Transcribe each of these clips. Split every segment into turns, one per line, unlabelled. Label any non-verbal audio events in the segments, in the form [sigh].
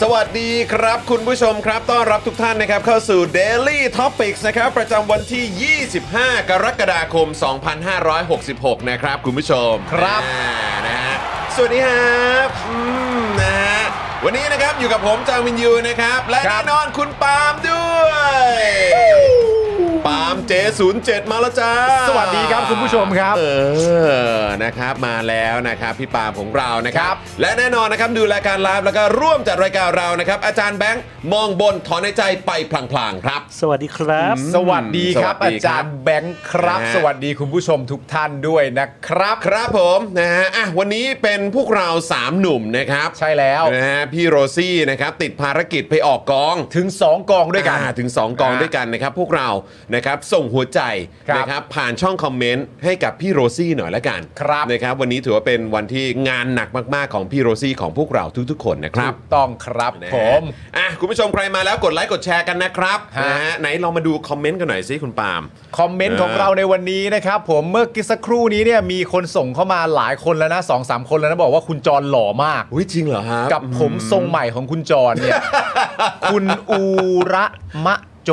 สวัสดีครับ คุณผู้ชมครับ ต้อนรับทุกท่านนะครับ เข้าสู่ Daily Topics นะครับ ประจำวันที่ 25 กรกฎาคม 2566 นะครับ คุณผู้ชม
ครับ
อ่านะฮะสวัสดีครับอืมนะฮะวันนี้นะครับอยู่กับผมจางวินยูนะครับ และ
ครั
แน่
บ
นอนคุณปาล์มด้วยปาล์มเจ07มาแล้วจ้า
สวัสดีครับคุณผู้ชมครับ
เออ นะครับ มาแล้วนะครับ พี่ปาล์มของเรานะครับ และแน่นอนนะครับ ดูรายการไลฟ์แล้วก็ร่วมจัดรายการเรานะครับ อาจารย์แบงค์มองบนถอนในใจไปพลางๆครับ
สวัสดีครับ
สวัสดีครับ
สวัส
อา
ดีครับ
จารย์แบงค์ครับ
นะฮะ
สวัสดีคุณผู้ชมทุกท่านด้วยนะครับ
ครับผมนะฮะอ่ะวันนี้เป็นพวกเราสามหนุ่มนะครับ
ใช่แล้ว
นะฮะพี่โรซี่นะครับ ติดภารกิจไปออกกอง
ถึง 2 กองด้วยกัน
อ่าถึง 2 กอง
อ่า
ด้วยกันนะครับ พวกเรานะครับส่งหัวใจ
ครับ
นะครับผ่านช่องคอมเมนต์ให้กับพี่โรซี่หน่อยละกัน
ครับ
นะครับ วันนี้ถือว่าเป็นวันที่งานหนักมากๆของพี่โรซี่ของพวกเราทุกๆ คนนะครับ
ถูกต้องครับ
นะ
ผ
ฮะ
ม
อ่ะคุณผู้ชมใครมาแล้วกดไลค์กดแชร์กันนะครับ
ฮะ
นะฮะไหนลองมาดูคอมเมนต์กันหน่อยสิคุณปาล์ม
คอมเมนต์
เออ
ของเราในวันนี้นะครับ ผมเมื่อกี้สักครู่นี้เนี่ยมีคนส่งเข้ามาหลายคนแล้วนะสองสามคนแล้วนะบอกว่าคุณจรหล่อมาก
อุ้ยจริงเหรอครับ
[laughs] กับผมทรงใหม่ของคุณจร
[laughs]
เนี่ย คุณอูระมะโจ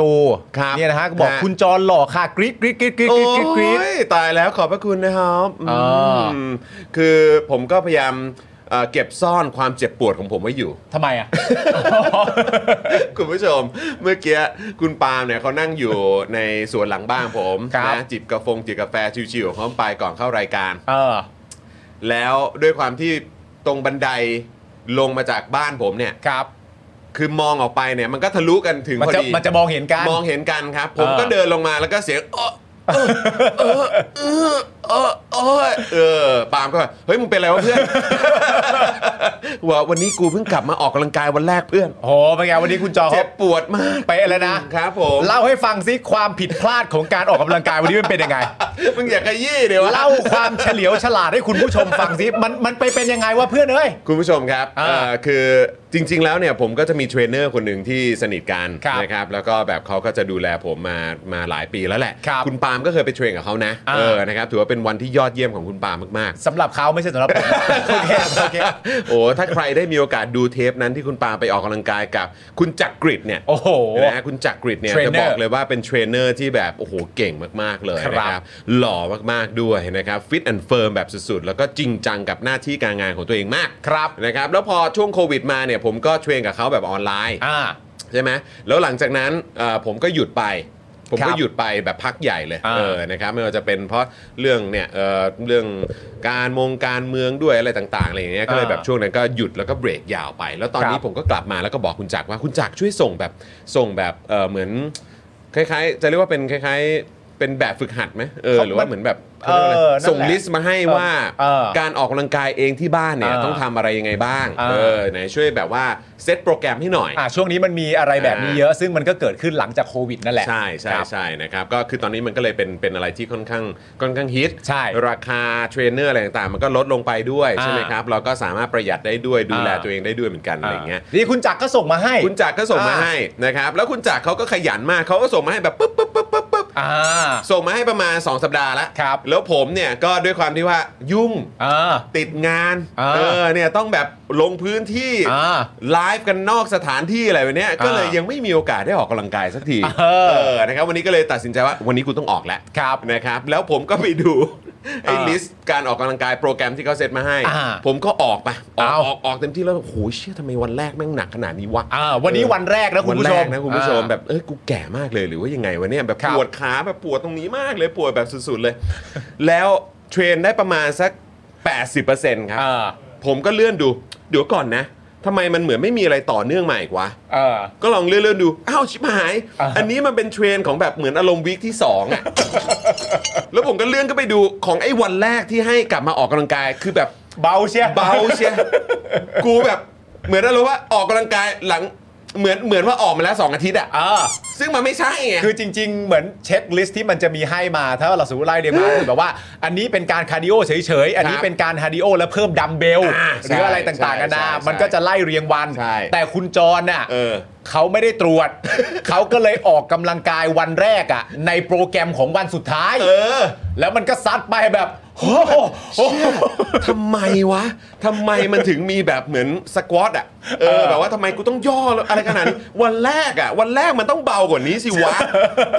ครับ
เนี่ยนะฮะก็บอก
ฮะ
คุณจรหล่อค่ะกรี๊ดกรี๊ดกรี๊ดกรี๊ด
โอ้
กรี๊ดกรี๊ด
ยตายแล้วขอบพระคุณนะครับ
อ่า
อืมคือผมก็พยายามเอ่อเก็บซ่อนความเจ็บปวดของผมไว้อยู่
ทำไมอ่ะ
[laughs] คุณผู้ชมเมื่อกี้คุณปาล์มเนี่ยเขานั่งอยู่ในสวนหลังบ้านผม
ครับ
นะจิบกาแฟจิบกาแฟชิวๆของเขาไปก่อนเข้ารายการ
เออ
แล้วด้วยความที่ตรงบันไดลงมาจากบ้านผมเนี่ย
ครับ
คือมองออกไปเนี่ยมันก็ทะลุกันถึง
มัน
พอ
จะ
ดี
มันจะมองเห็นกัน
มองเห็นกันครับ ผมก็
เออ
เดินลงมาแล้วก็เสียงเออเออเออเออเออเออปาล์มก็แบบเฮ้ยมึงเป็นอะไรวะเพื่อน ว่าวันนี้กูเพิ่งกลับมาออกกำลังกายวันแรกเพื่อน
โหเป็นไงวันนี้คุณจอ
เจ็
เขา
บปวดมาก
ไปอะไรนะครับ
ผม
เล่าให้ฟังซิความผิดพลาดของการออกกำลังกายวันนี้มันเป็นยังไง
มึงอย่าขยี้เดี๋ยวะ
เล่าความเฉลียวฉลาดให้คุณผู้ชมฟังซิมันมันไปเป็นยังไงวะเพื่อนเอ้ย
คุณผู้ชมครับ
อ่า
เอ่อคือจริง ๆ แล้วเนี่ยผมก็จะมีเทรนเนอร์คนหนึ่งที่สนิทกัน
ครับ
นะครับแล้วก็แบบเขาก็จะดูแลผมมามาหลายปีแล้วแหละ
ครับ
ณปาล์มก็เคยไปเทรนกับเขานะ
อ่า
เออนะครับถือว่าเป็นวันที่ยอดเยี่ยมของคุณปาล์มมากๆ
สำหรับเขาไม่ใช่สำหรับผม [laughs] โอเคโอเค
โอ้ ถ้าใครได้มีโอกาสดูเทปนั้นที่คุณปาไปออกกำลังกายกับคุณจักรกริดเนี่ย
โอ้โห
นะฮะคุณจักรกริดเนี่ย
เทรน
จะ
เน
บ
อร์
อกเลยว่าเป็นเทรนเนอร์ที่แบบ โอ้โห เก่งมาก ๆ เลย
ครับ
นะครับ หล่อมาก ๆ ด้วยนะครับฟิตแอนด์เฟิร์มแบบสุด ๆ แล้วก็จริงจังกับหน้าที่การงานของตัวเองมาก
ครับ
นะครับ แล้วพอช่วงโควิดมาเนี่ย ผมก็เทรนกับเขาแบบออนไลน์
อ่า
ใช่ไหมแล้วหลังจากนั้นเอ่อผมก็หยุดไป ผม
ครั
ก็
บ
หยุดไปแบบพักใหญ่เลย
อ่า
เออนะครับไม่ว่าจะเป็นเพราะเรื่องเนี่ยเอ่อเรื่องการมงการเมืองด้วยอะไรต่างๆอะไรอย่างเงี้ยก็เลย
อ่า
แบบช่วงนั้นก็หยุดแล้วก็เบรกยาวไป แล้วตอนนี้
ครับ
ผมก็กลับมาแล้วก็บอกคุณจักรว่าคุณจักรช่วยส่งแบบส่งแบบเอ่อเหมือนคล้ายๆ จะเรียกว่าเป็นคล้ายๆ เป็นแบบฝึกหัดไหมเออหรือว่าเหมือนแบบ
เออนั่นแหละ
ส่งลิสต์มาให้ว่า
เออ
การออกกำลังกายเองที่บ้านเนี่ย
เออ
ต้องทำอะไรยังไงบ้าง
เออ
เออไหนช่วยแบบว่าเซตโปรแกรมให้หน่อย
อ่ะช่วงนี้มันมีอะไรแบบนี้เยอะ ซึ่งมันก็เกิดขึ้นหลังจากโควิดนั่นแหละ
ใช่ใช่
ครับ
ใช่นะครับก็คือตอนนี้มันก็เลยเป็นเป็นอะไรที่ค่อนข้างค่อนข้างฮิต
ใช่
ราคาเทรนเนอร์อะไรต่างๆ มันก็ลดลงไปด้วย
อ่า
ใช่ไหมครับเราก็สามารถประหยัดได้ด้วยดูแล
อ่า
ตัวเองได้ด้วยเหมือนกันอะไรอย่างเงี้ย
นี่คุณจักรก็ส่งมาให้
คุณจักรก็ส่งมา
อ่า
ให้นะครับแล้วคุณจักรเขาก็ขยันมากเขาก็ส่งมาให้แบบปุ๊บปุ๊บปุ๊บปุ๊บปุ๊บ
อ่า
ส่งมาให้ประมาณ 2 สัปดาห์แล้ว
ครับ
แล้วผมเนี่ยก็ด้วยความที่ว่ายุ่ง
อ่า
ติดงาน
อ่า
เออเนี่ยต้องแบบลงพื้นที่
อ่า
ไลฟ์กันนอกสถานที่อะไรแบบเนี้ยก็เลย
อ่ายั
ยังไม่มีโอกาสได้ออกกำลังกายสักที
เออ
นะครับวันนี้ก็เลยตัดสินใจว่าวันนี้กูต้องออกแล้ว
ครับ
นะครับแล้วผมก็ไป
[laughs]
ดูไอ้
อ่า
ลิสต์การออกกำลังกายโปรแกรมที่เขาเซตมาให้
อ่า
ผมก็ออกไปออก
เอา
ออกออกเต็มที่แล้วแบบโหเชี่ยทำไมวันแรกแม่งหนักขนาดนี้วะ
อ่า วันนี้วันแรกนะคุ
วั
ณ
น
ผู้
แร
ชม
กนะคุณผู้ชม
อ่า
แบบเอ้ยกูแก่มากเลยหรือว่ายังไงวะเนี่ยแบบ
ครับ
ปวดขาแบบปวดตรงนี้มากเลยปวดแบบสุดๆเลย แล้วเทรนได้ประมาณสัก 80%ครับ
อ่า
ผมก็เลื่อนดู เดี๋ยวก่อนนะทำไมมันเหมือนไม่มีอะไรต่อเนื่องมาอีกวะ
เออ
ก็ลองเลื่อนๆดู อ้าวชิบหาย
อ่า
อันนี้มันเป็นเทรนของแบบเหมือนอารมณ์วีคที่ 2องอะ
[laughs]
แล้วผมก็เลื่อนก็ไปดูของไอ้วันแรกที่ให้กลับมาออกกำลังกาย คือแบบ
เบาเชีย
เบาเชีย กูแบบเหมือนอารมณ์ว่าออกกำลังกายหลังเหมือนเหมือนว่าออกมาแล้ว 2 อาทิตย์อะ
อ่า
ซึ่งมันไม่ใช่ไง
คือจริง ๆ เหมือนเช็คลิสต์ที่มันจะมีให้มา ถ้าเราสมมติไล่เรียงมาคือแบบว่าอันนี้เป็นการคาร์ดิโอเฉยๆ อันนี้
ครับ
เป็นการคาร์ดิโอแล้วเพิ่มดัมเบล
อ่า
หรืออะไรต่างๆ
ใช่
กันา
ใช่
นา
ใช่
มันก็จะไล่เรียงวัน
ใช่
แต่คุณจรน่ะ
เออ
เขาไม่ได้ตรวจ [laughs] เขาก็เลยออกกำลังกายวันแรกอ่ะในโปรแกรมของวันสุดท้าย
เออ
แล้วมันก็ซัดไปแบบ [laughs] โอ้โห
ทำไมวะ ทำไมมันถึงมีแบบเหมือนสควอตอ่ะ เอ
เอ
อ
อ
แบบว่าทำไมกูต้องย่อแล้วอะไรขนาดนี้ วันแรกอ่ะ วันแรกมันต้องเบากว่านี้สิวะ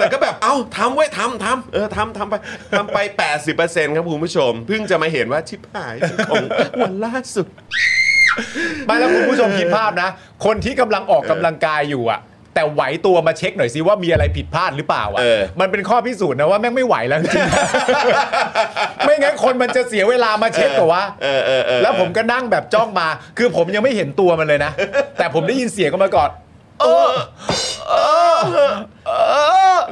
แต่ก็แบบเอ้าทำไว้ยทำทำเออทำทำไปทำไป 80%ครับคุณผู้ชม เพิ่งจะมาเห็นว่าชิบหายของวันล่าสุด
ไม่แล้วคุณผู้ชมคิดภาพนะ คนที่กำลังออกกำลังกายอยู่อะแต่ไหวตัวมาเช็คหน่อยซิว่ามีอะไรผิดพลาดหรือเปล่าอ่ะ
เออ
มันเป็นข้อพิสูจน์นะว่าแม่งไม่ไหวแล้วจ
[laughs]
ริงๆ ไม่งั้นคนมันจะเสียเวลามาเช็คกับว่า
เออเออเออ
แล้วผมก็นั่งแบบจ้องมา คือผมยังไม่เห็นตัวมันเลยนะ แต่ผมได้ยินเสียงกันมาก่อนเออเออ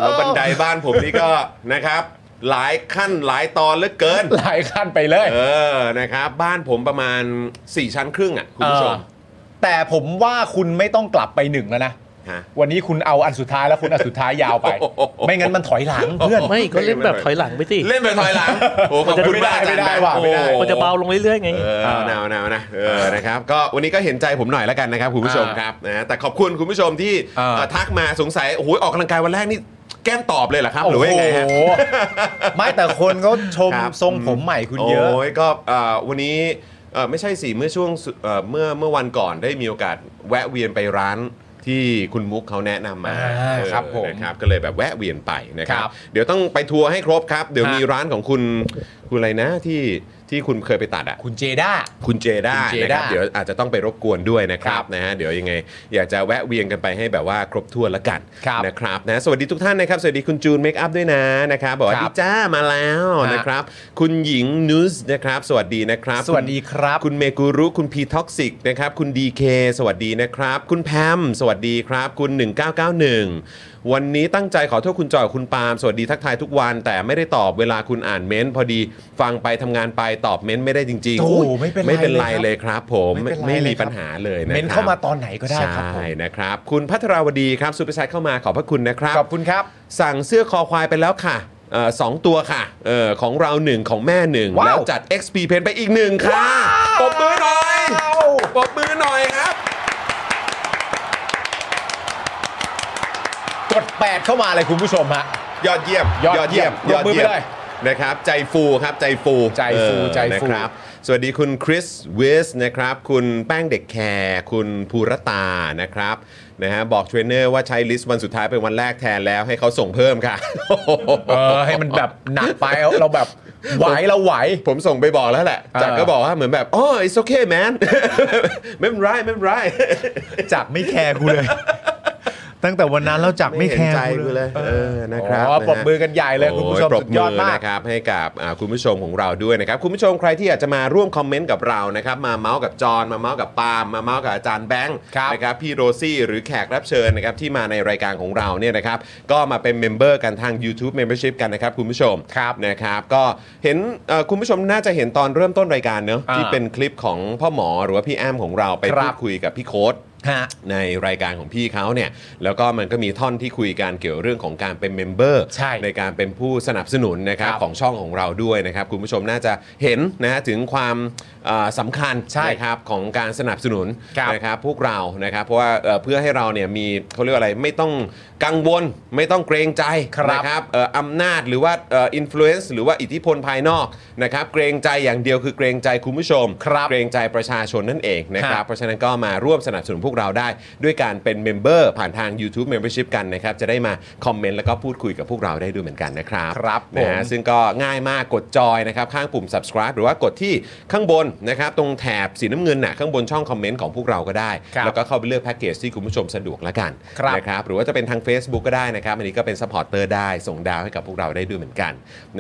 แล้วบันไดบ้านผมนี่ก็นะครับ หลายขั้นหลายตอนเหลือเกิน
หลายขั้นไปเลย
เออนะครับ บ้านผมประมาณ 4 ชั้นครึ่งอ่ะคุณผู้ชม
เออแต่ผมว่าคุณไม่ต้องกลับไปหนึ่งแล้วนะ
ฮะ
วันนี้คุณเอาอันสุดท้ายแล้วคุณอันสุดท้ายยาวไป
โอ้โห
ไม่งั้นมันถอยหลังเพื่อน
ไม่ก็เล่นแบบถอยหลังไปสิ
เล่นไปถอยหลัง โอ้ขอบคุณมากอาจารย์
ไม่ได้
แบงค์
ไม่ได้ว่ะไม่ได้
โอ้
มันจะเบาลงเรื่อยๆไง
เออเอาหนาวหนาวนะ เออ นะครับ ก็วันนี้ก็เห็นใจผมหน่อยแล้วกันนะครับคุณผู้ชมครับนะแต่ขอบคุณคุณผู้ชมที่
อ่า
เอ่อทักมาสงสัย โอ้โหออกกำลังกายวันแรกนี่แก้มตอบเลยเหรอครับ หรือว่ายังไงฮะ
โอ้โหไม่แต่คนเขาชม
ครับ
ทรงผมใหม่คุณเยอะ
โอ้ยก็เอ่อวันนี้เอ่อไม่ใช่สิเมื่อช่วงสุเอ่อเมื่อเมื่อวันก่อนได้มีโอกาสแวะเวียนไปร้านที่คุณมุกเขาแนะนำมา
อ่า
เออ
ครับผม
นะครับก็เลยแบบแวะเวียนไปนะครั
ครับ บ
เดี๋ยวต้องไปทัวร์ให้ครบครับ เดี๋ยว
ฮะ
มีร้านของคุณคุณอะไรนะที่ที่คุณเคยไปตัดอ่ะ
คุณเจด้า
คุณเจด้า
คุณเจ
นะค
ด้า
รับเดี๋ยวอาจจะต้องไปรบกวนด้วยนะครั
ครับ บ
นะฮะเดี๋ยวยังไง อยากจะแวะเวียนกันไปให้แบบว่าครบถ้วนละกัน
ครับ
นะครับนะสวัสดีทุกท่านนะครับ สวัสดีคุณจูนเมคอัพด้วยนะนะครับบอกว่า
ครับ
พี่จ้ามาแล้ว
ฮะ
นะครับ คุณหญิงนูสนะครับ สวัสดีนะครับ
สวัสดีครับ
คุณเมกุรุคุณพีท็อกซิกนะครับคุณดีเคสวัสดีนะครับ คุณแพมสวัสดีครับ คุณ 1991 วันนี้ตั้งใจขอโทษคุณจอยกับคุณปาล์มสวัสดีทักทายทุกวัน แต่ไม่ได้ตอบเวลาคุณอ่านเม้นท์พอดีฟังไปทำงานไปตอบเม้นท์ไม่ได้จริงๆ
โอ้
อุ๊ย
ไม่เป็นไร
ไม่เป็นไร
เลยครับ
เลย เลยครับผม
ไม่
ไม่
เป็นไร
ไม่
เล
มี
ยครับ
ปัญหาเลยนะครับ
เมนเข้ามาตอนไหนก็ได้ครับผ
ใช่
ม
นะครับ คุณพัทราวดีครับซูเปอร์แชทเข้ามาขอบพระคุณนะครับ
ขอบคุณครับ
สั่งเสื้อคอควายไปแล้วค่ะเอ่อสองตัวค่ะเออของเราหนึ่งของแม่หนึ่ง
ว้าว
แล้วจัด XP Pen ไปอีกหนึ่งค่ะปรบมือหน่อย
ว้าว
ปรบมือหน่อยครับ
กดแปดเข้ามาเลยคุณผู้ชมฮะ
ยอดเยี่ยม
ยอดเยี่ยม
ยอด
ยกมือ
เยี่ยม
ไปเลย
นะครับ ใจฟูครับใจฟู
ใจฟู
เออ
ใจฟู
นะครับสวัสดีคุณคริสวิสนะครับ คุณแป้งเด็กแคร์คุณภูรตานะครับนะฮะบอกเทรนเนอร์ว่าใช้ลิสต์วันสุดท้ายเป็นวันแรกแทนแล้วให้เขาส่งเพิ่มค่ะ [laughs]
เออให้มันแบบหนักไปเอาเราแบบไหวเราไหว
ผมส่งไปบอกแล้วแหละ
อ่า
จากก็บอกว่าเหมือนแบบอ๋อ it's okay [laughs] man ไม่เป็นไรไม่เป็นไร [laughs]
จากไม่แคร์กูเลย ตั้งแต่วันนั้นเราจับไม่แค
เห็น
ร์
ใจ
กู
กูเลยเออนะ
อ๋
ครับ
อ
นะฮะ
ปรบมือกันใหญ่เลยคุณผู้ชม
โอ้ปรบ
สุดยอดมาก
นะครับให้กับอ่าคุณผู้ชมของเราด้วยนะครับคุณผู้ชมใครที่อยากจะมาร่วมคอมเมนต์กับเรานะครับมาเมาส์กับจอห์นมาเมาส์กับปาล์มมาเมาส์กับอาจารย์แบงค์
ครับ
นะครับพี่โรซี่หรือแขกรับเชิญนะครับที่มาในรายการของเราเนี่ยนะครับก็มาเป็นเมมเบอร์กันทาง YouTube Membership กันนะครับคุณผู้ชม
ครับ
นะครับก็เห็นเอ่อคุณผู้ชมน่าจะเห็นตอนเริ่มต้นรายการเนอะ
อ่า
ที่เป็นคลิปของพ่อหมอหรือว่าพี่แอมของเราไป
ครั
พู
บ
ดคุยกับพี่โค้ด
ฮะ
ในรายการของพี่เขาเนี่ย แล้วก็มันก็มีท่อนที่คุยการเกี่ยวเรื่องของการเป็นเมมเบอร์
ใช่
การเป็นผู้สนับสนุนนะครับ
ครับ
ของช่องของเราด้วยนะครับ คุณผู้ชมน่าจะเห็นนะฮะถึงความเอ่อสำคัญ
ใช่
นะครับของการสนับสนุน
ครับ
นะครับพวกเรานะครับ เพราะว่าเอ่อเพื่อให้เราเนี่ยมีเขาเรียกว่าอะไรไม่ต้องกังวล ไม่ต้องเกรงใจ
ครับ
นะครับเอ่ออำนาจหรือว่าเอินฟลูเอนซ์หรือว่าอิทธิพลภายนอกนะครับเกรงใจอย่างเดียวคือเกรงใจคุณผู้ชม
ครับ
เกรงใจประชาชนนั่นเองนะครับ
ฮะ
เพราะฉะนั้นก็มาร่วมสนับสนุนพวกเราได้ ด้วยการเป็นเมมเบอร์ผ่านทาง YouTube Membership กันนะครับ จะได้มาคอมเมนต์แล้วก็พูดคุยกับพวกเราได้ด้วยเหมือนกันนะครับ
ครับ
นะฮะ
ผม
ซึ่งก็ง่ายมากกดจอยนะครับ ข้างปุ่ม subscribe หรือว่ากดที่ข้างบนนะครับ ตรงแถบสีน้ำเงินน่ะข้างบนช่องคอมเมนต์ของพวกเราก็ได้
ครับ
แล้วก็เข้าไปเลือกแพ็กเกจที่คุณผู้ชมสะดวกละกัน
ครับ
นะครับหรือว่าจะเป็นทาง Facebook ก็ได้นะครับอันนี้ก็เป็นซัพพอร์เตอร์ได้ส่งดาวให้กับพวกเราได้ด้วยเหมือนกัน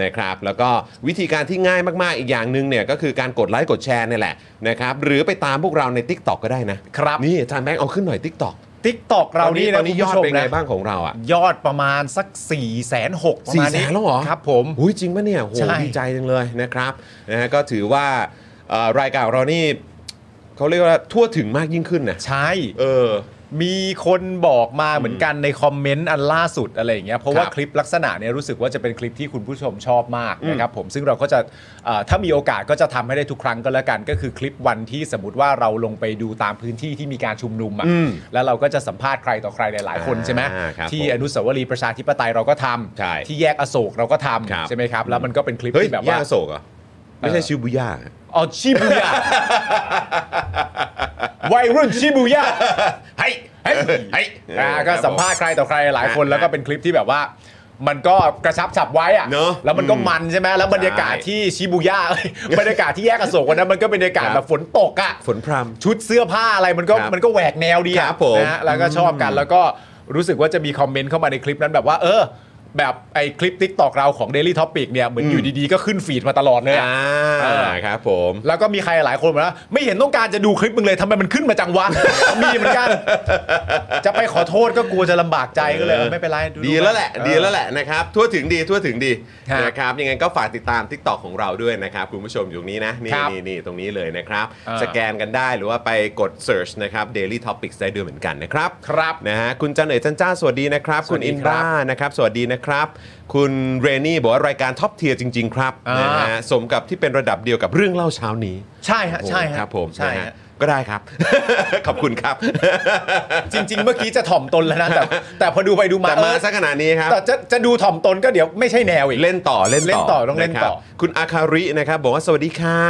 นะครับแล้วก็วิธีการที่ง่ายมากๆอีกอย่างหนึ่งเนี่ยก็คือการกดไลค์กดแชร์เนี่ยแหละนะครับหรือไปตามพวกเราใน TikTok ก็ได้นะ
ครับ
นี่อาจารย์แบงค์เอาขึ้นหน่อย t ิ k t o k
ทิกตอกเรานี่
ตอ
นะ
นนี้
คุณ
ยอ
ผู้
ด
ชม
เป็นไง
นะ
บ้างของเราอ่ะ
ยอดประมาณสัก4ี่แสนหกประ
สี่
มาณ
แส
นี้
นแล้วเหรอ
ครับผม
อุ้ยจริงปะเนี่ยโห
ใช่
ดีใจจังเลยนะครับนะฮะก็ถือว่าเอ่อรายการของเรานี่เขาเรียกว่าทั่วถึงมากยิ่งขึ้นนะ
ใช่
เออ
มีคนบอกมาเหมือนกันในคอมเมนต์อันล่าสุดอะไรอย่างเงี้ยเพราะว่า
ครับ
คลิปลักษณะเนี้ยรู้สึกว่าจะเป็นคลิปที่คุณผู้ชมชอบมากนะครับผมซึ่งเราก็จะเอ่อถ้ามีโอกาสก็จะทำให้ได้ทุกครั้งก็แล้วกัน ก็คือคลิปวันที่สมมติว่าเราลงไปดูตามพื้นที่ที่มีการชุมนุมอ่ะ
อืม
แล้วเราก็จะสัมภาษณ์ใครต่อใครหลาย ๆ คนใช่ไหม
อ่าครับ
ที่
ผม
อนุสาวรีย์ประชาธิปไตยเราก็ทำ
ใช่
ที่แยกอโศกเราก็ทำ
ครับ
ใช่ไหมครับแล้วมันก็เป็นคลิป
เฮ้ย
ที่แบบ
ย่า
ว่า
โศกเหรอไม่ใช่ชิบุย่า
อ๋อชิบูย่า วัยรุ่นชิบูย่าเฮ้ยเฮ้ยเฮ้ยอ่าก็สัมภาษณ์ใครต่อใครหลายคน
ฮะ
แล้วก็เป็นคลิปที่แบบว่า มันก็กระชับฉับไว้อะ
เนอะ
แล้วมันก็มันใช่ไหมแล้วบรรยากาศ
ใช่
ที่ชิบูย่าเอ้ยบรรยากาศที่แยกอโศกวันนั้นมันก็บรรยากาศ
ครับ
แบบฝนตกอ่ะ
ฝนพรำ
ชุดเสื้อผ้าอะไรมันก็
ครับ
มันก็แหวกแนวดีอะ
ครับผม
นะฮะแล้วก็ชอบกันแล้วก็รู้สึกว่าจะมีคอมเมนต์เข้ามาในคลิปนั้นแบบว่า เออ แบบไอ้คลิปทิกตอกเราของ Daily Topic เนี่ยเหมือนอยู่ดีๆก็ขึ้นฟีดมาตลอดเลยอะ
่า
เออ
ครับผม
แล้วก็มีใครหลายคนบอกว่าไม่เห็นต้องการจะดูคลิปมึงเลยทำไมมันขึ้นมาจังวะ มีเหมือน
[laughs]
กัน จะไปขอโทษก็กลัวจะลำบากใจก็เลยเออไม่เป็นไร
ดีแล้วแหละ
เออ
ดีแล้วแหละนะครับทั่วถึงดีทั่วถึงดี
ฮะ
นะครับยังไงก็ฝากติดตาม TikTok ของเราด้วยนะครับ คุณผู้ชมอยู่ตรงนี้นะนี่
ครับ
นี่นี่ตรงนี้เลยนะครับ
เออ
สแกนกันได้หรือว่าไปกด search นะครับ daily topics ได้ด้วยเหมือนกันนะครับ
ครับ
นะฮะคุณจันเอ๋ยจันจ้าสวัสดีนะครับ
ส
คุ
วั
ณ
สดี
อิน
ครับ
บ้านะครับ สวัสดีนะครับ คุณเรนนี่บอกว่ารายการท็อปเทียร์จริง ๆ ครับ
อ่าน
นะฮะสมกับที่เป็นระดับเดียวกับเรื่องเล่าเช้านี้
ใช่ฮะใช่ฮะ
ครับผม
ใช่
นะ
ฮะ
ฮะก็ได้ครับ [laughs] ขอบคุณครับ
จริง ๆ เมื่อกี้จะถ่อมตนแล้วนะ
[laughs]
แต่แต่พอดูไปดูมา
แต่มา
เออ
ซะขนาดนี้ครับ
แต่จะจะดูถ่อมตนก็เดี๋ยวไม่ใช่แนวอีก
เล่นต่อเล่น
เล่นต่อต้องเล่น
นะค
ต่อ
รับคุณอาคารินะครับ บอกว่าสวัสดีค่ะ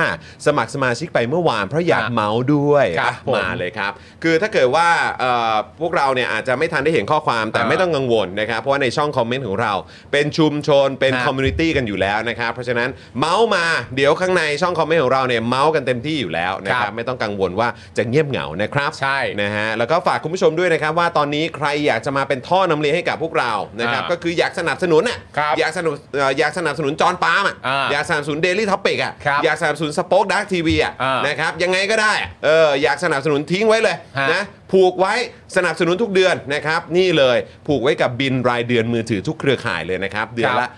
สมัครสมาชิกไปเมื่อวานเพราะอยาก
ครับ
เมาส์ด้วย
ครับผม
มาเลยครับ คือถ้าเกิดว่าเอ่อพวกเราเนี่ยอาจจะไม่ทันได้เห็นข้อความแต่
อ่า
ไม่ต้องกังวลนะครับ เพราะว่าในช่องคอมเมนต์ของเรา เป็นชุมชนเป็น
ครับ
คอมมูนิตี้กันอยู่แล้วนะครับ เพราะฉะนั้นเมาส์มาเดี๋ยวข้างในช่องคอมเมนต์ของเราเนี่ยเมาส์กันเต็มที่อยู่แล้วนะค
ครั
รับบ ไม่ต้องกังวลว่าจะเงียบเหงานะครับ
ใช่
นะฮะแล้วก็ฝากคุณผู้ชมด้วยนะครับว่าตอนนี้ใครอยากจะมาเป็นท่อนำเลี้ยงให้กับพวกเรานะครับ
อ่า
ก็คืออยากสนับสนุนอ่ะ
ครับ
อยากสนับเอ่ออยากสนับสนุนจอร์นปาล์มอ่ะ
อ่า
อยากสนับสนุนเดลี่ท็อปิกอ่ะ
ครับ
อยากสนับสนุนสป็อคดักทีวีอ่ะ
อ่าน
นะครับยังไงก็ได้อ่ะเอออยากสนับสนุนทิ้งไว้เลย
ฮะ
นะผูกไว้สนับสนุนทุกเดือนนะครับนี่เลยผูกไว้กับบินรายเดือนมือถือทุกเครือข่ายเลยนะครับเดือน
ครับ
ละ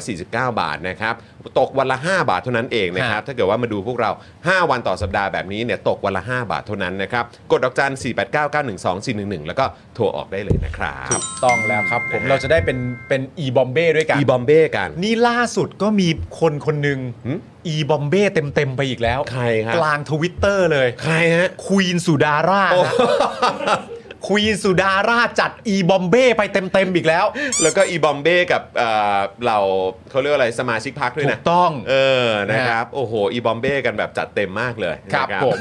149 บาทนะครับตกวันละ 5 บาทเท่านั้นเองนะครับ
ฮะ
ถ้าเกิดว่ามาดูพวกเรา 5 วันต่อสัปดาห์แบบนี้เนี่ยตกวันละ 5 บาทเท่านั้นนะครับ กดดอกจัน 4 8 9 9 1 2 4 1 1 แล้วก็โทรออกได้เลยนะครับ
ถูกต้องแล้วครับผม
นะฮะ
เราจะได้เป็นเป็นอีบอมเบ้ด้วยกัน
อีบอมเบ้กัน
นี่ล่าสุดก็มีคนคนหนึ่ง
หืม
อีบอมเบ้เต็ม ๆ ไปอีกแล้ว
ใครครับ
กลางทวิตเตอร์เลย
ใครฮะ
ควีนสุดาร่า
โอ้
นะควีนสุดาร่าจัดอีบอมเบ้ไปเต็ม ๆ อีกแล้ว
แล้วก็อีบอมเบ้กับเอ่อเหล่าเขาเรียกว่าอะไรสมาชิกพักด้วย
ถู
นะ
กต้อง
เออนะครับ โอ้โห อีบอมเบ้กันแบบจัดเต็มมากเลย
ครับ
นะ
ผม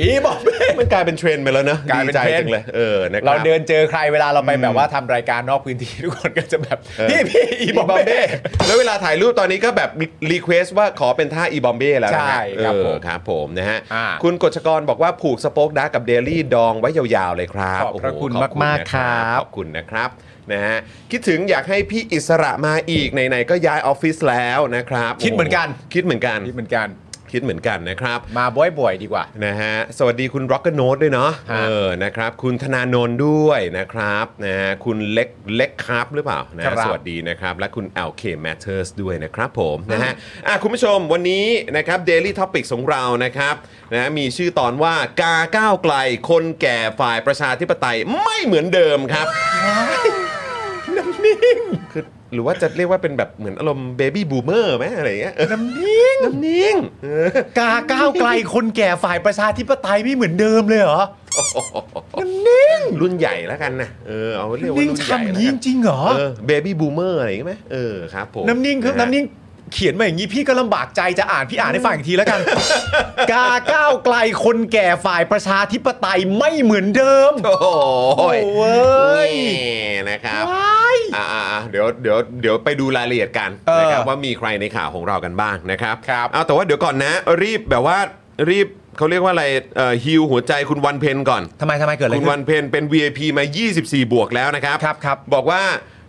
อีบอดเบน
มันกลายเป็นเทรนด์ไปแล้วเนอะ
กลาย
ดี
เป็น
ใจ
เทรนด์
จังเลยเออนะค
เรา
รับ
เดินเจอใครเวลาเราไปแบบว่าทำรายการนอกพื้นที่ ทุกคนก็จะแบบ
เออ
พี่พี่อีบอมเบ้
แล้วเวลาถ่ายรูปตอนนี้ก็แบบรีเควสว่าขอเป็นท่าอีบอมเบ้แล้วนะฮะ
ใช่ครับ
เออ
ผม
ครับผมนะฮะ
อ่า
คุณกฎชกรบอกว่าผูกสโป๊กดาร์กกับเดลี่ดองไว้ยาวๆเลยครับ
ขอบพระ
โโห
คุณ
ขอบ
มากๆครับ
นะขอบคุณนะครับนะฮะคิดถึงอยากให้พี่อิสระมาอีกไหนๆก็ย้ายออฟฟิศแล้วนะครับ
คิดเหมือนกัน
โโหคิดเหมือนกัน
คิดเหมือนกัน
คิดเหมือนกันนะครับ
มาบ่อยๆดีกว่า
นะฮะสวัสดีคุณร็อกเกอร์โนดด้วยเนาะ
ฮะ
เออนะครับคุณธนาโนนด้วยนะครับนะฮะคุณเล็กเล็กครับหรือเปล่านะฮะสวัสดีนะครับ และคุณ LK Matters ด้วยนะครับผมนะฮะอ่ะคุณผู้ชมวันนี้นะครับ Daily Topics ของเรานะครับนะฮะมีชื่อตอนว่ากาก้าวไกล คนแก่ฝ่ายประชาธิปไตยไม่เหมือนเดิม [laughs] ครับน้ำนิ่งคือหรือว่าจะเรียกว่าเป็นแบบเหมือนอารมณ์เบบี้บูมเมอร์ไหมอะไรอย่างเงี้ยน้ำนิ่งน้ำนิ่งเออ
กาก้าวไกลคนแก่ฝ่ายประชาธิปไตยไม่เหมือนเดิมเลยเหรอ
นิ่งรุ่นใหญ่แล้วกันนะเออเอาเรียกว่า
นิ่ง
รุ่นใหญ่
ทำอย่าง
แล้ว
นี้
กัน
จริงเหรอ
เออเบบี้บูมเมอร์อะไรอย่างงี้ไหมเออครับผม
น้ำนิ่งครับ
ะฮะ
น้ำนิ่งเขียนมาอย่างนี้พี่ก็ลำบากใจจะอ่านพี่อ่านให้ฟังอีกทีแล้วกัน กาก้าวไกลคนแก่ฝ่ายประชาธิปไตยไม่เหมือนเดิม
โอ้โห
โอ้ย
นี่นะครับ
ว้าย
อ่าๆเดี๋ยวเดี๋ยวเดี๋ยวไปดูรายละเอียดกัน
เออ
นะครับว่ามีใครในข่าวของเรากันบ้างนะครับ
ครับ
เอาแต่ว่าเดี๋ยวก่อนนะ รีบแบบว่ารีบเขาเรียกว่าอะไรเอ่อฮิวหัวใจคุณวันเพนก่อน
ทำไมทำไมเกิดอะไร
คุณ
ขึ้
วัน นเพนเป็น VIP มา 24 บวกแล้วนะครับ
ครับครับ
บอกว่า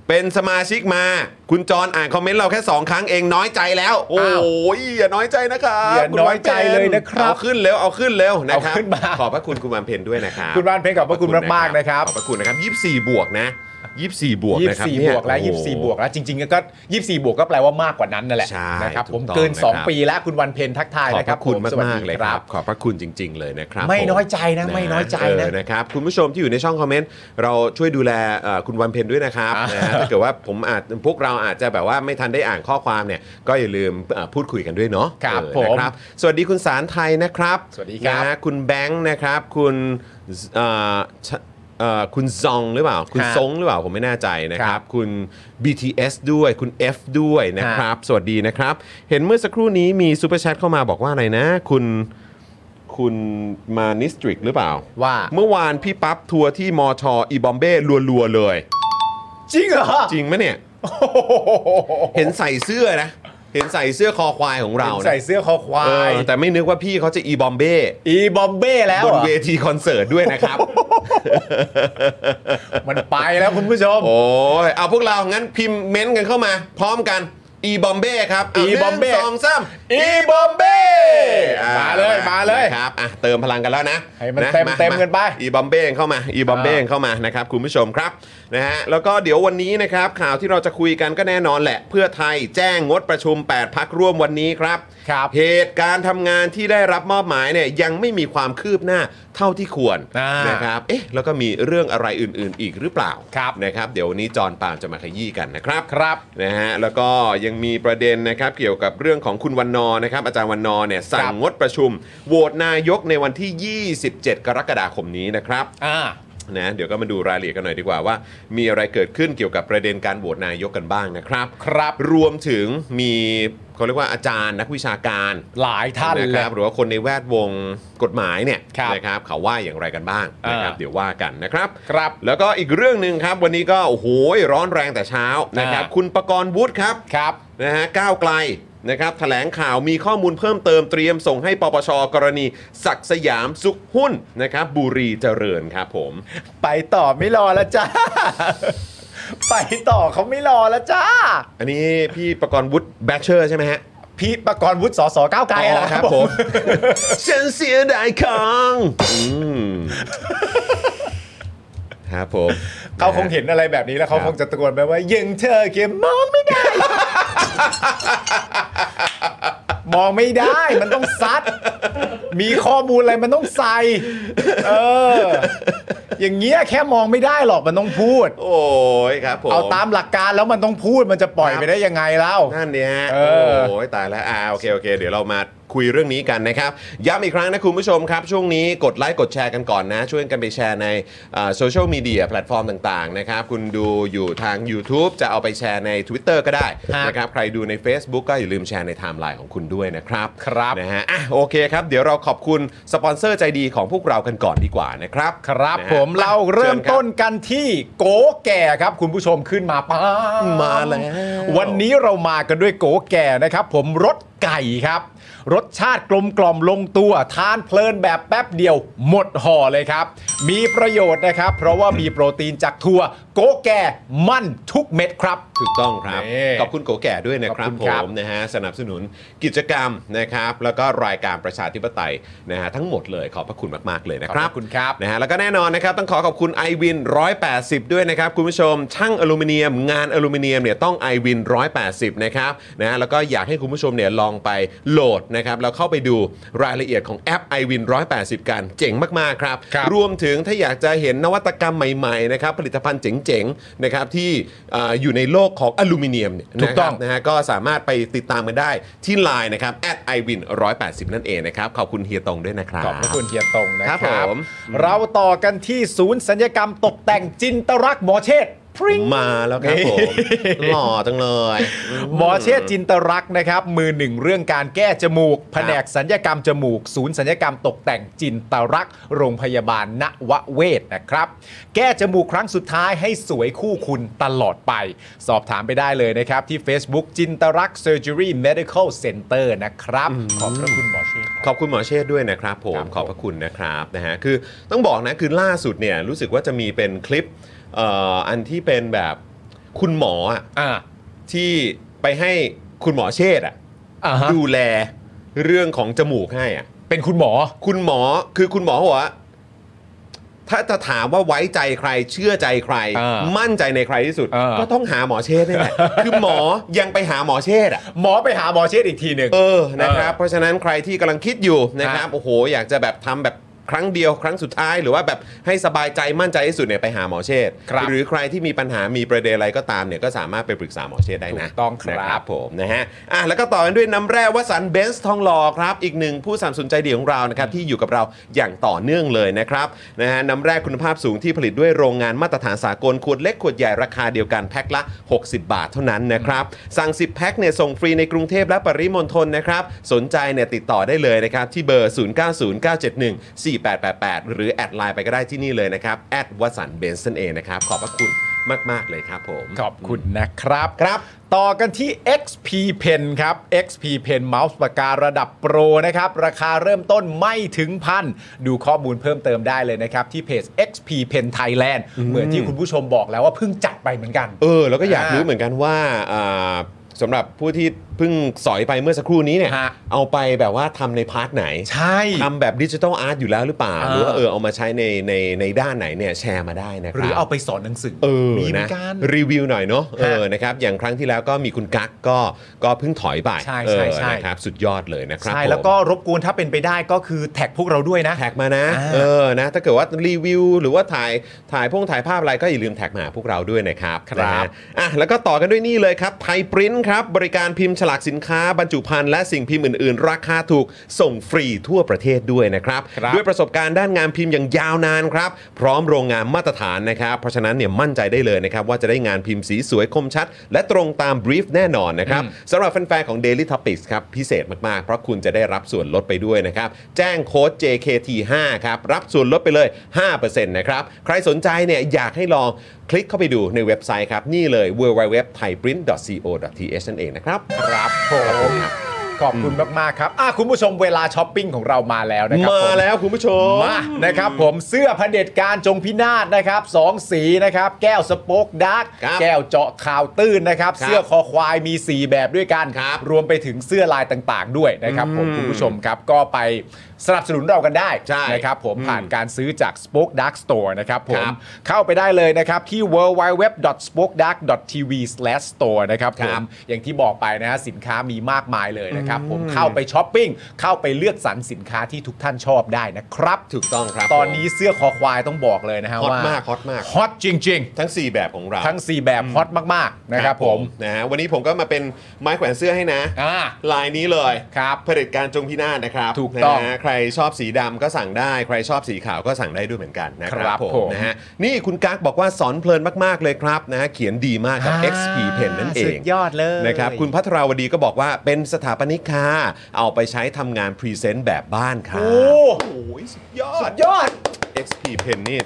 เป็นสมาชิกมา คุณจรอ่านคอมเมนต์เราแค่ 2 ครั้งเองน้อยใจแล้ว โอ้ยอย่าน้อยใจนะครับ
อย่า
คุณ
น้
วั
อยใจเลยนะครับ
เอาขึ้นเร็วเอาขึ้นเร็วนะครับ
เอาขึ้นมา
ขอบพระคุณคุณวันเพนด้วยนะครับ
คุณวันเพ็ญขอบพระคุณมากๆนะครับ
ขอบพระคุณนะครับ24 บวกนะ 24 บวก
ยี่
นะครับ
สิบสี่
เนี่
บ
ย
วกแล้วยี่สิบสี่บวกแล้วจริงๆก็ยี่สิบสี่บวกก็แปลว่ามากกว่านั้นนั่นแหละ
ใช่
นะครับ
ถูก
ผม
ต้อง
เกิน
นะครับ
2 ปีแล้วคุณวันเพ็ญทักทาย
ขอบ
นะ
พ
ครับ
ระคุณ
ผสวัส
มาก
ดี
ๆเลยครับ ขอบพระคุณจริง ๆ เลยนะครับ
ไม่
ผ
น้อยใจนะไม่น้อยใจนะ
เนะครับคุณผู้ชมที่อยู่ในช่องคอมเมนต์เราช่วยดูแลเอ่อคุณวันเพ็ญด้วยนะครับ
อ่าน
ะฮะถ้าเกิดว่าผมอาจพวกเราอาจจะแบบว่าไม่ทันได้อ่านข้อความเนี่ยก็อย่าลืมเอ่อพูดคุยกันด้วยเนาะ
ครับ
เออ
ผม
นะครับสวัสดีคุณสารไทยนะครับ
สวัสดีครับ
นะฮะคุณแบงค์นะครับ คุณเอ่อชเอ่อคุณซองหรือเปล่า คุณ
ครับ
ซงหรือเปล่าผมไม่แน่ใจนะค
ครั
รับบ คุณ BTS ด้วยคุณ F ด้วยนะครับ ครับสวัสดีนะครับ เห็นเมื่อสักครู่นี้มีซูเปอร์แชทเข้ามาบอกว่าอะไรนะ คุณคุณมานิสตริกหรือเปล่า
ว่า
เมื่อวานพี่ปั๊บทัวร์ที่มอชอีบอมเบ้ลัวๆเลย
จริงเหรอ
จริงไหมเนี่ย เห็นใส่เสื้อนะ เห็นใส่เสื้อคอควายของเรา
เห็น
นะ
ใส่เสื้อคอควา
เออย แต่ไม่นึกว่าพี่เขาจะอีบอมเบ้
อีบอมเบ้แล้ว
บ
เหร
น
อ
เวทีคอนเสิร์ตด้วยนะครับ
มันไปแล้วคุณผู้ชม
โอ้ยเอาพวกเรางั้นพิมพ์เม้นต์กันเข้ามา พร้อมกันอีบอมเบ้ครับา
อีบอมเบ้
หนึ่งสองสาม
อีบอมเบ้ มาเลยมาเลย
นะครับอ่ะเติมพลังกันแล้วนะ
ให้มันะ เต็มเต็มา กันไป
อีบอมเบ้เข้ามาอีบอมเบ้เข้ามานะครับคุณผู้ชมครับนะฮะแล้วก็เดี๋ยววันนี้นะครับข่าวที่เราจะคุยกันก็แน่นอนแหละ เพื่อไทยแจ้งงดประชุม 8 พักร่วมวันนี้ครับ
ครับ
เหตุการณ์ทำงานที่ได้รับมอบหมายเนี่ยยังไม่มีความคืบหน้าเท่าที่ควร
อ่าน
นะครับเอ๊ะแล้วก็มีเรื่องอะไรอื่น ๆ อีกหรือเปล่า
ครับ
นะครับเดี๋ยววันนี้จอห์นปาล์มจะมาขยี้กันนะครับ
ครับ
นะฮะแล้วก็ยังมีประเด็นนะครับเกี่ยวกับเรื่องของคุณวันนอร์นะครับอาจารย์วันนอร์เนี่ยสั่งงดประชุมโหวตนายกในวันที่ 27 กรกฎาคมนี้นะครับ
อ่า
นะเดี๋ยวก็มาดูรายละเอียดกันหน่อยดีกว่าว่า มีอะไรเกิดขึ้นเกี่ยวกับประเด็นการโหวตนายกกันบ้างนะครับ
ครับ
รวมถึงมีเขาเรียกว่าอาจารย์นักวิชาการ
หลายท่าน
นะค
เลย
รับหรือว่าคนในแวดวงกฎหมายเนี่ย
ครับ
นะครับเขาว่าอย่างไรกันบ้างนะครับ
อ่า
เดี๋ยวว่ากันนะครับ
ครับ
แล้วก็อีกเรื่องหนึ่งครับ วันนี้ก็โอ้โหร้อนแรงแต่เช้านะครับ
อ่า
คุณประกรณ์วุฒิครับ
ครับ
นะฮะก้าวไกลนะครับแถลงข่าวมีข้อมูลเพิ่มเติมเตรียมส่งให้ปปชกรณี ศักดิ์สยามสุขหุ้นนะครับบุรีเจริญครับผม
ไปต่อไม่รอแล้วจ้า [laughs] ไปต่อเขาไม่รอแล้วจ้า
อันนี้พี่ประกรณ์วุฒิแบชเชอร์ใช่ไหมฮะ
พี่ประกรณ์วุฒิสสก้าวไกล
อ๋
นะ
อ
ครับผม
[laughs] ฉันเสียดายของอืมครับผม
เขาคงเห็นอะไรแบบนี้แล้วเขา
ครับ
คงจะตะโกนไปว่ายังเธอเกมมองไม่ [laughs] ได้ มองไม่ได้มันต้องซัด มีข้อมูลอะไรมันต้องใส่เออ อย่างเงี้ยแค่มองไม่ได้หรอกมันต้องพูด
โอ้ยครับผม
เอาตามหลักการแล้วมันต้องพูดมันจะปล่อยไปได้ยังไงเล่า
นั่นเนี่ย
เออ
โอ้ยตายแล้วอ่าโอเคโอเค เดี๋ยวเรามา คุยเรื่องนี้กันนะครับ ย้ำอีกครั้งนะคุณผู้ชมครับ ช่วงนี้กดไลค์กดแชร์กันก่อนนะ ช่วยกันไปแชร์ในโซเชียลมีเดียแพลตฟอร์มต่างๆนะครับ คุณดูอยู่ทาง YouTube จะเอาไปแชร์ใน Twitter ก็ได้
ฮะ
นะครับใครดูใน Facebook ก็อย่าลืมแชร์ในไทม์ไลน์ของคุณด้วยนะครับ
ครับ
นะฮะอ่ะโอเคครับ เดี๋ยวเราขอบคุณสปอนเซอร์ใจดีของพวกเรากันก่อนดีกว่านะครับ
ครับ
นะฮะ
ผมเราเริ่มต้น
ชิญค
กันที่โกแก่ครับ คุณผู้ชมขึ้นมาป้า
มา
มา
แล้ว
วันนี้เรามากันด้วยโกแก่นะครับ ผมรสไก่ครับ รสชาติกลมกล่อมลงตัว ทานเพลินแบบแป๊บเดียวหมดห่อเลยครับ มีประโยชน์นะครับ เพราะว่ามีโปรตีนจากถั่วโกแก่มั่นทุกเม็ดครับ
บถูกต้องครับ
นี่
ขอบคุณโกแก่ด้วยนะครั
ข
บ
อบคุณ
ผ
ครับ
มนะฮะสนับสนุนกิจกรรมนะครับ แล้วก็รายการประชาธิปไตยนะฮะทั้งหมดเลยขอบพระคุณมาก ๆ เลยนะ
ขอบ
ครับ
พะคุณครับ
นะฮะแล้วก็แน่นอนนะครับต้องขอขอบคุณ i w วิน180 ด้วยนะครับ คุณผู้ชม ช่างอลูมิเนียม งานอลูมิเนียมเนี่ยต้อง i w วิน180 นะครับนะฮะแล้วก็อยากให้คุณผู้ชมเนี่ยลองไปโหลดนะครับแล้วเข้าไปดูรายละเอียดของแอป i w วิน180 กันเจ๋งมาก ๆ ครับ
ครับ
รวมถึงถ้าอยากจะเห็นนวัตกรรมใหม่ ๆ นะครับ ผลิตภัณฑ์เจ๋ง ๆ นะครับที่เอ่ออยู่ในโลกของอลูมิเนียมเนี่ย
ถูกต้อง
นะครับนะฮะก็สามารถไปติดตามกันได้ที่ Line นะครับ i w วิน180 นั่นเองนะครับขอบคุณเฮียตงด้วยนะครับ
ขอบพระคุณเฮียตงนะค
ครั
รั
บบ ผม
เราต่อกันที่ศูนย์สัญญกรรมตกแต่งจินตรักษณ์หมอเชษฐ์พริ้ง
มาแล้วครับผม หล่อจังเลย
หมอเชษจินตรักษ์นะครับ มือหนึ่งเรื่องการแก้จมูก แผนกสัญญกรรมจมูก ศูนย์สัญญกรรมตกแต่งจินตรักษ์โรงพยาบาลนวเวศนะครับ แก้จมูกครั้งสุดท้ายให้สวยคู่คุณตลอดไป สอบถามไปได้เลยนะครับ ที่ Facebook จินตรักษ์ Surgery Medical Center นะครับ ขอบพระคุณหมอเชษฐ์ค
ข
รับ
อบคุณหมอเชษฐ์ด้วยนะครับผม
ครับผม
ขอบพระคุณนะครับนะฮะคือต้องบอกนะ คือล่าสุดเนี่ยรู้สึกว่าจะมีเป็นคลิปเอ่ออันที่เป็นแบบคุณหมออะ
อ่า
ที่ไปให้คุณหมอเชษฐ์อะ
อ่าฮะ
ดูแลเรื่องของจมูกให้อ่ะ
เป็นคุณหมอ
คุณหมอคือคุณหมอบอกว่าถ้าจะถามว่าไว้ใจใครเชื่อใจใคร
อ่า
มั่นใจในใครที่สุด
อ่า
ก็ต้องหาหมอเชษฐ์ [laughs] นี่แหละคือหมอยังไปหาหมอเชษฐ์อ่ะ
หมอไปหาหมอเชษฐ์อีกทีหนึ่ง
เออ นะครับ เพราะฉะนั้นใครที่กำลังคิดอยู่นะครับ
ฮะ
โอ้โห อยากจะแบบทำแบบครั้งเดียวครั้งสุดท้าย หรือว่าแบบให้สบายใจมั่นใจที่สุดเนี่ยไปหาหมอเชษฐ์หรือใครที่มีปัญหามีประเด็นอะไรก็ตามเนี่ยก็สามารถไปปรึกษาหมอเชษฐ์ได้นะ
ถูกต้องครับ
นะครับผมนะฮะอ่ะแล้วก็ต่อกันด้วยน้ำแร่วสันเบนซ์ทองหล่อครับ อีกหนึ่งผู้สนัมสนุนใจดีของเรานะครับที่อยู่กับเราอย่างต่อเนื่องเลยนะครับนะฮะน้ำแร่คุณภาพสูงที่ผลิตด้วยโรงงานมาตรฐานสากลขวดเล็กขวดใหญ่ราคาเดียวกันแพ็คละ 60 บาทเท่านั้นนะครับ สั่ง 10 แพ็คเนี่ยส่งฟรีในกรุงเทพและปริมณฑลนะครับ สนใจเนี่ยติดต่อได้เลยนะครับที่เบอร์ 0909714888 หรือแอดไลน์ไปก็ได้ที่นี่เลยนะครับแอดวสันเบนซ์นั่นเองนะครับขอบพระคุณมาก ๆเลยครับผม
ขอบคุณนะครับ
ครับ
ต่อกันที่ XP Pen ครับ XP Pen เมาส์ปากการะดับโปรนะครับ ราคาเริ่มต้นไม่ถึงพัน ดูข้อมูลเพิ่มเติมได้เลยนะครับ ที่เพจ XP Pen Thailand เหมือนที่คุณผู้ชมบอกแล้วว่าเพิ่งจัดไปเหมือนกัน
เออแล้วก็อยาก
อ่ารู้
รู้เหมือนกันว่าอ่าสำหรับผู้ที่เพิ่งสอยไปเมื่อสักครู่นี้เนี่ย
ฮะ
เอาไปแบบว่าทำในพาร์ทไหน
ใช่
ทำแบบดิจิทัลอาร์ตอยู่แล้วหรือเปล่า
อ่า
หรือว่าเออเอามาใช้ในในในด้านไหนเนี่ยแชร์มาได้นะค
ห
รับ
รือเอาไปสอนหนังสือ
เออ
มีเหมื
นะ
อนกัน
รีวิวหน่อยเนาะเออ
ฮะ
นะครับอย่างครั้งที่แล้วก็มีคุณกั๊กก็ก็เพิ่งถอยไป
ใช่
เออ
ใช่ใช่
นะครับสุดยอดเลยนะครับ
ใช่
ผม
แล้วก็รบกวนถ้าเป็นไปได้ก็คือแท็กพวกเราด้วยนะ
แท็กมานะ
อ่า
เออ นะ ถ้าเกิดว่ารีวิว หรือว่าถ่าย ถ่ายพงถ่ายภาพอะไรก็อย่าลืมแท็กมาหาพวกเราด้วยนะครับ
ครับ
นะฮะอ่ะ แล้วก็ต่อกันด้วยนี่เลยครับ ไทยปริ้นครับ บริการพิมพ์ฉลากสินค้า บรรจุภัณฑ์และสิ่งพิมพ์อื่น ๆ ราคาถูก ส่งฟรีทั่วประเทศด้วยนะครับ
ครับ
ด้วยประสบการณ์ด้านงานพิมพ์อย่างยาวนานครับ พร้อมโรงงานมาตรฐานนะครับ เพราะฉะนั้นเนี่ยมั่นใจได้เลยนะครับว่าจะได้งานพิมพ์สีสวยคมชัด และตรงตามบรีฟแน่นอนนะครับสำหรับแฟนๆของ Daily Topics ครับพิเศษมากๆ เพราะคุณจะได้รับส่วนลดไปด้วยนะครับ แจ้งโค้ด JKT5 ครับรับส่วนลดไปเลย 5%นะครับ ใครสนใจเนี่ยอยากให้ลองคลิกเข้าไปดูในเว็บไซต์ครับ นี่เลย www.thaiprint.co.th นั่นเองนะครับ
ครับผมขอบคุณมาก ๆ ครับอ่ะคุณผู้ชมเวลาช้อปปิ้งของเรามาแล้วนะครับ
มา
ผ
แล้วคุณผู้ชม
มานะครับผมเสื้อเผด็จการจงพินาศนะครับสองสีนะครับ แก้วสโป๊กดาร์ก
ครับ
แก้วเจาะข่าวตื้นนะครับ
ครับ
เสื้อคอควายมี 4 แบบด้วยกัน
ครับ
วมไปถึงเสื้อลายต่างๆ ด้วยนะครับผม
อืม
คุณผู้ชมครับก็ไปสนับสนุนเรากันได้
ใช่
นะครับผม
อืม
ผ่านการซื้อจาก Spoke Dark Store นะครับผ
ครั
ม
บ
เข้าไปได้เลยนะครับ ที่ www.spokedark.tv/store นะครับผ
ครั
ม
บ
อย่างที่บอกไปนะฮะสินค้ามีมากมายเลยนะครับ นะครับผมเข้าไปช้อปปิ้งเข้าไปเลือกสรรสินค้าที่ทุกท่านชอบได้นะครับ
ถูกต้องครับ
ตอนนี้เสื้อคอควายต้องบอกเลยนะฮะ
ฮอต
ว่าม
ากฮอตมาก
ฮอตจริง
ทั้ง 4 แบบของเรา
ๆ ทั้ง 4 แบบฮอตมากๆนะครับผม
นะฮะวันนี้ผมก็มาเป็นไม้แขวนเสื้อให้นะ
อ่า
ลายนี้เลย
ครับ
เผด็จการจงพินาศนะครับ
ถูกต้อง
นะฮะใครชอบสีดำก็สั่งได้ ใครชอบสีขาวก็สั่งได้ด้วยเหมือนกันนะค
ครั
รับบผม
ผม
นะฮะนี่คุณกั๊กบอกว่าสอนเพลินมากๆเลยครับนะฮะเขียนดีมากกับ
อ่า
XP Pen นั่นเอง
สุดยอดเลย
นะครับคุณพัทราวดีก็บอกว่าเป็นสถาปนิกค่ะเอาไปใช้ทำงานพรีเซนต์แบบบ้านค่ะ
โอ้
โหสุดยอ
สุ
ด
ดยอด
XP Pen นี่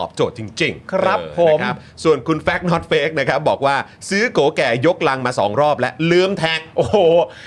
ตอบโจทย์จริงๆ
ครับ
เออ
ผม
นะครับส่วนคุณ Fact Not Fake นะครับบอกว่าซื้อโกแก่ยกลังมา 2 รอบและลืมแท็ก
โอ้โห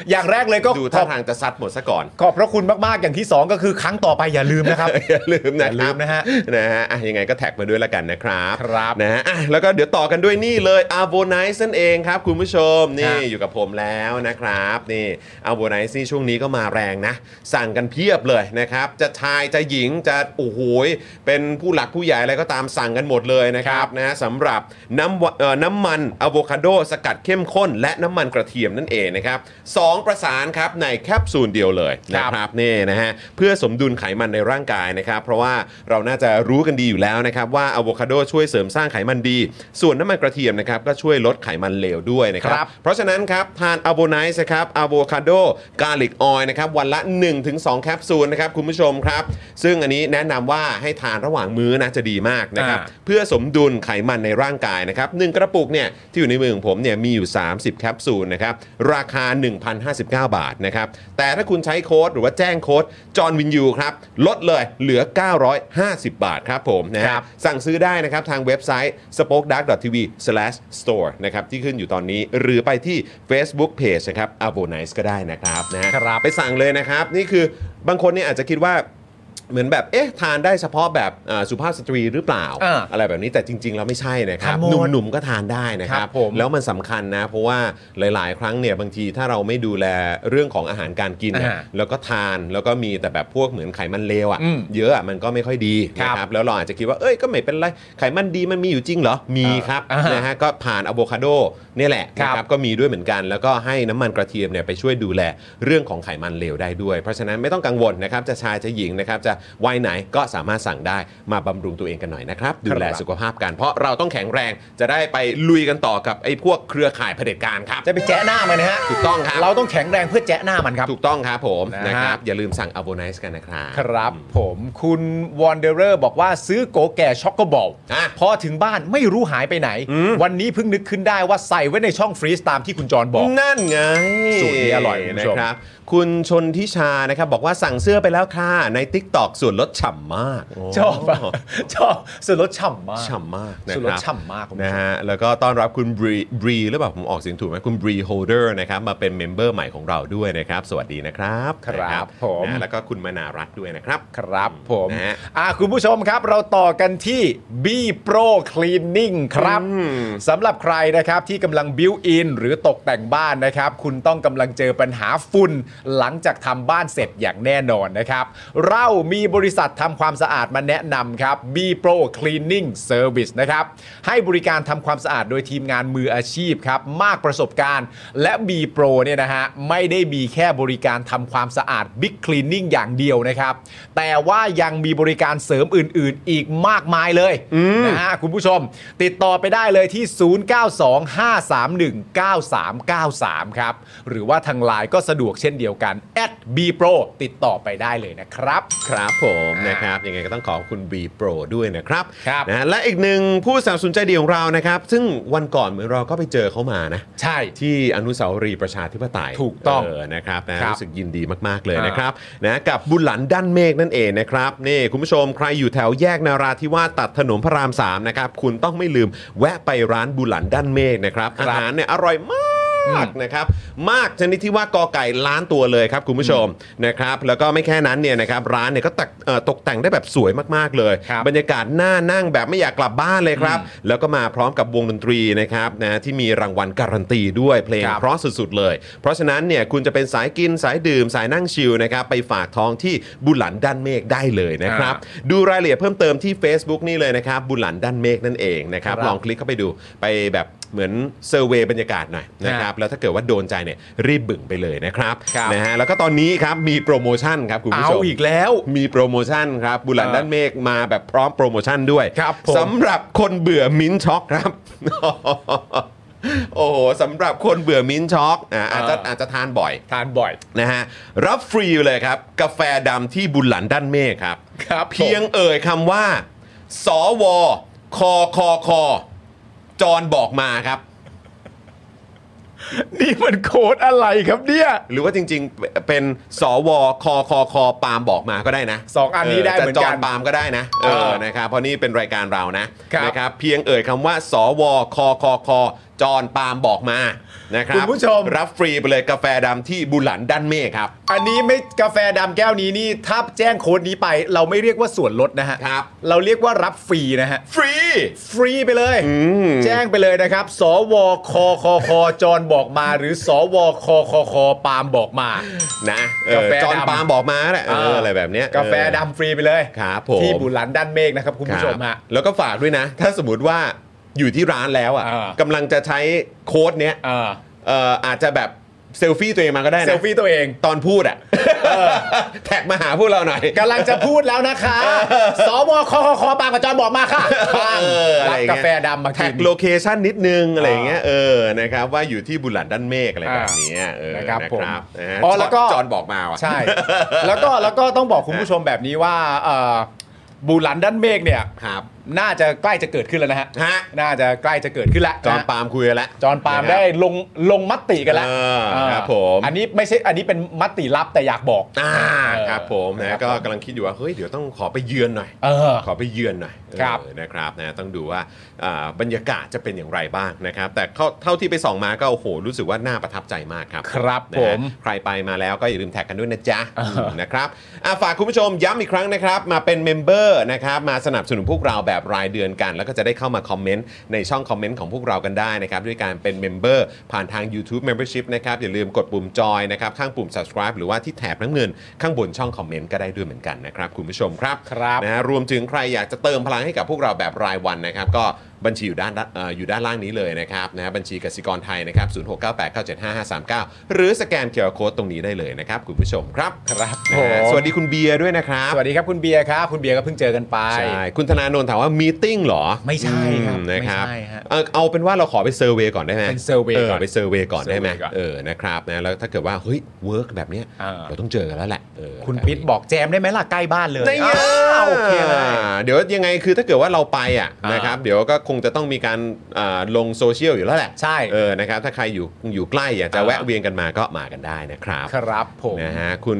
อย่างแรกเลยก็
ดู
ข
ท่า
อบ
ทางจะซัดหมดซะก่อน
ขอบพระคุณมากๆ อย่างที่ 2 ก็คือครั้งต่อไปอย่าลืมนะครับ
อย่าลืมนะ
อย่าลืมนะฮะ
นะฮะอ่ะยังไงก็แท็กมาด้วยละกันนะครับ
ครับ
นะฮะอ่ะแล้วก็เดี๋ยวต่อกันด้วยนี่เลยอาโบไนซ์นั่นเองครับ คุณผู้ชมนี่
ฮะ
อยู่กับผมแล้วนะครับนี่อาโบไนซ์นี่ช่วงนี้ก็มาแรงนะ สั่งกันเพียบเลยนะครับ จะชายจะหญิงจะโอ้โหยเป็นผู้หลักผู้ใหญ่อะไรก็ตามสั่งกันหมดเลยนะครั
ครับ บ
นะฮะสำหรับน้ำวะเอ่อน้ำมันอะโวคาโดสกัดเข้มข้น และน้ำมันกระเทียมนั่นเองนะครับสองประสานครับในแคปซูลเดียวเลยนะค
ค
รับ
รับ
ครับนี่นะฮะเพื่อสมดุลไขมันในร่างกายนะครับ เพราะว่าเราน่าจะรู้กันดีอยู่แล้วนะครับว่าอะโวคาโดช่วยเสริมสร้างไขมันดี ส่วนน้ำมันกระเทียมนะครับก็ช่วยลดไขมันเลวด้วยนะครับ
ครับ
เพราะฉะนั้นครับ ทานอะโวไนซ์นะครับอะโวคาโดกาลิกออยนะครับวันละ 1-2 แคปซูลนะครับคุณผู้ชมครับ ซึ่งอันนี้แนะนำว่าให้ทานระหว่างมื้อนะจะดีมากนะครับ
อ่า
เพื่อสมดุลไขมันในร่างกายนะครับหนึ่งกระปุกเนี่ยที่อยู่ในมือของผมเนี่ยมีอยู่ 30 แคปซูลนะครับราคา 1,059 บาทนะครับแต่ถ้าคุณใช้โค้ดหรือว่าแจ้งโค้ดจอห์นวินยูครับลดเลยเหลือ 950 บาทครับผมนะค
ครั
รับบ สั่งซื้อได้นะครับทางเว็บไซต์ spokedark.tv/store นะครับที่ขึ้นอยู่ตอนนี้หรือไปที่ Facebook Page นะครับ a v o n i c e ก็ได้นะครับนะฮะ
ครับ
ไปสั่งเลยนะครับ นี่คือบางคนเนี่ยอาจจะคิดว่าเหมือนแบบเอ๊ะทานได้เฉพาะแบบอ่าสุภาพสตรีหรือเปล่า
อ่า
อะไรแบบนี้แต่จริง ๆ แล้วไม่ใช่นะครับ
ทานหม
ห
ด
นุ่มๆก็ทานได้นะครั
ครับ บผม
แล้วมันสำคัญนะ เพราะว่าหลาย ๆ ครั้งเนี่ยบางทีถ้าเราไม่ดูแลเรื่องของอาหารการกินเนี่ย
อ่า
แล้วก็ทานแล้วก็มีแต่แบบพวกเหมือนไขมันเลว
อืม
อะ่ะเยอะอะมันก็ไม่ค่อยดีนะค
ครั
รับบ แล้วเราอาจจะคิดว่าเอ้ยก็ไม่เป็นไรไขมันดีมันมีอยู่จริงเหรอมีครับ
อ่าน
นะฮะก็ผ่านอะโวคาโดเนี่ยแหละนะค
ครั
รับบ ก็มีด้วยเหมือนกัน แล้วก็ให้น้ำมันกระเทียมเนี่ยไปช่วยดูแลเรื่องของไขมันเลวได้ด้วย เพราะฉะนั้นไม่ต้องกังวลนะครับจะชายจะหญิงนะครับจะวัยไหนก็สามารถสั่งได้มาบำรุงตัวเองกันหน่อยนะครับดูแลสุขภาพกันเพราะเราต้องแข็งแรงจะได้ไปลุยกันต่อกับไอ้พวกเครือข่ายเผด็จการครับ
จะไปแจ้หน้ามันนะฮะ
ถูกต้องครับ
เราต้องแข็งแรงเพื่อแจ้หน้ามันครับ
ถูกต้องครับผม
นะฮะ
นะครับอย่าลืมสั่งอโวไนซ์กันนะครับ
ครับผมคุณวอนเดอร์บอกว่าซื้อโกแก่ช็อกโกบอล
อ่ะ
พอถึงบ้านไม่รู้หายไปไหน วันนี้เพิ่งนึกขึ้นได้ว่าใส่ไว้ในช่องฟรีซตามที่คุณจรบอก
นั่นไง
สูตรนี้อร่อยคุณผู้
นะ
ชม
ครับ คุณชนทิชานะครับบอกว่าสั่งเสื้อไปแล้วค่ะใน t ิ k t o k ส่วนลดฉ่ำมาก
ชอบอะชอบ [laughs] ส่วนลดฉ่ำมาก
ฉ่ำมากนะ
ส่วน
ค
ลด
รับ
ฉ่ำมากคุณผู้ชม
นะฮะแล้วก็ต้อนรับคุณบรีบรีหรือเปล่าผมออกเสียงถูกไหมคุณบรีโฮเดอร์นะครับมาเป็นเมมเบอร์ใหม่ของเราด้วยนะครับ สวัสดีนะครับ
ครับ
นะ
ผม
นะแล้วก็คุณมนารัตน์ด้วยนะครับ
ครับผม
นะฮะ
อ่ะคุณผู้ชมครับเราต่อกันที่ B Pro Cleaning ครับสำหรับใครนะครับที่กำลัง build in หรือตกแต่งบ้านนะครับ คุณต้องกำลังเจอปัญหาฝุ่น หลังจากทำบ้านเสร็จอย่างแน่นอนนะครับ เรามีบริษัททำความสะอาดมาแนะนำครับ B Pro Cleaning Service นะครับ ให้บริการทำความสะอาดโดยทีมงานมืออาชีพครับ มากประสบการณ์ และ B Pro เนี่ยนะฮะ ไม่ได้มีแค่บริการทำความสะอาด Big Cleaning อย่างเดียวนะครับ แต่ว่ายังมีบริการเสริมอื่น ๆ อีกมากมายเลยนะฮะคุณผู้ชม ติดต่อไปได้เลยที่ 0925319393 ครับ หรือว่าทางไลน์ก็สะดวกเช่นเดียวกัน b pro ติดต่อไปได้เลยนะครับ
ครับผม
อ่าน
นะครับยังไงก็ต้องขอบคุณ B Pro ด้วยนะครับ
ครับ
นะฮะและอีกหนึ่งผู้สนับสนุนใจดีของเรานะครับ ซึ่งวันก่อนเหมือนเราก็ไปเจอเขามานะ
ใช่
ที่อนุสาวรีย์ประชาธิปไตย
ถูกต้อง
เออนะครับนะครับ รู้สึกยินดีมาก ๆ เลย
อ่าน
นะครับนะกับบุญหลันด้านเมฆนั่นเองนะครับนี่คุณผู้ชมใครอยู่แถวแยกนาราธิวาสตัดถนนพระราม3นะครับคุณต้องไม่ลืมแวะไปร้านบุญหลันด้านเมฆนะครับ
ครั
อา
บ
หารเนี่ยอร่อยมาก มากนะครับมากชนิดที่ว่ากอไก่ล้านตัวเลยครับคุณผู้ชมนะครับแล้วก็ไม่แค่นั้นเนี่ยนะครับร้านเนี่ยก็ตักเอ่อตกแต่งได้แบบสวยมากๆเลย
ครับ
บรรยากาศน่านั่งแบบไม่อยากกลับบ้านเลยครับ แล้วก็มาพร้อมกับวงดนตรีนะครับนะที่มีรางวัลการันตีด้วยเพลง
ครับ
เพราะสุดๆเลย เพราะฉะนั้นเนี่ยคุณจะเป็นสายกินสายดื่มสายนั่งชิลนะครับไปฝากท้องที่บุหลันด้านเมฆได้เลยนะครับ ดูรายละเอียดเพิ่มเติมที่ Facebook นี่เลยนะครับบุหลันด้านเมฆนั่นเองนะครับ
ครับ
ลองคลิกเข้าไปดูไปแบบ เหมือนเซอร์เวย์บรรยากาศหน่อยนะครับแล้วถ้าเกิดว่าโดนใจเนี่ยรีบบึ่งไปเลยนะครับ
ครับ
นะฮะแล้วก็ตอนนี้ครับมีโปรโมชั่นครับคุณผู้
เอา
ชม
อีกแล้ว
มีโปรโมชั่นครับ บุหลัน
อ่า
ด้านเมฆมาแบบพร้อมโปรโมชั่นด้วย
ครับผม
สำหรับคนเบื่อมิ้นช็อกครับ [laughs] โอ้โหสำหรับคนเบื่อมิ้นช็อกอ่าอาจจะ
อ่า
อาจจะทานบ่อย
ทานบ่อย
นะฮะรับฟรีเลยครับ กาแฟดำที่บุหลันด้านเมฆครับ
ครับผม
เพียงเอ่ยคำว่า สวคอคอคอจอนบอกมาครับ
นี่มันโค้ดอะไรครับเนี่ย
หรือว่าจริงๆ เป็นสวคอคอคอปาล์มบอกมาก็ได้นะ
สองอันนี้ได้เหมือนกัน
จะจปาล์มก็ได้นะเอ
เอ
อ
อ
นะครับเพราะนี่เป็นรายการเรานะครับ นะครับ เพียงเอ่ยคำว่า สวคอคอคอจอนปาล์มบอกมานะค
คุ
รั
ณ
บ
ผู้ชม
รับฟรีไปเลยกาแฟดำที่บุหลันด้านเมฆครับ
อันนี้ไม่กาแฟดำแก้วนี้นี่ถ้าแจ้งโค้ดนี้ไป เราไม่เรียกว่าส่วนลดนะฮะ
ครับ
เราเรียกว่ารับฟรีนะฮะ
ฟรี
ฟรีไปเลย แจ้งไปเลยนะครับ สวคคคจรบอกมา หรือ สวคคคปาล์มบอกมา
นะเออก
าแฟดำ
จอนปาล์มบอกมาแหละเอออะไรแบบเนี้ย
กาแฟ
เออ
ดำฟรีไปเลย
ครับผม
ที่บุหลันด้านเมฆนะครับ คุณผู้ชม
ครับ
ฮะ
แล้วก็ฝากด้วยนะ ถ้าสมมติว่าอยู่ที่ร้านแล้วอ่ะ
อ่าก
กำลังจะใช้โค้ดเนี้ย
เออ
เอ่ออาจจะแบบเซลฟี่ตัวเองมาก็ได้นะ
เซลฟี่ตัวเอง
ตอนพูดอ่ะ [laughs] แท็กมาหาพวกเราหน่อย
กำลังจะพูดแล้วนะคะ สวคคคปาล์มกับจรบอกมาค่ะปัง
เอออะไร
รับ
อย่างเงี้ย
กาแฟดำมา
แท็
กิ
ก
น
โลเคชันนิดนึงอะไรอย่างเงี้ยเออนะครับว่าอยู่ที่บุหลันด้านเมฆอะไรแบบเนี้ยเออ
นะครับผม
นะฮะ
อ๋อแล้วก็
จอนบอกมาว่ะ
ใช่ แล้วก็แล้วก็ต้องบอกคุณผู้ชมแบบนี้ว่าเอ่อบุหลันด้านเมฆเนี่ย
ครับ
น่าจะใกล้จะเกิดขึ้นแล้วนะฮะ
ฮะ
น่าจะใกล้จะเกิดขึ้นแล้ว
จอน
นะ
ปาล์มคุยกันแล้ว
จอห์นปาล์มได้ลงลงมติกันแล้ว
เออ
เออ
ครับผม
อันนี้ไม่ใช่อันนี้เป็นมติลับแต่อยากบอก
อ่าครับผม
ครั
นะ
บ
ก็กำลังคิดอยู่ว่าเฮ้ยเดี๋ยวต้องขอไปเยือนหน่อย
เออ
ขอไปเยือนหน่อย
ครับ
เออนะครับนะต้องดูว่าอ่าบรรยากาศจะเป็นอย่างไรบ้างนะครับ แต่เข้าเท่าที่ไปส่องมาก็โอ้โหรู้สึกว่าน่าประทับใจมากครับ
ครับ
นะฮะ
ผม
ใครไปมาแล้วก็อย่าลืมแท็กกันด้วยนะจ๊ะมนะครับอ่ะฝากคุณผู้ชมย้ำอีกครั้งนะครับ มาเป็นเมมเบอร์นะครับมาสนับสนุนพวกเราแบบรายเดือนกัน แล้วก็จะได้เข้ามาคอมเมนต์ในช่องคอมเมนต์ของพวกเรากันได้นะครับ ด้วยการเป็นเมมเบอร์ผ่านทาง YouTube Membership นะครับอย่าลืมกดปุ่มจอยนะครับข้างปุ่ม subscribe หรือว่าที่แถบน้ำเงินข้างบนช่องคอมเมนต์ก็ได้ด้วยเหมือนกันนะครับคุณผู้ชมครับ
ครับ
นะ นะฮะรวมถึงใครอยากจะเติมพลังให้กับพวกเราแบบรายวันนะครับ ก็บัญชีอยู่ด้านเอ่ออยู่ด้านล่างนี้เลยนะครับนะฮะบัญชีกสิกรไทยนะครับศูนย์หกเก้าแปดเก้าเจ็ดห้าห้าสามเก้าหรือสแกนเคอร์โค้ดตรงนี้ได้เลยนะครับ คุณผู้ชมครับ
ครับ
นะฮะ
ผม
สวัสดีคุณเบียร์ด้วยนะครับ
สวัสดีครับคุณเบียร์ครับ คุณเบียร์ก็เพิ่งเจอกันไป
ใช่คุณธนาโนนถามว่ามีติ้งเหรอ
ไม่ใช่ครับ
อืมนะครับ
ไม่ใช่ฮะ
เอ่อเอาเป็นว่าเราขอไปเซอร์เวย์ก่อนได้ไหม
เป็นเซอร์เวย์ก่อน
ไปเซอร์เวย์ก่อนได้ไหม
เซอร์เวย์ก่อน
เออนะครับนะแล้วถ้าเกิดว่าเฮ้ยเวิร์กแบบเนี้ย
อ่า
เราต้องเจอกันแล้วแหละเออ
คุณปิดบอกแจมได้ไหมล่ะใกล้บ้านเลย
ได้เยอะ
อ้าวโอเคเลย
เดี๋ยวยังไงคือถ้าเกิดว่าเราไปอ่ะ
อ่าน
นะครับเดี๋ยวก็คงจะต้องมีการอ่าลงโซเชียลอยู่แล้วแหละ
ใช่
เออนะครับถ้าใครอยู่อยู่ใกล้อยากจะ
อ่า
แวะเวียนกันมาก็มากันได้นะครับ
ครับผม
นะฮะคุณ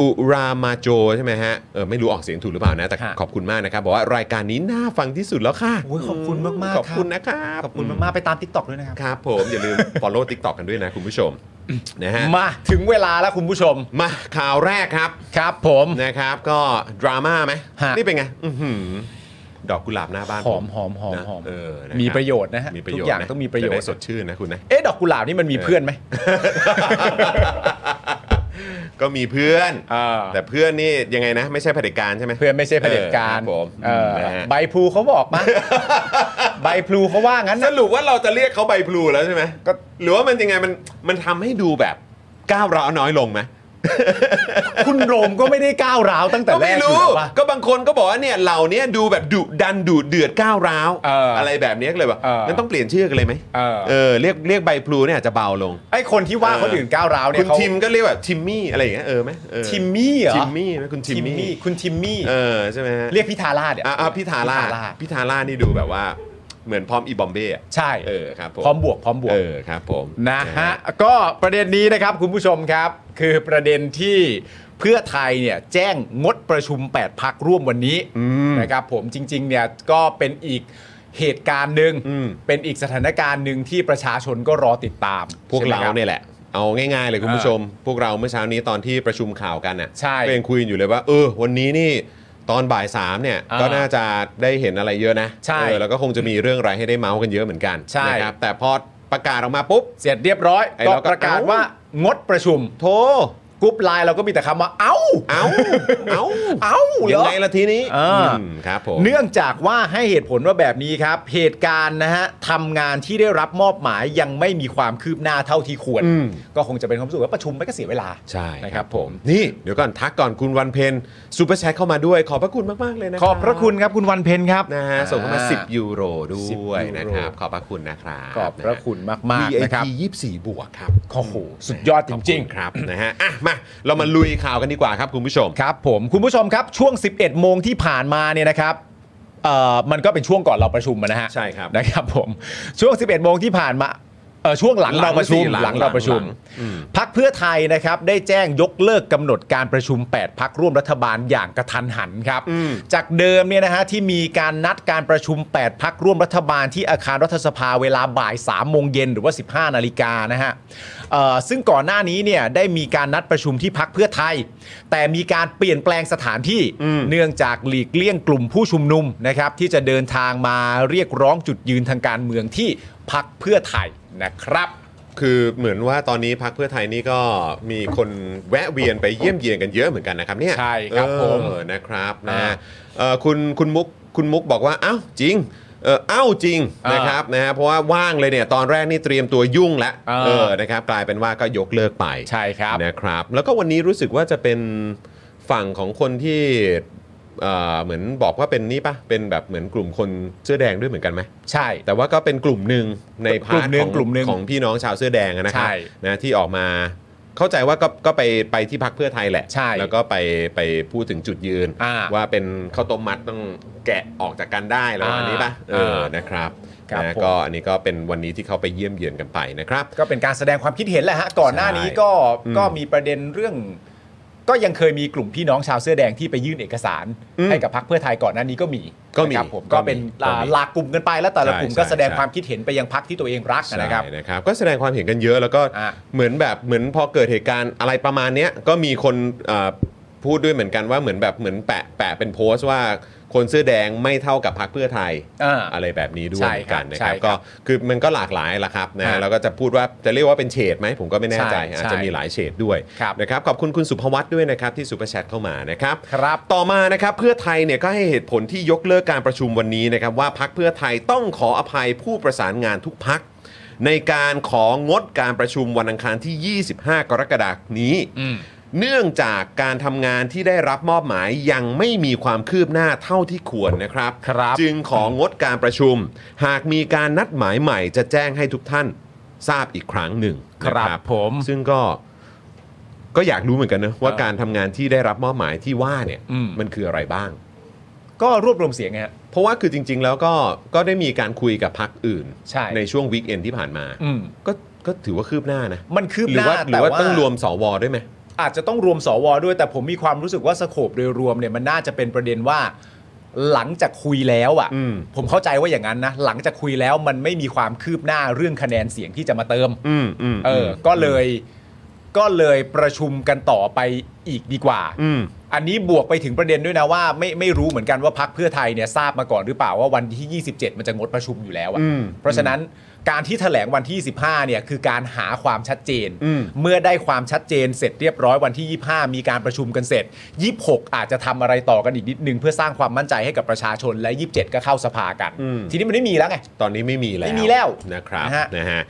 อุรามาโจใช่ไหมฮะเออไม่รู้ออกเสียงถูกหรือเปล่านะแต่
ฮะ
ขอบคุณมากนะครับบอกว่ารายการนี้น่าฟังที่สุดแล้วค่ะ
โอ้ยขอบคุณมากมาก
ขอบคุณนะครับ
ขอบคุณมากๆไปตามทิกตอกด้วยนะครับ
ครับผมอย่าลืม follow TikTok กันด้วยนะคุณผู้ชมนะฮะ
มาถึงเวลาแล้วคุณผู้ชม
มาข่าวแรกครับ
ครับผม
[laughs] นะครับก็ดราม่าไหม
ฮะ
นี่เป็นไงอื้อหือดอกกุหลาบหน้าบ้าน
หอม
ผ
หอมหอม
นะ
หอม
เออคบ
มีประโยชน์นะฮะ
มีประ
ทุ
โยชน์
กอย่าง
นะ
ต้องมีประโย
จ
ช
ได้
น์
สดชื่นนะคุณนะ
เอ๊ะดอกกุหลาบนี่มันมีเพื่อนไหม
ก็มีเพื่อน
เออ
แต่เพื่อนนี่ยังไงนะไม่ใช่เผด็จการใช่ไหม
เพื่อนไม่ใช่เผด็จการ
เออครับผม
เออ
นะฮะ
ใบพลูเขาบอกมา [laughs] ใบพลูเขาว่างั้น
ส
นะ
รุปว่าเราจะเรียกเขาใบพลูแล้วใช่ไหม
ก็
หรือว่ามันยังไงมันมันทำให้ดูแบบก้าวร้าวน้อยลงไหม
คุณโรมก็ไม่ได้ก้าวร้าวตั้งแต่
ก็
แร
ไม่
กอยู่
รู้
แล้วปะ
ก็บางคนก็บอกว่าเนี่ยเหล่าเนี้ยดูแบบดุดันดุเดือดก้าวร้าว
เอออ
ไรแบบเนี้ยก็เลยว่า
เออ
งั้นต้องเปลี่ยนชื่อกันเลยไหม
เออ
เออเรียกเรียกใบพลูเนี่ยอาจจะเบาลง
ไอคนที่ว่าคนอื่นก้าวร้าวเนี่ย
คุณ
เขา
ทิมก็เรียกแบบทิมมี่อะไรอย่างเงี้ยเออไหมเออ
ทิมมี่เหรอ
ทิมมี่ไหมคุณทิมมี่
คุณทิมมี่
เออใช่ไหมฮะ
เรียกพิธาราชเนี่ย
อ่ะอ่ะพี่ทาร่า
พิธช
พี่ทาร่านี่ดูแบบว่าเหมือนพร้อมอีบอมเบ้อะ
ใช่
เออครับผม
พร้อมบวกพร้อมบวก
เออครับผม
นะฮะก็ประเด็นนี้นะครับคุณผู้ชมครับ คือประเด็นที่เพื่อไทยเนี่ยแจ้งงดประชุม 8 พักร่วมวันนี้นะครับผมจริงๆเนี่ยก็เป็นอีกเหตุการณ์หนึ่งเป็นอีกสถานการณ์หนึ่งที่ประชาชนก็รอติดตาม
พวก
ใช่ไหม
เรา
คบ
เนี่ยแหละ เอาง่ายๆเลยคุณผู้ชม พวกเราเมื่อเช้านี้ตอนที่ประชุมข่าวกันน่ะ
ใช่
ก็ยังคุยอยู่เลยว่า เออ วันนี้นี่ตอนบ่ายสามเนี่ย
อ่า
ก็น่าจะได้เห็นอะไรเยอะนะ
ใช่
เออแล้วก็คงจะมีเรื่องอะไรให้ได้เมาส์กันเยอะเหมือนกัน
ใช่
นะครับแต่พอประกาศออกมาปุ๊บ
เสร็จเรียบร้อย
ไอ้
ก็
เราก็
ประกาศ
เอ้า
ว่างดประชุม
โทร
กรุ๊ปไลน์เราก็มีแต่คำว่า เอ้า
เอ้าเอ้า
เอ้าเหรอ
ยังไงละทีนี้
อ่า
อืมครับผม
เนื่องจากว่าให้เหตุผลว่าแบบนี้ครับ เหตุการณ์นะฮะทำงานที่ได้รับมอบหมายยังไม่มีความคืบหน้าเท่าที่ควร ก็คงจะเป็นความรู้สึกว่าประชุมไปก็เสียเวลา
ใช่
นะครับผม
นี่เดี๋ยวก่อนทักก่อนคุณวันเพนซูเปอร์แชทเข้ามาด้วย ขอบพระคุณมาก ๆ เลยนะ
ขอบพระคุณครับคุณวันเพ็ญครับ
นะฮะส่งเข้ามา 10 ยูโรด้
10ยู
ว
โร
ยนะครับ ขอบพระคุณนะครับ
ขอบพระคุณมากๆ
นะ
นะ
ค
ค
รั
รับ บ
VIP 24 บวกครับ
โอ้โหสุดยอดจริง
ขอบคุณครับ นะฮะอ่ะมาเรามาลุยข่าวกันดีกว่าครับคุณผู้ชม
ครับผมคุณผู้ชมครับช่วง 11 โมงที่ผ่านมาเนี่ยนะครับเอ่อมันก็เป็นช่วงก่อนเราประชุมอะนะฮะ
ใช่ครับ
นะครับผมช่วง 11 โมงที่ผ่านมาเอ่อช่วงหลัง
หลั
เรา
ง
ประชุม
สิหลัง
หลังเราประชุม
หลัง
พักเพื่อไทยนะครับได้แจ้งยกเลิกกำหนดการประชุม 8 พักร่วมรัฐบาลอย่างกระทันหันครับ จากเดิมเนี่ยนะฮะที่มีการนัดการประชุม 8 พักร่วมรัฐบาลที่อาคารรัฐสภาเวลาบ่าย3โมงเย็นหรือว่า 15 นาฬิกานะฮะเอ่อซึ่งก่อนหน้านี้เนี่ยได้มีการนัดประชุมที่พักเพื่อไทย แต่มีการเปลี่ยนแปลงสถานที่เนื่องจากหลีกเลี่ยงกลุ่มผู้ชุมนุมนะครับที่จะเดินทางมาเรียกร้องจุดยืนทางการเมืองที่พักเพื่อไทยนะครับ
คือเหมือนว่าตอนนี้พักเพื่อไทยนี่ก็มีคนแวะเวียนไปเยี่ยมเยียนกันเยอะเหมือนกันนะครับเนี่ย
ใช่ครับผม
เออนะครับนะ
อ่า
เอ่อคุณคุณมุกคุณมุกบอกว่าอ้าวจริงเอออ้าวจริง
อ่าน
นะครับนะฮะเพราะว่าว่างเลยเนี่ยตอนแรกนี่เตรียมตัวยุ่งแล้ว
อ่า
เออนะครับกลายเป็นว่าก็ยกเลิกไป
ใช่ครับ
นะครับ แล้วก็วันนี้รู้สึกว่าจะเป็นฝั่งของคนที่เอ่อเหมือนบอกว่าเป็นนี่ปะเป็นแบบเหมือนกลุ่มคนเสื้อแดงด้วยเหมือนกันไหม
ใช่
แต่ว่าก็เป็นกลุ่มหนึ่งในพาร์ท
กลุ่มห
ข
นึ่ง
อง
กลุ่มหนึ่ง
ของพี่น้องชาวเสื้อแดงอะนะครับ
ใช่
นะที่ออกมาเข้าใจว่าก็ก็ไปไปที่พักเพื่อไทยแหละ
ใช่
แล้วก็ไปไปพูดถึงจุดยืน
อ่า
ว่าเป็นข้าวต้มมัดต้องแกะออกจากกันได้แล้วอันนี้ป่ะ
อ่า
เออนะครับ
ครับ
นะ
ผม
ก็อันนี้ก็เป็นวันนี้ที่เขาไปเยี่ยมเยือนกันไปนะครับ
ก็เป็นการแสดงความคิดเห็นแหละฮะ ก่อนหน้านี้ก็
อืม
ก็มีประเด็นเรื่อง ก็ยังเคยมีกลุ่มพี่น้องชาวเสื้อแดงที่ไปยื่นเอกสาร
อืม
ให้กับพรรคเพื่อไทยก่อนหน้านี้ก็มี
ก็มี
นะครับผม
ก็มี
ก็เป็น
ก็
อ่า
มี
หลากกลุ่มกันไปแล้วแต่ละ
ใช่
กลุ่มก็
ใช่
แสดง
ใช่
ความคิดเห็นไปยังพรรคที่ตัวเองรักนะครับ
ใช่นะครับก็แสดงความเห็นกันเยอะแล้วก็
อ่ะ
เหมือนแบบเหมือนพอเกิดเหตุการณ์อะไรประมาณเนี้ยก็มีคนเอ่อพูดด้วยเหมือนกันว่าเหมือนแบบเหมือนแปะแปะเป็นโพสต์ว่าคนเสื้อแดงไม่เท่ากับพรรคเพื่อไทย
อ่า
อะไรแบบนี้ด้วย
ใช่
เหมือนกันนะค
ครั
รับบ ก็คือมันก็หลากหลายละครับนะ
ฮะ
แล้วก็จะพูดว่าจะเรียกว่าเป็นเฉดไหมผมก็ไม่แน่ใจ
ใช่
อาจจะ
ใช่
มีหลายเฉดด้วย
ครับ
นะครับขอบคุณคุณสุภวัตด้วยนะครับที่ซูเปอร์แชทเข้ามานะครับ
ครับ
ต่อมานะครับเพื่อไทยเนี่ยก็ให้เหตุผลที่ยกเลิกการประชุมวันนี้นะครับว่าพักเพื่อไทยต้องขออภัยผู้ประสานงานทุกพัก ในการของดการประชุมวันอังคารที่ 25 กรกฎาคมนี้ เนื่องจากการทำงานที่ได้รับมอบหมายยังไม่มีความคืบหน้าเท่าที่ควรนะครับ
ครับ
จึงของดการประชุม หากมีการนัดหมายใหม่จะแจ้งให้ทุกท่านทราบอีกครั้งหนึ่ง
ค
นะ
รับผม
ซึ่งก็ก็อยากรู้เหมือนกันนะว่าการทำงานที่ได้รับมอบหมายที่ว่าเนี่ยมันคืออะไรบ้าง
ก็รวบรวมเสียงไงฮะ
เพราะว่าคือจริง ๆ แล้วก็ก็ได้มีการคุยกับพักอื่น
ใช่
ช่วงวีคเอนที่ผ่านมา
อืม
ก็ก็ถือว่าคืบหน้านะ
มันคืบ
ห
ห
รือ
น้า
ว่าหรื
แต่
อว่า
ว่า
ต้องรวมสวด้วยไหม
อาจจะต้องรวมสวด้วยแต่ผมมีความรู้สึกว่าสโคปโดยรวมเนี่ยมันน่าจะเป็นประเด็นว่า หลังจากคุยแล้วอ่ะ
อืม
ผมเข้าใจว่าอย่างนั้นนะหลังจากคุยแล้วมันไม่มีความคืบหน้าเรื่องคะแนนเสียงที่จะมาเติม
อืมอืม
เออ ก็เลยก็เลยประชุมกันต่อไปอีกดีกว่า
อืม
อันนี้บวกไปถึงประเด็นด้วยนะว่าไม่ไม่รู้เหมือนกันว่าพักเพื่อไทยเนี่ยทราบมาก่อนหรือเปล่าว่าวันที่ 27 มันจะงดประชุมอยู่แล้วอะ
อืม
เพราะฉะนั้นการที่แถลงวันที่ 25เนี่ยคือการหาความชัดเจน
อืม
เมื่อได้ความชัดเจนเสร็จเรียบร้อยวันที่ 25 มีการประชุมกันเสร็จ 26 อาจจะทำอะไรต่อกันอีกนิดนึงเพื่อสร้างความมั่นใจให้กับประชาชนและ 27 ก็เข้าสภากัน ทีนี้มันไม่มีแล้วไง
ตอนนี้ไม่มีแล้ว
ไม่มีแล้ว
นะครับ
นะฮะ
นะฮะ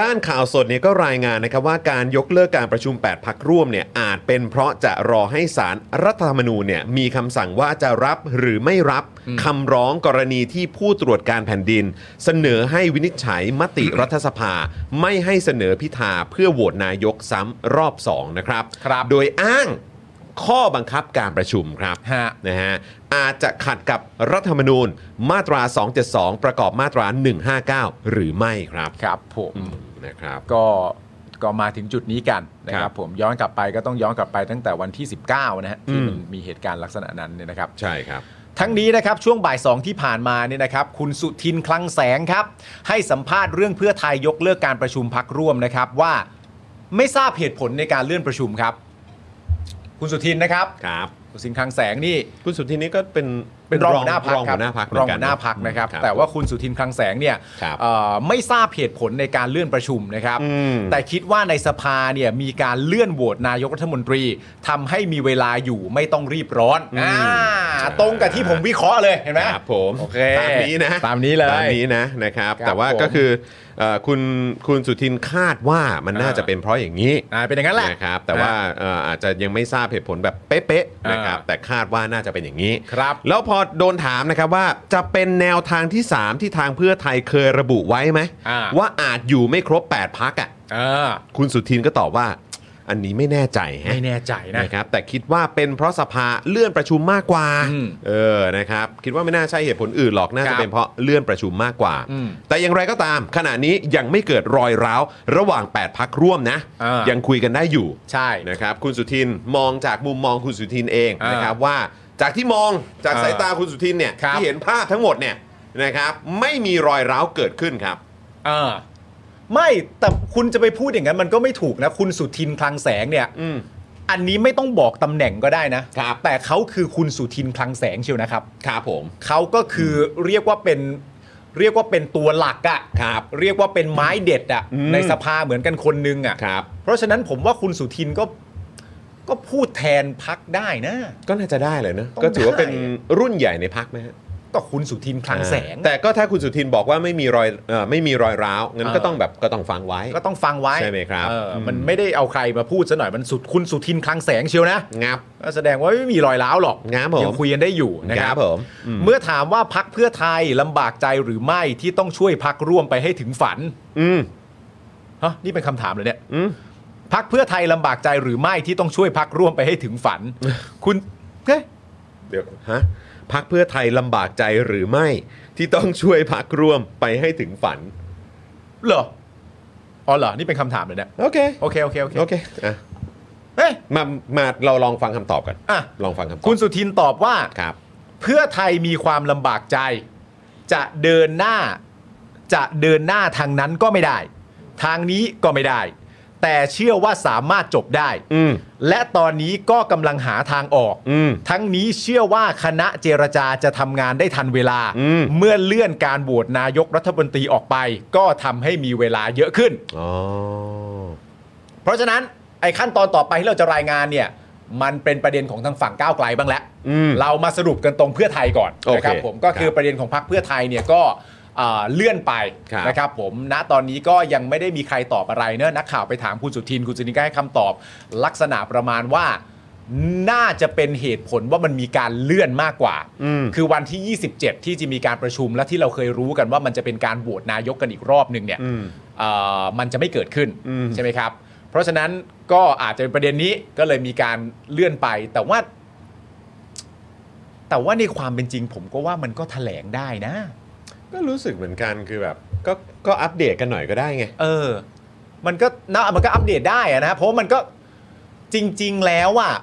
ด้านข่าวสดเนี่ยก็รายงานนะครับว่าการยกเลิกการประชุม 8 พักร่วมเนี่ยอาจเป็นเพราะจะรอให้สารรัฐธรรมนูญเนี่ยมีคำสั่งว่าจะรับหรือไม่รับคำร้องกรณีที่ผู้ตรวจการแผ่นดิน เสนอให้วินิจฉัยมติรัฐสภา ไม่ให้เสนอพิธาเพื่อโหวตนายกซ้ำรอบสองนะครับ
ครับ
โดยอ้างข้อบังคับการประชุมครับ
ฮะ
นะฮะอาจจะขัดกับรัฐธรรมนูญมาตรา 272 ประกอบมาตรา 159 หรือไม่ครับ
ครับผม
อืมนะครับ
ก็ก็มาถึงจุดนี้กันนะ
ค
ค
รั
รั
บบ
ผมย้อนกลับไปก็ต้องย้อนกลับไปตั้งแต่วันที่ 19 นะฮะที่มัน
อืม
มีเหตุการณ์ลักษณะนั้นเนี่ยนะครับ
ใช่ครับ
ทั้งนี้นะครับช่วงบ่ายสองที่ผ่านมาเนี่ยนะครับคุณสุทินคลังแสงครับ ให้สัมภาษณ์เรื่องเพื่อไทยยกเลิกการประชุมพักร่วมนะครับว่าไม่ทราบเหตุผลในการเลื่อนประชุมครับ คุณสุทินนะครับ
ครับ
คุณสุทินคลังแสงนี่
คุณสุทินนี่ก็เป็น
เป็นรองหัวหน้าพัก
รอง
ค
หัวห
รับ
น้าพรรคเหมื
ร
อ
อง
นกัน
หัวหน้าพักนะครับ
ครับ
แต่ว่าคุณสุทินคลังแสงเนี่ย
ครับ
เอ่อไม่ทราบเหตุผลในการเลื่อนประชุมนะครับ แต่คิดว่าในสภาเนี่ยมีการเลื่อนโหวตนายกรัฐมนตรีทำให้มีเวลาอยู่ไม่ต้องรีบร้อนอ่าตรงกับที่ผมวิเคราะห์เลยเห็นไหม
ครับผม
โอเค
ตามนี้นะ
ตามนี้เลย
ตามนี้นะนะครับ
ครับ
แต่ว่า
ผม
ก็คือเอ่อคุณคุณสุทินคาดว่ามันน่า
อ่า
จะเป็นเพราะอย่างนี้
อ่าเป็นอย่างนั้นแหละ
นะครับแต่ว่าเอ่ออาจจะยังไม่ทราบเหตุผลแบบเป๊ะๆนะครับ
อ่า
แต่คาดว่าน่าจะเป็นอย่างนี้
ครับ
แล้วพอโดนถามนะครับว่าจะเป็นแนวทางที่ 3 ที่ทางเพื่อไทยเคยระบุไว้ไหม
อ่า
ว่าอาจอยู่ไม่ครบ 8 พักอ่ะ
อ่า
คุณสุทินก็ตอบว่า อันนี้ไม่แน่ใจฮะ
ไม่แน่ใจนะ
นะครับ แต่คิดว่าเป็นเพราะสภาเลื่อนประชุมมากกว่า
อืม
เออนะครับ คิดว่าไม่น่าใช่เหตุผลอื่นหรอกน่า
ครั
จะ
บ
เป็นเพราะเลื่อนประชุมมากกว่า
อืม
แต่อย่างไรก็ตาม ขณะนี้ยังไม่เกิดรอยร้าวระหว่าง 8 พักร่วมนะ
อ่ายั
ยังคุยกันได้อยู่
ใช่
นะครับคุณสุทินมองจากมุมมองคุณสุทินเอง
อ่าน
นะครับว่าจากที่มองจาก
อ่า
สายตาคุณสุทินเนี่ย
ครับ
ที่เห็นภาพทั้งหมดเนี่ยนะครับไม่มีรอยร้าวเกิดขึ้นครับ
อ่าไม่แต่คุณจะไปพูดอย่างนั้นมันก็ไม่ถูกนะ คุณสุทินคลังแสงเนี่ย
อืม
อันนี้ไม่ต้องบอกตำแหน่งก็ได้นะ
ครับ
แต่เขาคือคุณสุทินคลังแสงเชียวนะครับ
ครับผม
เขาก็คืออเรียกว่าเป็นเรียกว่าเป็นตัวหลักอะ
ครับ
เรียกว่าเป็นไม้เด็ดอะ
อืม
ในสภาเหมือนกันคนนึงอะ
ครับ
เพราะฉะนั้นผมว่าคุณสุทินก็ก็พูดแทนพักได้นะ
ก็น่าจะได้เลยนะ
ต้อง
ก็ถือว่าเป็น
ได้
รุ่นใหญ่ในพักไหมฮะ
ก็คุณสุทินคลังแสง
อ่าแต่ก็ถ้าคุณสุทินบอกว่าไม่มีรอยเอ่อไม่มีรอยร้าวงั้น
เออ
ก็ต้องแบบก็ต้องฟังไว้
ก็ต้องฟังไว้
ใช่ไหมครับ
เออมันไม่ได้เอาใครมาพูดซะหน่อยมันสุดคุณสุทินคลังแสงเชียวนะ
งับ
ก็แสดงว่าไม่มีรอยร้าวหรอก
ครับผม
ยัคุยกันได้อยู่นะค
ค
รั
รั
บบ
ผมอืม
เมื่อถามว่าพักเพื่อไทยลำบากใจหรือไม่ที่ต้องช่วยพักร่วมไปให้ถึงฝัน
อืม
ฮะนี่เป็นคำถามเลยเนี่ย
อืม
พักเพื่อไทยลำบากใจหรือไม่ที่ต้องช่วยพักร่วมไปให้ถึง
[laughs]
ฝัน คุณเอ๊ะ
เดี๋ยวฮะพักเพื่อไทยลำบากใจหรือไม่ที่ต้องช่วยพักร่วมไปให้ถึงฝัน
เหรออ๋อเหรอนี่เป็นคำถามเลยเนี่ย
โอเค
โอเคโอเคโอเค
โอเคอ่ะ
เฮ้ย
มามาเราลองฟังคำตอบกัน
อ่ะ
ลองฟังคำตอบ
คุณสุทินตอบว่า
ครับ
เพื่อไทยมีความลำบากใจ จะเดินหน้า จะเดินหน้าทางนั้นก็ไม่ได้ ทางนี้ก็ไม่ได้ แต่เชื่อว่าสามารถจบได้
อืม
และตอนนี้ก็กำลังหาทางออก
อืม
ทั้งนี้เชื่อว่าคณะเจรจาจะทำงานได้ทันเวลา
อืม
เมื่อเลื่อนการโหวตนายกรัฐมนตรีออกไป ก็ทำให้มีเวลาเยอะขึ้น
อ๋อ
เพราะฉะนั้นไอ้ขั้นตอนต่อไปที่เราจะรายงานเนี่ย มันเป็นประเด็นของทางฝั่งก้าวไกลบ้างแล้ว
อืม
เรามาสรุปกันตรงเพื่อไทยก่อน
โอเค
นะครับผมก็คือ
ครับ
ประเด็นของพรรคเพื่อไทยเนี่ยก็เอ่อเลื่อนไป
ครับ
นะครับผมณตอนนี้ก็ยังไม่ได้มีใครตอบอะไรเนอะนักข่าวไปถามคุณสุทินคุณสุทินก็ให้คำตอบลักษณะประมาณว่า น่าจะเป็นเหตุผลว่ามันมีการเลื่อนมากกว่า
อืม
คือวันที่ 27 ที่จะมีการประชุมและที่เราเคยรู้กันว่ามันจะเป็นการโหวตนายกกันอีกรอบหนึ่งเนี่ย
อืม
เอ่อมันจะไม่เกิดขึ้น
อืม
ใช่ไหมครับ เพราะฉะนั้นก็อาจจะเป็นประเด็นนี้ก็เลยมีการเลื่อนไป แต่ว่า แต่ว่าในความเป็นจริง ผมก็ว่ามันก็แถลงได้นะ
ก็รู้สึกเหมือนกันคือแบบ ก็ก็อัปเดตกันหน่อยก็ได้ไง
เออ มันก็นะมันก็อัปเดตได้อะนะเพราะว่ามันก็จริง ๆ แล้วอ่ะ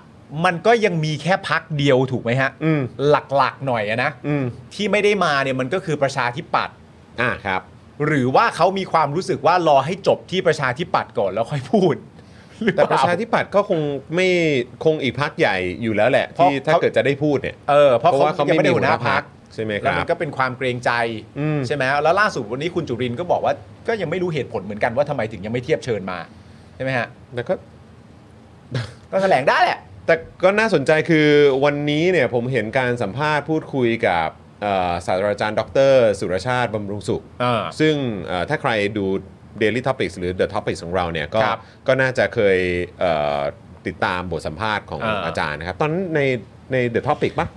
มันก็ยังมีแค่พักเดียวถูกไหมฮะ
อืม
หลักๆหน่อยอะนะ
อืม
ที่ไม่ได้มาเนี่ยมันก็คือประชาธิปัตย์
อ่ะครับ
หรือว่าเขามีความรู้สึกว่ารอให้จบที่ประชาธิปัตย์ก่อนแล้วค่อยพูดหรือเป
แต่ประ
ล่า
ชาธิปัตย์ก็คงไม่คงอีกพักใหญ่อยู่แล้วแหละ
เพราะ
ที่ถ้า
เขา
เกิดจะได้พูดเนี่ย
เออเพราะเขายังไม่ได้หัวหน้าพัก
ใช่ไหมค
แล้ว
รั
มั
บ
นก็เป็นความเกรงใจ
อืม
ใช่ไหมแล้วล่าสุดวันนี้คุณจุรินทร์ก็บอกว่าก็ยังไม่รู้เหตุผลเหมือนกันว่าทำไมถึงยังไม่เทียบเชิญมาใช่ไหมฮะ
แต่ก็
ก็แถลงได้แหละ
แต่ก็น่าสนใจคือวันนี้เนี่ยผมเห็นการสัมภาษณ์พูดคุยกับเอ่อศาสตราจารย์ดร สุรชาติบำรุงสุข ซึ่งเอ่อถ้าใครดู Daily Topics หรือ The Topics ของเราเนี่ยก็
ครับ
ก็น่าจะเคยเอ่อติดตามบทสัมภาษณ์ของ
อ่า
อาจารย์นะครับ ตอนนั้นในใน The Topic ปะ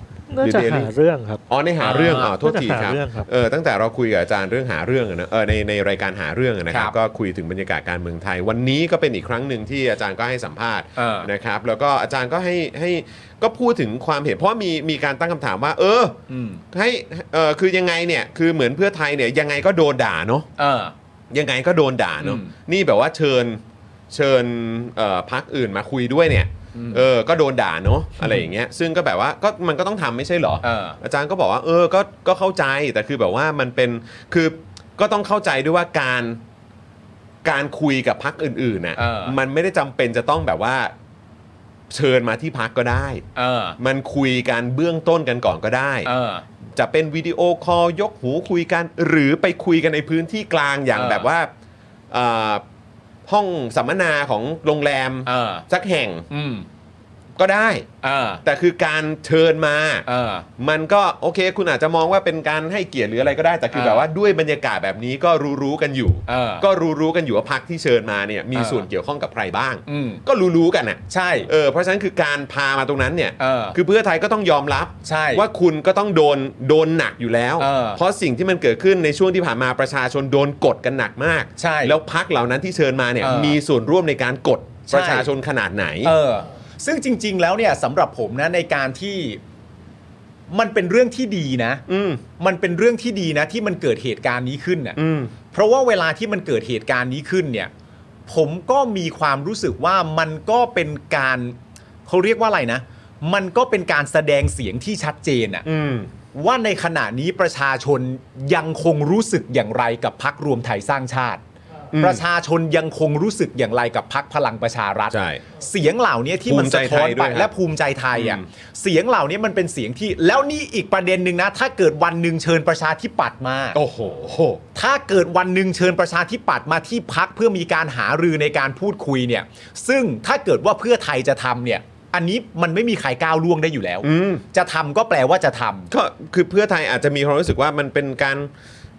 ห
น่า
รือ
จะ
Daily
หาเรื่องครับ
อ๋อในหาเรื่องอ๋อโทษที
น่าจะ
ครั
หา
บ
เรื่องครับ
เออตั้งแต่เราคุยกับอาจารย์เรื่องหาเรื่องอะนะเออในในรายการหาเรื่องอะนะครับ
ครับ
ก็คุยถึงบรรยากาศการเมืองไทย วันนี้ก็เป็นอีกครั้งหนึ่งที่อาจารย์ก็ให้สัมภาษณ์
เออ
นะครับ แล้วก็อาจารย์ก็ให้ให้ก็พูดถึงความเห็นเพราะมีมีการตั้งคำถามว่า เอออ
ม
ให้เออคือยังไงเนี่ยคือเหมือนเพื่อไทยเนี่ยยังไงก็โดนด่าเนาะ
เออ
ยังไงก็โดนด่าเนอะ
อืม
นี่แบบว่าเชิญเชิญเอ่อพักอื่นมาคุยด้วยเนี่ยเออก็โดนด่าเนอะอะไรอย่างเงี้ยซึ่งก็แบบว่าก็มันก็ต้องทำไม่ใช่เหรอ
เออ
จารย์ก็บอกว่าเออก็ก็เข้าใจแต่คือแบบว่ามันเป็นคือก็ต้องเข้าใจด้วยว่าการการคุยกับพักอื่นๆน่ะ
เออ
มันไม่ได้จำเป็นจะต้องแบบว่า เชิญมาที่พักก็ได้
เออ
มันคุยกันเบื้องต้นกันก่อนก็ได้
เออ
จะเป็นวิดีโอคอลยกหูคุยกัน หรือไปคุยกันในพื้นที่กลางอย่าง
เออ
แบบว่าเอ่อห้องสัมมนาของโรงแรม
เออ
สักแห่ง
อืม
ก็ได้
เออ
แต่คือการเชิญมา
เออ
มันก็โอเค คุณอาจจะมองว่าเป็นการให้เกียรติหรืออะไรก็ได้แต่คือ
เออ
แบบว่าด้วยบรรยากาศแบบนี้ก็รู้ๆกันอยู่
เออ
ก็รู้ๆกันอยู่ว่าพักที่เชิญมาเนี่ยมี
เออ
ส่วนเกี่ยวข้องกับใครบ้าง
อืม
ก็รู้ๆกันน่ะ
ใช่
เออเพราะฉะนั้นคือการพามาตรงนั้นเนี่ย
เออ
คือเพื่อไทยก็ต้องยอมรับ
ใช่
ว่าคุณก็ต้องโดนโดนหนักอยู่แล้ว
เออ
เพราะสิ่งที่มันเกิดขึ้นในช่วงที่ผ่านมาประชาชนโดนกดกันหนักมาก
ใช่
แล้วพักเหล่านั้นที่เชิญมาเนี่ย
เออ
มีส่วนร่วมในการกด
ใช่
ประชาชนขนาดไหน
เออ ซึ่งจริง ๆ แล้วเนี่ยสำหรับผมนะในการที่มันเป็นเรื่องที่ดีนะ
อืม
มันเป็นเรื่องที่ดีนะ ที่มันเกิดเหตุการณ์นี้ขึ้นน่ะ
อืม
เพราะว่าเวลาที่มันเกิดเหตุการณ์นี้ขึ้นเนี่ย ผมก็มีความรู้สึกว่ามันก็เป็นการเขาเรียกว่าอะไรนะ มันก็เป็นการแสดงเสียงที่ชัดเจนอะ
อืม
ว่าในขณะนี้ประชาชนยังคงรู้สึกอย่างไรกับพักรวมไทยสร้างชาติ ประชาชนยังคงรู้สึกอย่างไรกับพักพลังประชารัฐ
ใช่
เสียงเหล่านี้ที่มันสะท้อน
ภูมิใจไทยด้
ไป
วยครับ
และภูมิใจไทยอ่ะเสียงเหล่านี้มันเป็นเสียงที่ แล้วนี่อีกประเด็นหนึ่งนะ ถ้าเกิดวันหนึ่งเชิญประชาธิปัตย์มา
โอ้โห
ถ้าเกิดวันหนึ่งเชิญประชาธิปัตย์มาที่พักเพื่อมีการหารือในการพูดคุยเนี่ย ซึ่งถ้าเกิดว่าเพื่อไทยจะทำเนี่ย อันนี้มันไม่มีใครก้าวล่วงได้อยู่แล้ว
อืม
จะทำก็แปลว่าจะทำ
ก็คือเพื่อไทยอาจจะมีความรู้สึกว่ามันเป็นการ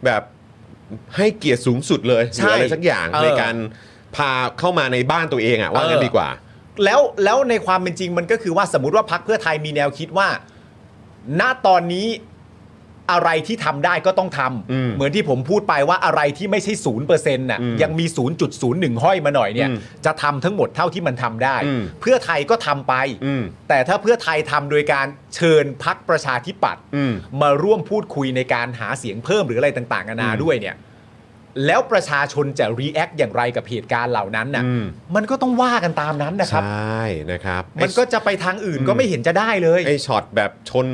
แบบให้เกียรติสูงสุดเลยหรือ
ใช่
อะไรสักอย่าง
เออ
ในการพาเข้ามาในบ้านตัวเองอะว่างั้น
เออ
ดีกว่า
แล้วแล้วในความเป็นจริงมันก็คือว่าสมมติว่าพักเพื่อไทยมีแนวคิดว่า ณตอนนี้อะไรที่ทำได้ก็ต้องทำ
อืม
เหมือนที่ผมพูดไปว่าอะไรที่ไม่ใช่ศูนย์เปอร์เซ็นต์น่ะ
อืม
ยังมีศูนย์จุดศูนย์หนึ่งห้อยมาหน่อยเนี่ย
อืม
จะทำทั้งหมดเท่าที่มันทำได้
อืม
เพื่อไทยก็ทำไป
อืม
แต่ถ้าเพื่อไทยทำโดยการเชิญพักประชาธิปัตย์
อืม
มาร่วมพูดคุยในการหาเสียงเพิ่มหรืออะไรต่างๆนานาด้วยเนี่ย แล้วประชาชนจะรีแอคอย่างไรกับเหตุการณ์เหล่านั้นน่ะ
อืม
มันก็ต้องว่ากันตามนั้นนะค
ใช
รับ
่นะครับ
มันก็จะไปทางอื่นก็ไม่เห็นจะได้เลย
ไอ้ช็อตแบบชน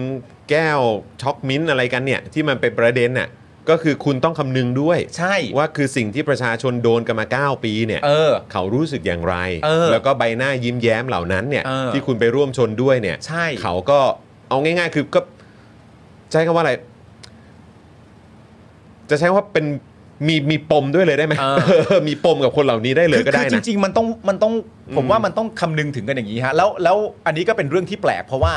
แก้วช็อกมิ้นท์อะไรกันเนี่ย ที่มันเป็นประเด็นน่ะก็คือคุณต้องคำนึงด้วย
ใช่
ว่าคือสิ่งที่ประชาชนโดนกันมา 9 ปีเนี่ย
เออ
เขารู้สึกอย่างไร
เออ
แล้วก็ใบหน้ายิ้มแย้มเหล่านั้นเนี่ย
เออ
ที่คุณไปร่วมชนด้วยเนี่ย
ใช่
เขาก็เอาง่าย ๆ คือก็ใช้คำว่าอะไร จะใช้คำว่าเป็นมีมีปมด้วยเลยได้ไหม มีปมกับคนเหล่านี้ได้เลย
คือ
ก็ได้
คือจ
นะ
ริง ๆ มันต้องมันต้องผมว่ามันต้องคำนึงถึงกันอย่างนี้ฮะแล้วแล้วอันนี้ก็เป็นเรื่องที่แปลก เพราะว่า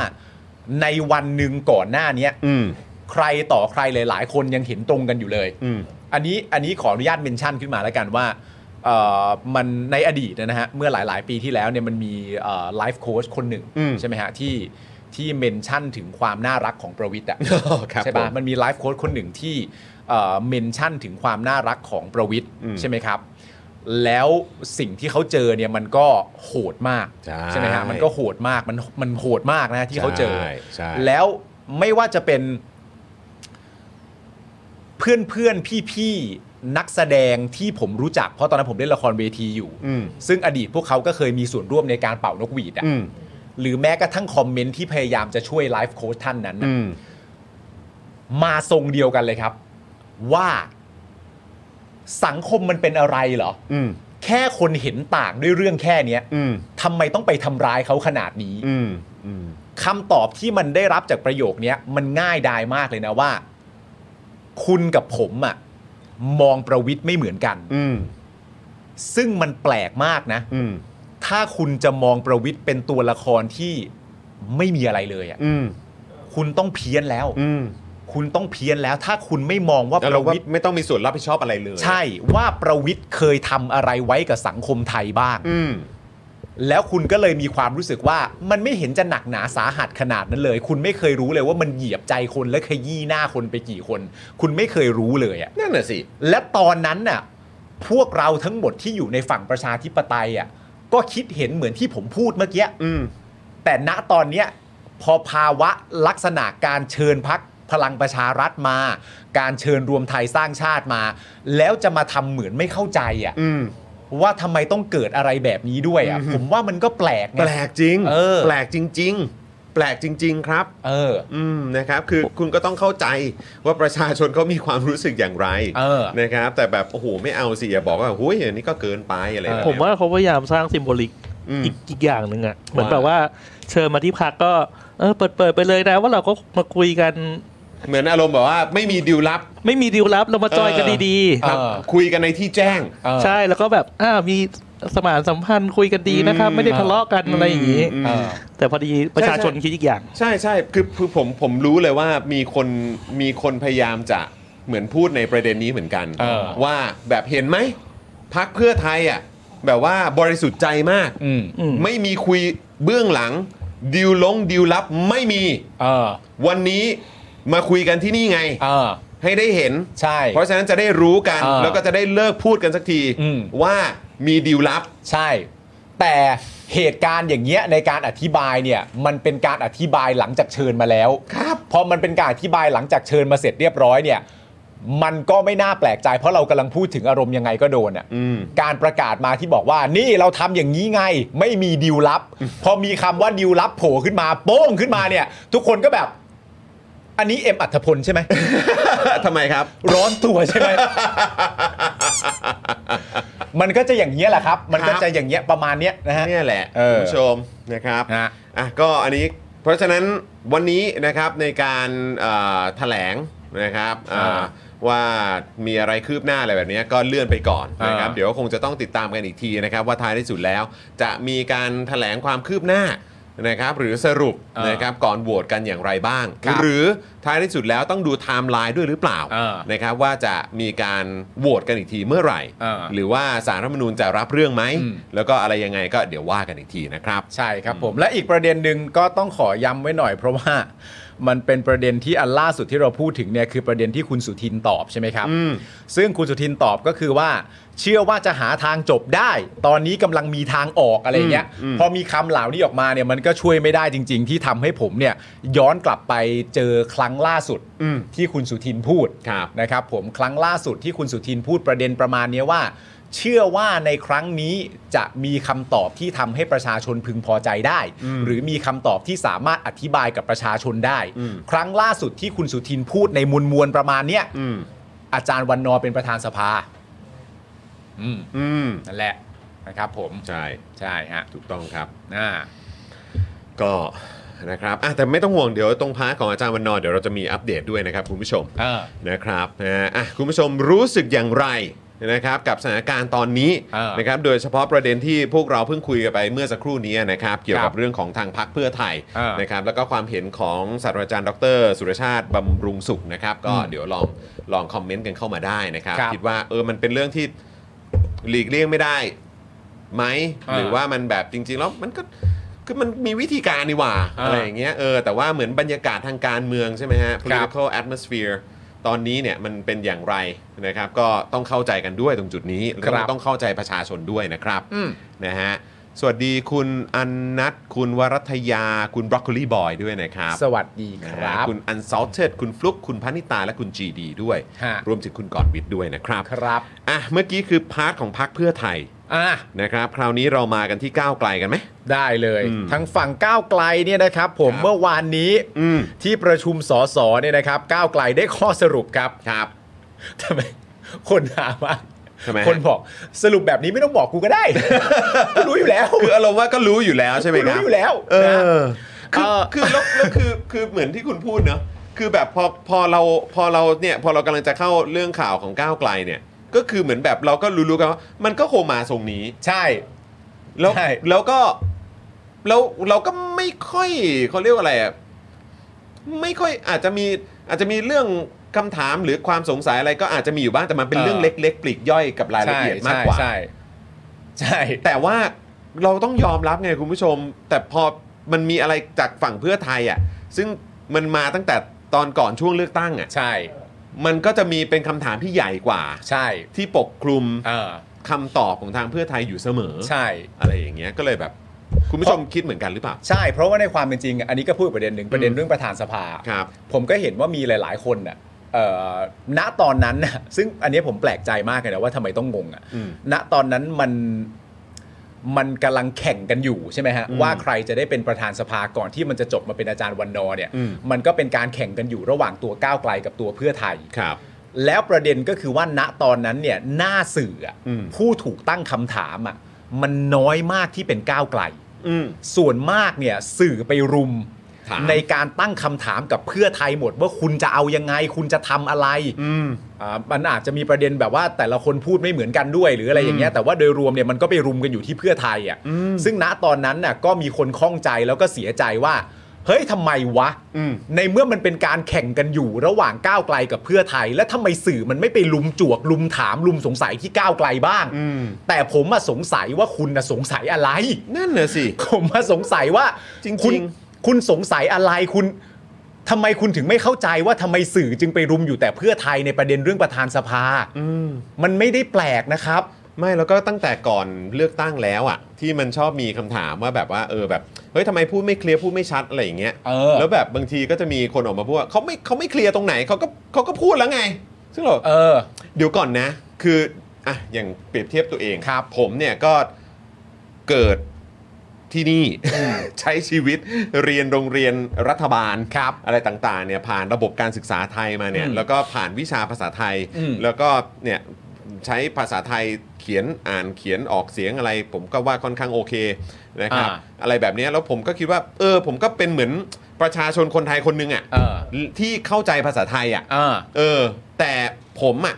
ในวันหนึ่งก่อนหน้าเนี้ย
อืม
ใครต่อใครหลายๆ คนยังเห็นตรงกันอยู่เลย
อืม
อันนี้อันนี้ขออนุญาตเมนชั่นขึ้นมาแล้วกันว่าเอ่อมันในอดีตนะฮะเมื่อหลาย ๆ ปีที่แล้วเนี่ยมันมีไลฟ์โค้ชคนหนึ่ง
อืม
ใช่ไหมฮะที่ที่เมนชั่นถึงความน่ารักของประวิทย์อะ
ครับ
ใช่
ผ
ปะ
ม
มันมีไลฟ์โค้ชคนหนึ่งที่เมนชั่นถึงความน่ารักของประวิทย์
อืม
ใช่ไหมครับ แล้วสิ่งที่เขาเจอเนี่ยมันก็โหดมาก
ใช่
ไหมฮะมันก็โหดมากมันมันโหดมากนะที่เขาเจอ
ใช่ใช่
แล้วไม่ว่าจะเป็น เพื่อนเพื่อนพี่พี่ๆ นักแสดงที่ผมรู้จัก เพราะตอนนั้นผมเล่นละครเวทีอยู่
อืม
ซึ่งอดีตพวกเขาก็เคยมีส่วนร่วมในการเป่านกหวีดอะ
อืม
หรือแม้กระทั่งคอมเมนต์ที่พยายามจะช่วยไลฟ์โค้ชท่านนั้นน่ะ
อืม
มาทรงเดียวกันเลยครับ ว่าสังคมมันเป็นอะไรเหรอ
อืม
แค่คนเห็นต่างด้วยเรื่องแค่เนี้ย
อืม
ทำไมต้องไปทำร้ายเขาขนาดนี้
อืม อืม
คำตอบที่มันได้รับจากประโยคเนี้ยมันง่ายดายมากเลยนะว่า คุณกับผมอะมองประวิทย์ไม่เหมือนกัน
อืม
ซึ่งมันแปลกมากนะ
อืม
ถ้าคุณจะมองประวิทย์เป็นตัวละครที่ไม่มีอะไรเลยอะ
อืม
คุณต้องเพี้ยนแล้ว
อืม
คุณต้องเพี้ยนแล้ว ถ้าคุณไม่มองว่า
แล้ว
ป
เรา
ระ
ว่า
วิทย์
ไม่ต้องมีส่วนรับผิดชอบอะไรเลย
ใช่ว่าประวิทย์เคยทำอะไรไว้กับสังคมไทยบ้าง
อืม
แล้วคุณก็เลยมีความรู้สึกว่ามันไม่เห็นจะหนักหนาสาหัสขนาดนั้นเลย คุณไม่เคยรู้เลยว่ามันเหยียบใจคนและขยี้หน้าคนไปกี่คน คุณไม่เคยรู้เลยอะ
นั่นน่ะสิ
และตอนนั้นน่ะพวกเราทั้งหมดที่อยู่ในฝั่งประชาธิปไตยอ่ะก็คิดเห็นเหมือนที่ผมพูดเมื่อกี้
อืม
แต่ณตอนเนี้ยพอภาวะลักษณะการเชิญพักพลังประชารัฐมา การเชิญรวมไทยสร้างชาติมา แล้วจะมาทำเหมือนไม่เข้าใจอ่ะ
อืม
ว่าทำไมต้องเกิดอะไรแบบนี้ด้วยอ่ะ ผมว่ามันก็แปลกไง
แปลกจริง
เออ
แปลกจริง ๆ แปลกจริง ๆ ครับ
เออ
อืม นะครับ คือคุณก็ต้องเข้าใจว่าประชาชนเขามีความรู้สึกอย่างไร
เออ
นะครับ แต่แบบ โอ้โห ไม่เอาสิ อย่าบอกว่าหุ้ยอย่างนี้ก็เกินไปอะไรแบบ
ผม
เนี้ย
ว่าเขาพยายามสร้างซิมโบลิก
อืม
อีกอีกอย่างหนึ่งอ่ะเหมือนแบบว่าเชิญมาที่พักก็เออเปิดเปิดไปเลยนะ ว่าเราก็มาคุยกัน
เหมือนอารมณ์แบบว่าไม่มีดิวลับ
ไม่มีดีลลับเรามาจอยกัน
เออ
ดี
ครับ
เออ
คุยกันในที่แจ้ง
เออ
ๆ ใช่แล้วก็แบบอ่ามีสมานสัมพันธ์คุยกันดีนะครับ
อืม
ไม่ได้ทะเลาะกันอะไรอย่างนี้
อืม
เออ
แต่พอดีประชาชน
ใช่
คิดอีกอย่าง
ใช่ใช่คือคือผมผมรู้เลยว่ามีคนมีคนพยายามจะเหมือนพูดในประเด็นนี้เหมือนกัน
เออ
ว่าแบบเห็นไหมพักเพื่อไทยอ่ะแบบว่าบริสุทธิ์ใจมาก
อืม
อืม
ไม่มีคุยเบื้องหลังดิวลงดิวลับไม่มี
เออ
วันนี้มาคุยกันที่นี่ไง
เออ
ให้ได้เห็น
ใช่
เพราะฉะนั้นจะได้รู้กัน
เออ
แล้วก็จะได้เลิกพูดกันสักที
อืม
ว่ามีดิวลับ
ใช่ แต่เหตุการณ์อย่างเงี้ยในการอธิบายเนี่ยมันเป็นการอธิบายหลังจากเชิญมาแล้วครับพอมันเป็นการอธิบายหลังจากเชิญมาเสร็จเรียบร้อยเนี่ยมันก็ไม่น่าแปลกใจ เพราะเรากำลังพูดถึงอารมณ์ยังไงก็โดนอ่ะ
อืม [laughs]
การประกาศมาที่บอกว่านี่เราทำอย่างนี้ไง ไม่มีดิวลับ พอมีคำว่าดิวลับโผล่ขึ้นมาโป้งขึ้นมาเนี่ย ทุกคนก็แบบ อันนี้เอ็มอัธพลใช่ไหม
ทำไมครับ
ร้อนตัวใช่ไหม มันก็จะอย่างเงี้ยแหละครับ มันก็
ครับ
จะอย่างเงี้ยประมาณเนี้ยนะฮะ
เนี่ยแหละ
เออ
คุณผู้ชมนะครับ
ฮะ
อ่ะก็อันนี้เพราะฉะนั้นวันนี้นะครับในการเอ่อแถลงนะครับอ่า
อ่า
ว่ามีอะไรคืบหน้าอะไรแบบเนี้ยก็เลื่อนไปก่อนนะครับ
อ่า
เดี๋ยวคงจะต้องติดตามกันอีกทีนะครับว่าท้ายที่สุดแล้ว จะมีการแถลงความคืบหน้านะครับหรือสรุป
อ่าน
นะครับก่อนโหวตกันอย่างไรบ้าง
ครับ
หรือท้ายที่สุดแล้วต้องดูไทม์ไลน์ด้วยหรือเปล่า
อ่า
นะครับว่าจะมีการโหวตกันอีกทีเมื่อไหร่
อ่า
หรือว่าสารรัฐธรรมนูญจะรับเรื่องไหม
อืม
แล้วก็อะไรยังไงก็เดี๋ยวว่ากันอีกทีนะครับ
ใช่ครับผมและอีกประเด็นหนึ่งก็ต้องขอย้ำไว้หน่อย เพราะว่ามันเป็นประเด็นที่อันล่าสุดที่เราพูดถึงเนี่ยคือประเด็นที่คุณสุทินตอบใช่ไหมครับ
อืม
ซึ่งคุณสุทินตอบก็คือว่า เชื่อว่าจะหาทางจบได้ ตอนนี้กำลังมีทางออกอะไรเงี้ย
อืมอืม
พอมีคำเหล่านี้ออกมาเนี่ยมันก็ช่วยไม่ได้จริง ๆ ที่ทำให้ผมเนี่ยย้อนกลับไปเจอครั้งล่าสุด
อืม
ที่คุณสุทินพูด
ครับ
นะครับผมครั้งล่าสุดที่คุณสุทินพูดประเด็นประมาณเนี้ยว่า เชื่อว่าในครั้งนี้จะมีคำตอบที่ทำให้ประชาชนพึงพอใจได้
อืม
หรือมีคำตอบที่สามารถอธิบายกับประชาชนได้
อืม
ครั้งล่าสุดที่คุณสุทินพูดในมวลมวลๆประมาณเนี้ย
อืม
อาจารย์วันนอร์เป็นประธานสภา อืม
อืม
นั่นแหละนะครับผม
ใช่
ใช่ฮะ
ถูกต้องครับ
อ่า
ก็นะครับอ่ะแต่ไม่ต้องห่วงเดี๋ยวตรงพาร์ทของอาจารย์วันนอร์เดี๋ยวเราจะมีอัปเดตด้วยนะครับคุณผู้ชม
เออ
นะครับนะฮะอ่ะคุณผู้ชมรู้สึกอย่างไรนะครับกับสถานการณ์ตอนนี้
เออ
นะครับโดยเฉพาะประเด็นที่พวกเราเพิ่งคุยกันไปเมื่อสักครู่นี้นะครับเกี่ยวกั
ครับ บ
เรื่องของทางพักเพื่อไทย
เออ
นะครับแล้วก็ความเห็นของศาสตราจารย์ดร สุรชาติบำรุงสุขนะครับก็
อืม
เดี๋ยวลองลองคอมเมนต์กันเข้ามาได้นะครับ
ครับ
คิดว่าเออมันเป็นเรื่องที่หลีกเลี่ยงไม่ได้ไหม
เออ
หรือว่ามันแบบจริง ๆ แล้วมันก็คือมันมีวิธีการนี่หว่า
เอออ
อะไรอย่างเงี้ยเออแต่ว่าเหมือนบรรยากาศทางการเมืองใช่ไหมฮะ
ครับ
political atmosphere ตอนนี้เนี่ยมันเป็นอย่างไรนะครับ ก็ต้องเข้าใจกันด้วยตรงจุดนี้
ครั
แล้ว
บ
ก็ต้องเข้าใจประชาชนด้วยนะครับ
อืม
นะฮะสวัสดีคุณอันนัทคุณวรัทยา คุณบรอกโคลีบอยด้วยนะครับ
สวัสดีค
นะ
รั
ฮะ
บ
คุณอันซ l ลเ e d คุณฟลุกคุณพนิตาและคุณ GD ด้วย
ฮะ
รวมถึงคุณกอดวิทย์ด้วยนะครับ
ครับ
อ่ะเมื่อกี้คือพาร์ทของพักเพื่อไทย
อ่ะ
นะครับ คราวนี้เรามากันที่ก้าวไกลกันไหม
ได้เลย
อืม
ทั้งฝั่งก้าวไกลเนี่ยนะครับ ผม
ครับ
เมื่อวานนี้
อืม
ที่ประชุมสสเนี่ยนะครับ ก้าวไกลได้ข้อสรุปครับ
ครับ
ทำไมคนถามว่า
ทำไมฮะ
คนบอกสรุปแบบนี้ไม่ต้องบอกกูก็ได้ กูรู้อยู่แล้วกู
คืออารมณ์ว่าก็รู้อยู่แล้วใช่ไหมค
รู้
รับ
อยู่แล้ว
เอ
นะ
อคือ
เอ่อ
คือแล้วแล้วคือคือเหมือนที่คุณพูดเนอะคือแบบพอพอเราพอเราเนี่ยพอเรากำลังจะเข้าเรื่องข่าวของก้าวไกลเนี่ย ก็คือเหมือนแบบเราก็รู้ๆกันว่ามันก็คงมาทรงนี้
ใช่
แล้ว
ใช่
แล้วก็แล้วเราก็ไม่ค่อยเขาเรียกว่าอะไรอ่ะไม่ค่อยอาจจะมีอาจจะมีเรื่องคำถามหรือความสงสัยอะไรก็อาจจะมีอยู่บ้างแต่มันเป็นเรื่องเล็ก ๆ ปลีกย่อยกับรายละเอียดมากกว่า
ใช่ใช่ใช่
แต่ว่าเราต้องยอมรับไงคุณผู้ชม แต่พอมันมีอะไรจากฝั่งเพื่อไทยอ่ะซึ่งมันมาตั้งแต่ตอนก่อนช่วงเลือกตั้งอ่ะ
ใช่
มันก็จะมีเป็นคำถามที่ใหญ่กว่า
ใช่
ที่ปกคลุม
เออ
คำตอบของทางเพื่อไทยอยู่เสมอ
ใช่
อะไรอย่างเงี้ยก็เลยแบบ คุณผู้ชมคิดเหมือนกันหรือเปล่า
ใช่ เพราะว่าในความเป็นจริงอันนี้ก็พูดประเด็นหนึ่งประเด็นเรื่องประธานสภา
ครับ
ผมก็เห็นว่ามีหลาย ๆ คนน่ะเอ่อณตอนนั้นน่ะซึ่งอันนี้ผมแปลกใจมากเลยนะว่าทำไมต้องงงอ่ะ
อืม
ณตอนนั้นมันมันกำลังแข่งกันอยู่ใช่ไหมฮะ
อืม
ว่าใครจะได้เป็นประธานสภาก่อนที่มันจะจบมาเป็นอาจารย์วันนอร์เนี่ย
อืม
มันก็เป็นการแข่งกันอยู่ระหว่างตัวก้าวไกลกับตัวเพื่อไทย
ครับ
แล้วประเด็นก็คือว่าณตอนนั้นเนี่ยหน้าสื่ออะ
อืม
ผู้ถูกตั้งคำถามอะ มันน้อยมากที่เป็นก้าวไกล
อืม
ส่วนมากเนี่ยสื่อไปรุม
ถาม
ในการตั้งคำถามกับเพื่อไทยหมด ว่าคุณจะเอายังไง คุณจะทำอะไร
อืม
อ่ามันอาจจะมีประเด็นแบบว่าแต่ละคนพูดไม่เหมือนกันด้วย หรืออะไรอย่างเงี้ยแต่ว่าโดยรวมเนี่ยมันก็ไปรุมกันอยู่ที่เพื่อไทยอ่ะซึ่งณตอนนั้นน่ะก็มีคนข้องใจแล้วก็เสียใจว่า เฮ้ยทำไมวะ
อืม
ในเมื่อมันเป็นการแข่งกันอยู่ระหว่างก้าวไกลกับเพื่อไทย และทำไมสื่อมันไม่ไปลุมจวกลุมถามลุมสงสัยที่ก้าวไกลบ้าง
อืม
แต่ผมมาสงสัยว่าคุณนะสงสัยอะไร
นั่นน่ะสิ
ผมมาสงสัยว่า
จริงๆ
คุณคุณสงสัยอะไรคุณทำไมคุณถึงไม่เข้าใจว่าทำไมสื่อจึงไปรุมอยู่แต่เพื่อไทยในประเด็นเรื่องประธานสภา
อืม
มันไม่ได้แปลกนะครับ
ไม่แล้วก็ตั้งแต่ก่อนเลือกตั้งแล้วอะที่มันชอบมีคำถามว่าแบบว่าเออแบบเฮ้ยทำไมพูดไม่เคลียร์พูดไม่ชัดอะไรอย่างเงี้ย
เออ
แล้วแบบบางทีก็จะมีคนออกมาพูดว่าเขาไม่เขาไม่เคลียร์ตรงไหนเขาก็เขาก็พูดแล้วไง ซึ่งเรา
เออ
เดี๋ยวก่อนนะ คืออ่ะอย่างเปรียบเทียบตัวเอง
ครับ
ผมเนี่ยก็เกิดที่นี่ [laughs] ใช้ชีวิตเรียนโรงเรียนรัฐบาล
ครับ
อะไรต่างๆ เนี่ยผ่านระบบการศึกษาไทยมาเนี่ย
อืม
แล้วก็ผ่านวิชาภาษาไทย
อืม
แล้วก็เนี่ยใช้ภาษาไทยเขียนอ่านเขียนออกเสียงอะไร ผมก็ว่าค่อนข้างโอเคนะครับ
อ่า
อะไรแบบเนี้ยแล้วผมก็คิดว่าเออผมก็เป็นเหมือนประชาชนคนไทยคนหนึง
เออ
อะ่ะที่เข้าใจภาษาไทยอ่ะ
เออ
เออ แต่ผมอะ่ะ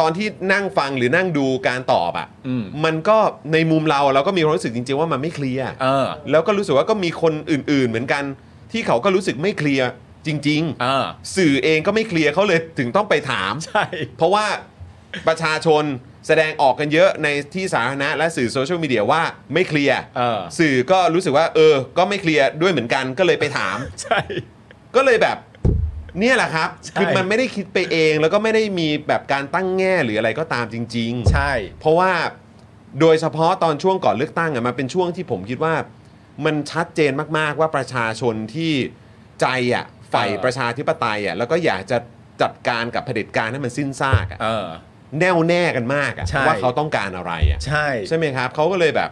ตอนที่นั่งฟังหรือนั่งดูการตอบอะ่ะ
อืม
มันก็ในมุมเราเราก็มีความรู้สึกจริง ๆ ว่ามันไม่เคลียร์
เออ
แล้วก็รู้สึกว่าก็มีคนอื่น ๆ เหมือนกัน ที่เขาก็รู้สึกไม่เคลียร์จริง
เออ
ๆ สื่อเองก็ไม่เคลียร์เขาเลยถึงต้องไปถาม
ใช่
เพราะว่าประชาชนแสดงออกกันเยอะในที่สาธารณะและสื่อโซเชียลมีเดียว่าไม่เคลียร์
เออ
สื่อก็รู้สึกว่า เออ ก็ไม่เคลียร์ด้วยเหมือนกันก็เลยไปถาม
ใช่
ก็เลยแบบเนี่ยแหละครับ
ใช่
คือมันไม่ได้คิดไปเอง แล้วก็ไม่ได้มีแบบการตั้งแง่หรืออะไรก็ตามจริง ๆ
ใช่
เพราะว่าโดยเฉพาะตอนช่วงก่อนเลือกตั้งอะมันเป็นช่วงที่ผมคิดว่ามันชัดเจนมาก ๆ ว่าประชาชนที่ใจอะใฝ่
เออ
ประชาธิปไตยอะแล้วก็อยากจะจัดการกับเผด็จการให้มันสิ้นซากอะ
เออ
แน่วแน่กันมากอะ
ใช่
ว่าเขาต้องการอะไรอะ
ใช่
ใช่ไหมครับเขาก็เลยแบบ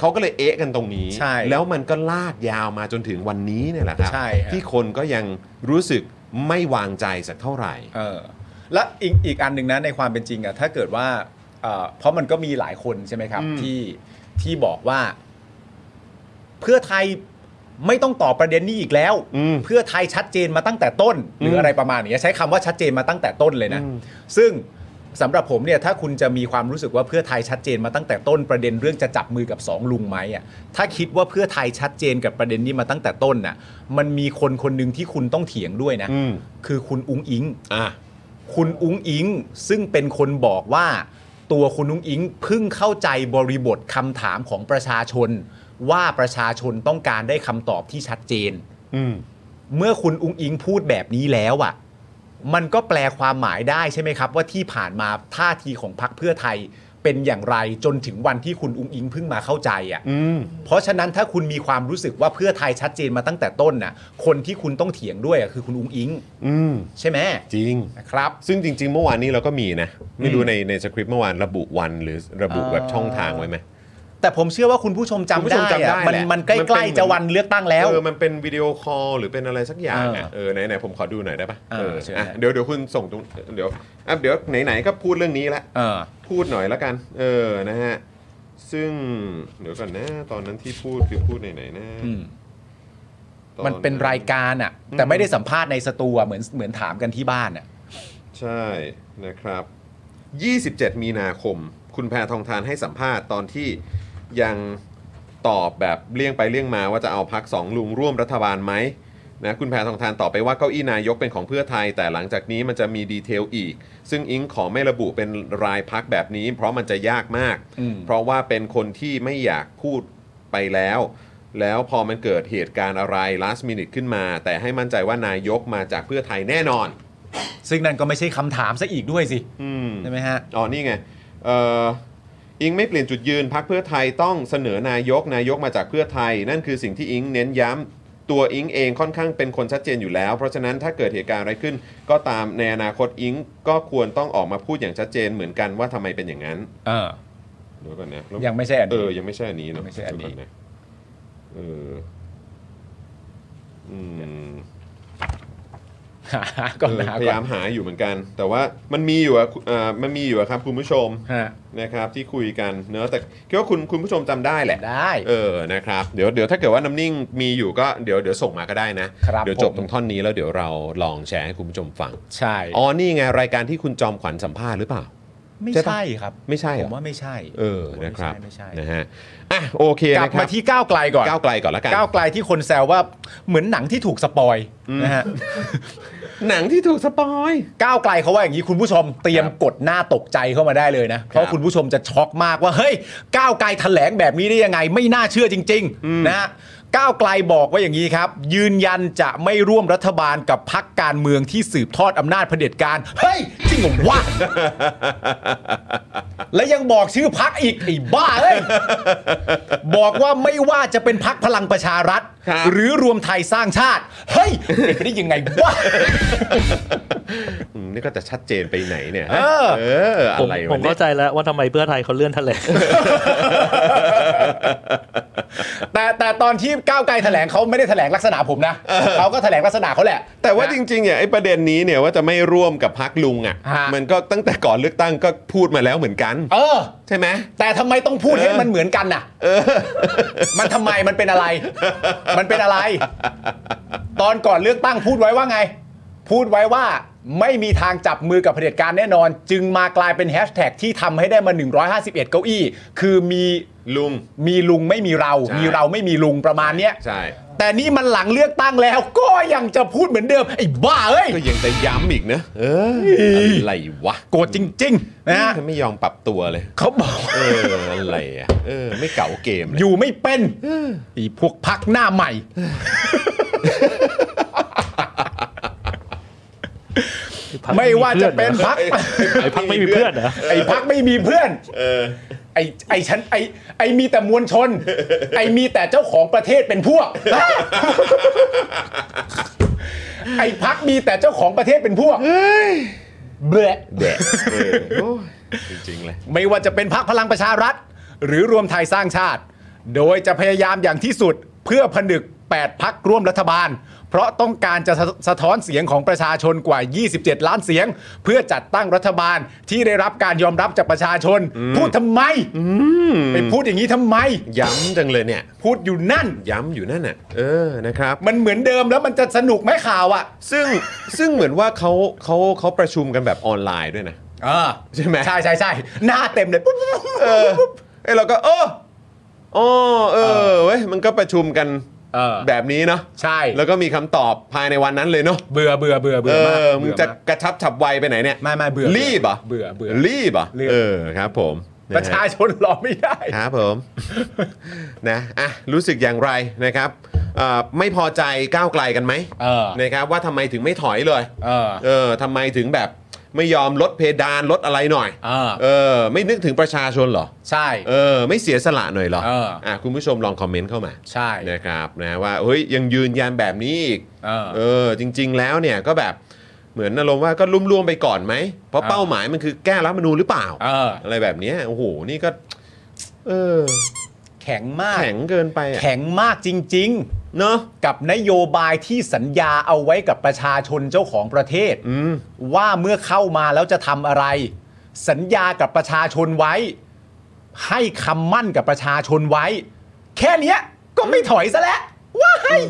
เขาก็เลยเอะกันตรงนี้
ใช่
แล้วมันก็ลากยาวมาจนถึงวันนี้เนี่ยแหละครับ
ใช่ฮะ
ที่คนก็ยังรู้สึกไม่วางใจสักเท่าไหร่
เออและอีกอีกอันหนึ่งนะในความเป็นจริงอะถ้าเกิดว่าเอ่อเพราะมันก็มีหลายคนใช่ไหมครับ
อืม
ที่ที่บอกว่า เพื่อไทยไม่ต้องตอบประเด็นนี้อีกแล้ว
อืม
เพื่อไทยชัดเจนมาตั้งแต่ต้น หรืออะไรประมาณอย่างเงี้ยใช้คำว่าชัดเจนมาตั้งแต่ต้นเลยนะ
อืม
ซึ่งสำหรับผมเนี่ยถ้าคุณจะมีความรู้สึกว่าเพื่อไทยชัดเจนมาตั้งแต่ต้นประเด็นเรื่องจะจับมือกับสองลุงไหมอ่ะถ้าคิดว่าเพื่อไทยชัดเจนกับประเด็นนี้มาตั้งแต่ต้นน่ะ มันมีคนคนหนึ่งที่คุณต้องเถียงด้วยนะ
อืม
คือคุณอุ้งอิง
อ่ะ
คุณอุ้งอิงซึ่งเป็นคนบอกว่า ตัวคุณอุ้งอิงเพิ่งเข้าใจบริบทคำถามของประชาชน ว่าประชาชนต้องการได้คำตอบที่ชัดเจน
อืม
เมื่อคุณอุ้งอิงพูดแบบนี้แล้วอ่ะ มันก็แปลความหมายได้ใช่ไหมครับ ว่าที่ผ่านมาท่าทีของพรรคเพื่อไทยเป็นอย่างไรจนถึงวันที่คุณอุ้งอิงเพิ่งมาเข้าใจอ่ะ
อืม
เพราะฉะนั้นถ้าคุณมีความรู้สึกว่าเพื่อไทยชัดเจนมาตั้งแต่ต้นน่ะ คนที่คุณต้องเถียงด้วยอ่ะคือคุณอุ้งอิง
อืม
ใช่ไหม
จริง
นะครับ
ซึ่งจริง ๆ เมื่อวานนี้เราก็มีนะ ไม่รู้ในในสคริปต์เมื่อวานระบุวันหรือระบุ
เอ่อ
แบบช่องทางไว้ไหม
แต่ผมเชื่อว่าคุณผู้ชมจำ
คุณผู้ช
ได้
ม
อะ
จำได้
มัน
แหละ
มันใก
มันเป็นเห
ล้
มือน
ๆจะวันเลือกตั้งแล้ว
เออมันเป็นวิดีโอคอลหรือเป็นอะไรสักอย่างอ่ะเออไหนไหนผมขอดูหน่อยได้ปะ
เออเชิญ
อ่ะ
ฮะ
เดี๋ยวเดี๋ยวคุณส่งตรงเดี๋ยวอ่ะเดี๋ยวไหนๆก็พูดเรื่องนี้ละ
เออ
พูดหน่อยละกัน เออนะฮะซึ่งเดี๋ยวก่อนนะตอนนั้นที่พูดคือพูดไหนๆนะ
อืม
ตอ
มันเป็นรายการอ่ะ
อืม
แต่ไม่ได้สัมภาษณ์ในสตูอะเหมือนเหมือนถามกันที่บ้านอ่ะ
ใช่นะครับ 27 มีนาคม คุณแพทองทานให้สัมภาษณ์ตอนที่ยังตอบแบบเลี่ยงไปเลี่ยงมาว่าจะเอาพักสองลุงร่วมรัฐบาลไหมนะคุณแพทองทานตอบไปว่าเก้าอี้นายกเป็นของเพื่อไทย แต่หลังจากนี้มันจะมีดีเทลอีก ซึ่งอิงขอไม่ระบุเป็นรายพักแบบนี้ เพราะมันจะยากมาก
อืม
เพราะว่าเป็นคนที่ไม่อยากพูดไปแล้ว แล้วพอมันเกิดเหตุการณ์อะไร last minute ขึ้นมา แต่ให้มั่นใจว่านายกมาจากเพื่อไทยแน่นอน
ซึ่งนั่นก็ไม่ใช่คำถามซะอีกด้วยสิ
อืม
ใช่ไหมฮะ
อ๋อ นี่ไงเอ่ออิงไม่เปลี่ยนจุดยืนพักเพื่อไทยต้องเสนอนายกนายกมาจากเพื่อไทย นั่นคือสิ่งที่อิงเน้นย้ำตัวอิงเองค่อนข้างเป็นคนชัดเจนอยู่แล้ว เพราะฉะนั้นถ้าเกิดเหตุการณ์อะไรขึ้น ก็ตามในอนาคตอิงก็ควรต้องออกมาพูดอย่างชัดเจนเหมือนกันว่าทำไมเป็นอย่างนั้น
เออ
เดี๋ยวก่อนนะแล้ว
ยังไม่ใช่อัน
เอ
นี้
อยังไม่ใช่อันนี้เนาะ
ไม่ใช่อันนี้
เดี๋ยวก่ะเอออืม
หาก่อนหา
พ
ก่อย
ยาาน มหาอยู่เหมือนกัน แต่ว่ามันมีอยู่อะเอ่อมันมีอยู่อะครับคุณผู้ชม
ฮะ
นะครับที่คุยกันเนอะแต่คิดว่าคุณคุณผู้ชมจำได้แหละ
ได้
เออ นะครับ เดี๋ยว เดี๋ยวถ้าเกิดว่าน้ำนิ่งมีอยู่ก็เดี๋ยวเดี๋ยวส่งมาก็ได้นะ
ครับ
เดี๋ยวจบ
ผม
ตรงท่อนนี้แล้วเดี๋ยวเราลองแชร์ให้คุณผู้ชมฟัง
ใช่
อ๋อ นี่ไงรายการที่คุณจอมขวัญสัมภาษณ์หรือเปล่า
ไม่ใช่ครับ
ไม่ใช่เหร
ผ
อ
มว่าไม่ใช่
เออ
ผม
นะ
ว่าไม่
ค
ใช่
รับ
ไม่ใช่
นะฮะ อ่ะ โอเค
กลับ
นะครับ
มาที่ก้าวไกลก่อน
ก้าวไกลก่อนละกัน
ก้าวไกลที่คนแซวว่าเหมือนหนังที่ถูกสปอยนะฮะ
หนังที่ถูกสปอย
ก้าวไกลเขาว่าอย่างนี้คุณผู้ชมเตรียมกดหน้าตกใจเข้ามาได้เลยนะ เพราะคุณผู้ชมจะช็อกมากว่าเฮ้ยก้าวไกลแถลงแบบนี้ได้ยังไง ไม่น่าเชื่อจริงๆนะฮะก้าวไกลบอกว่าอย่างนี้ครับ ยืนยันจะไม่ร่วมรัฐบาลกับพักการเมืองที่สืบทอดอำนาจเผด็จการเฮ้ยจริงเหรอวะ และยังบอกชื่อพักอีกไอ้บ้าเอ้ย บอกว่าไม่ว่าจะเป็นพักพลังประชารัฐ
ครับ
หรือรวมไทยสร้างชาติ เฮ้ยเป็นไปได้ยังไงวะ
อืมนี่ก็จะชัดเจนไปไหนเนี่ยฮะ
เออ
เออ
ผ
อะ
ม
ไร
ผ
วะ
ม
เนี่ย [laughs]
เข้าใจแล้วว่าทำไมเพื่อไทยเขาเลื่อนแถลง
แต่แต่ตอนที่ก้าวไกลแถลงเขาไม่ได้แถลงลักษณะผมนะเขาก็แถลงลักษณะเขาแหละ
แต่ว่าจริงๆเนี่ยไอ้ประเด็นนี้เนี่ยว่าจะไม่ร่วมกับพักลุงอ่ะ
ฮะ
มันก็ตั้งแต่ก่อนเลือกตั้งก็พูดมาแล้วเหมือนกัน
เออ
ใช่ไหม
แต่ทำไมต้องพูดให้มันเหมือนกันน่ะมันทำไมมันเป็นอะไร มันเป็นอะไร ตอนก่อนเลือกตั้งพูดไว้ว่าไง พูดไว้ว่าไม่มีทางจับมือกับเผด็จการแน่นอน จึงมากลายเป็นแฮชแท็กที่ทำให้ได้มา 151 เก้าอี้ คือมี
ลุง
มีลุงไม่มีเรา
ใช่
มีเราไม่มีลุงประมาณเนี้ย
ใช่
แต่นี่มันหลังเลือกตั้งแล้วก็ยังจะพูดเหมือนเดิม ไอ้บ้าเอ้ย
ก็ยังจะย้ำอีกนะ เอออะไรวะ
โกรธจริง ๆ นะฮะ
ไม่ยอมปรับตัวเลย
เขาบอก
เออ อะไรอ่ะ เออ ไม่เก่าเกมเลย
อยู่ไม่เป็นไอีพวกพักหน้าใหม่ ไม่ว่าจะเป็นพัก
ไอ้พักไม่มีเพื่อนเหรอ
ไอ้พักไม่มีเพื่อน
เออ
ไอ้ไอ้ฉันไอ้ไอ้มีแต่มวลชน ไอ้มีแต่เจ้าของประเทศเป็นพวก ไอ้พักมีแต่เจ้าของประเทศเป็นพวกเบล
แดะเออโอ้ยจริงๆเลย
ไม่ว่าจะเป็นพักพลังประชารัฐ หรือรวมไทยสร้างชาติ โดยจะพยายามอย่างที่สุดเพื่อผนึก 8 พักร่วมรัฐบาล เพราะต้องการจะสะสะท้อนเสียงของประชาชนกว่า 27 ล้านเสียง เพื่อจัดตั้งรัฐบาลที่ได้รับการยอมรับจากประชาชน พูดทำไมไปพูดอย่างนี้ทำไม
ย้ำจังเลยเนี่ย
พูดอยู่นั่น
ย้ำอยู่นั่นน่ะ เออ นะครับ
มันเหมือนเดิมแล้วมันจะสนุกไหมข่าวอ่ะ
ซึ่ง ซึ่งเหมือนว่าเขาเขาเขาประชุมกันแบบออนไลน์ด้วยนะ ใช่ไหม
ใช่ใช่ใช่หน้าเต็มเลยปุ๊บปุ๊บปุ๊บ
เออไอยเราก็ เอออ๋อเออ เว้ย มันก็ประชุมกัน
เออ
แบบนี้เนาะ
ใช่
แล้วก็มีคำตอบภายในวันนั้นเลยเนาะ
เบื่อเบื่อเบื่อเบื่
เอ
อมาก
อ มึง
เบื่อ
จะ
มาก
กระชับฉับไวไปไหนเนี่ย
ไม่ไม่เบื่อ
รีบเหรอ่ะ
เบื่อเบื่อ
รีบเหรอ่ะ
รีบ
เออครับผมนฮ
ประชาชนรอไม่ได้
ครับ
[laughs]
ผม นะอ่ะรู้สึกอย่างไรนะครับเอ่อไม่พอใจก้าวไกลกันไหม
เออ
นะครับว่าทำไมถึงไม่ถอยเลย
เออ
เออทำไมถึงแบบไม่ยอมลดเพดานลดอะไรหน่อย
เออ
เออ ไม่นึกถึงประชาชนเหรอ
ใช่
เออ ไม่เสียสละหน่อยเหรอ
เอออ่
อ่ะคุณผู้ชมลองคอมเมนต์เข้ามา
ใช่
นะครับนะว่าเฮ้ยยังยืนยันแบบนี้อีก
เออ
อจริง ๆ แล้วเนี่ยก็แบบเหมือนอารมณ์ว่าก็ลุ่มล่วงไปก่อนไหม เพราะ
เออ
เป้าหมายมันคือแก้รัฐธรรมนูญหรือเปล่า
เออ
อะไรแบบเนี้ยโอ้โห นี่ก็ เออ
แข็งมาก
แข็งเกินไปอะ
แข็งมากจริง
เนอะ
ๆ กับนโยบายที่สัญญาเอาไว้กับประชาชนเจ้าของประเทศ
อืม
ว่าเมื่อเข้ามาแล้วจะทำอะไร สัญญากับประชาชนไว้ ให้คำมั่นกับประชาชนไว้ แค่เนี้ยก็ไม่ถอยซะแล้วว้าย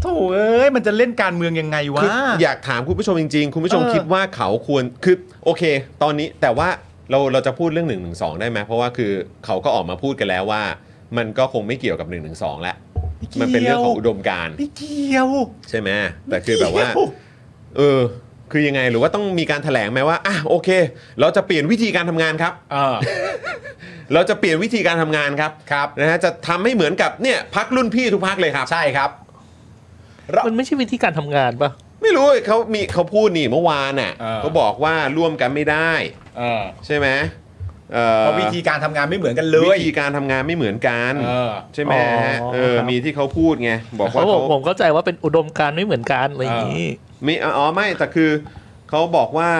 โถเอ้ยมันจะเล่นการเมืองยังไงวะ
คืออยากถามคุณผู้ชมจริง ๆ คุณผู้ชม
เออ
คิดว่าเขาควรคือโอเค ตอนนี้แต่ว่าเราเราจะพูดเรื่อง1นึได้ไหมเพราะว่าคือเขาก็ออกมาพูดกันแล้วว่า มันก็คงไม่เกี่ยวกับ1นึแล้ว
ไม่
มัน
เกี่ยว
เป็นเรื่องของอุดมการณ์
ไม่เกี่ยว
ใช่ไหมแต่คือแบบว่า
ไม่เกี่ย
เออ คือยังไงหรือว่าต้องมีการถแถลงไหมว่าอ่ะโอเค เราจะเปลี่ยนวิธีการทำงานครับ
เออ
เราจะเปลี่ยนวิธีการทำงานครับ
ครับ
นะฮะจะทำให้เหมือนกับเนี่ยพักรุ่นพี่ทุกพักเลยครับ
ใช่ครับ
มันไม่ใช่วิธีการทำงานปะ
ไม่รู้เขามีเขาพูดนี่เมื่อวานน่ะ
เออ
เขาบอกว่าร่วมกันไม่ได้
เออ
ใช่ไหมเอ่อ
เพราะวิธีการทำงานไม่เหมือนกันเลย
วิธีการทำงานไม่เหมือนกัน
เออ
ใช่ไหมฮะเออมีที่เขาพูดไงบอก
เขา
ว่า
บอก
เขา
ผมเข้าใจว่าเป็นอุดมการณ์ไม่เหมือนกันอะไรอย่างนี้
มีอ๋อไม่แต่คือเขาบอกว่า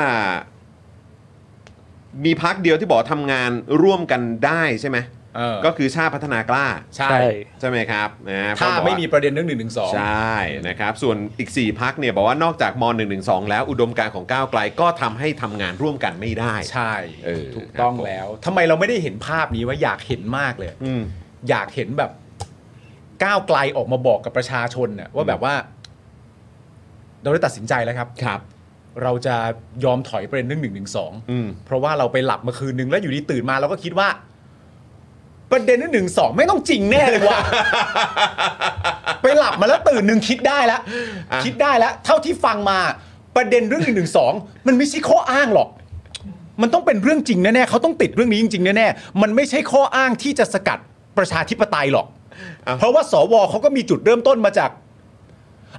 มีพักเดียวที่บอกทำงานร่วมกันได้ใช่ไหม
เ เออ
ก็คือชาติพัฒนากล้า
ใช่
ใช่
ใช่ไหมครับนะ
ถ้า
ก็บอกว่
ไม่มีประเด็นเรื่องหนึ่งหนึ่งสอง
ใช่นะครับ ส่วนอีก 4 พักเนี่ยบอกว่านอกจากม .112 แล้วอุดมการณ์ของก้าวไกลก็ทำให้ทำงานร่วมกันไม่ได้
ใช่
เออ
ถูกต้อง
ครับผม
แล้วทำไมเราไม่ได้เห็นภาพนี้ว่าอยากเห็นมากเลย
อืม
อยากเห็นแบบก้าวไกลออกมาบอกกับประชาชนน่ะว่าแบบว่า เราได้ตัดสินใจแล้วครับ
ครับ
เราจะยอมถอยประเด็นเรื่องหนึ่งหนึ่งสอง
อืม
เพราะว่าเราไปหลับมาคืนนึงแล้วอยู่ดีตื่นมาเราก็คิดว่า ประเด็นเรื่องหนึ่งสองไม่ต้องจริงแน่เลยว่ะ [laughs] ไปหลับมาแล้วตื่นหนึ่งคิดได้แล้ว
อ่ะ
คิดได้แล้ว เท่าที่ฟังมาประเด็นเรื่องหนึ่งหนึ่งสองมันไม่ใช่ข้ออ้างหรอก มันต้องเป็นเรื่องจริงแน่ๆเขาต้องติดเรื่องนี้จริงๆแน่ๆมันไม่ใช่ข้ออ้างที่จะสกัดประชาธิปไตยหรอก เพราะว่าสวเขาก็มีจุดเริ่มต้นมาจาก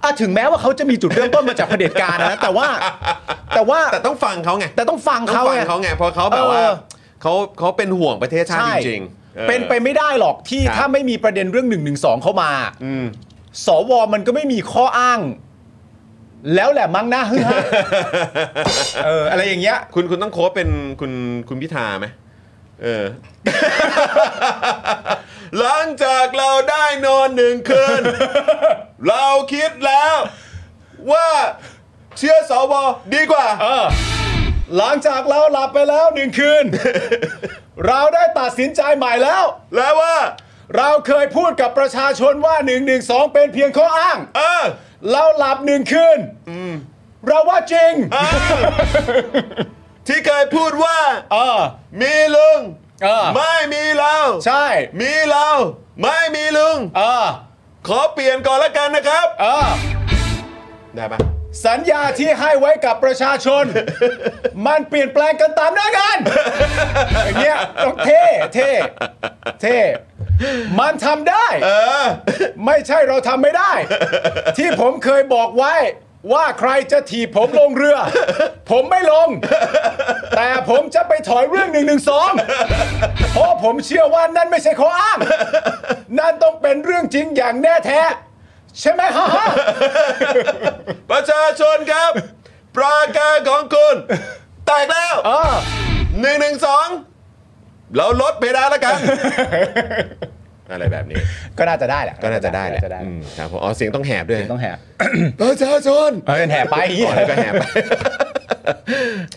อ่ะถึงแม้ว่าเขาจะมีจุดเริ่มต้นมาจากเผด็จการนะแต่ว่า แต่ว่า
แต่ต้องฟังเขาไง
แต่ต้องฟัง
ต้อง
เขา
ฟัง
ไง
เขาไงเพราะเขาแบบว่า
เออ
เขาเขาเป็นห่วงประเทศชาติ
ใช่
จริงๆออ
เป็นไปไม่ได้หรอกที่
ครับ
ถ้าไม่มีประเด็นเรื่องหนึ่งหนึ่งสองเข้ามา
อืม
สวมันก็ไม่มีข้ออ้าง แล้วแหละมั้งนะฮึ
[laughs]
ฮะ เอออะไรอย่างเงี้ย
คุณคุณต้องโค้ชเป็นคุณคุณพิธาไหมเออ หลังจากเราได้นอนหนึ่งคื
[laughs]
น เราคิดแล้ว ว่าเชื่อสวดีกว่า
เออ หลังจากเราหลับไปแล้วหนึ่งคืน เราได้ตัดสินใจใหม่แล้ว
แล้วว่า
เราเคยพูดกับประชาชนว่า1นึเป็นเพียงข้ออ้าง
เออ
เราหลับหนึ่งคืนเราว่าจริง
เออ ที่เคยพูดว่า
เออ
มีลุง
เออ
ไม่มีเรา
ใช่
มีเรา ไม่มีลุง
เออ
ขอเปลี่ยนก่อนละกันนะครับ
เออ
ได้ปะ
สัญญาที่ให้ไว้กับประชาช
[laughs]
น มันเปลี่ยนแปลงกันตามหน้างานอย่างเงี้ยต้องเท่เท่เท่มันทำได้
เออ
ไม่ใช่เราทำไม่ได้ ที่ผมเคยบอกไว้ ว่าใครจะถีบผมลงเรือ ผมไม่ลง แต่ผมจะไปถอยเรื่องหนึ่งหนึ่งสองเพราะผมเชื่อว่านั่นไม่ใช่ข้ออ้าง นั่นต้องเป็นเรื่องจริงอย่างแน่แท้ ใช่ไหมฮะฮะ
ประชาชนครับ [laughs] ปราการของคุณ [laughs] แตกแล้ว
เออ
หนึ่งหนึ่งสองเราลดเพดานแล้ว
[laughs]
กัน อะไรแบบนี้
ก็น่าจะได้แหละ
ก็น่าจะได้แหละอืมครับผมอ๋อเสียงต้องแหบด้วย
ต้องแหบ
ประชาชน
เออแหบไปอย่างงี้
อ๋อแล้วก็แหบ
[laughs]
ไป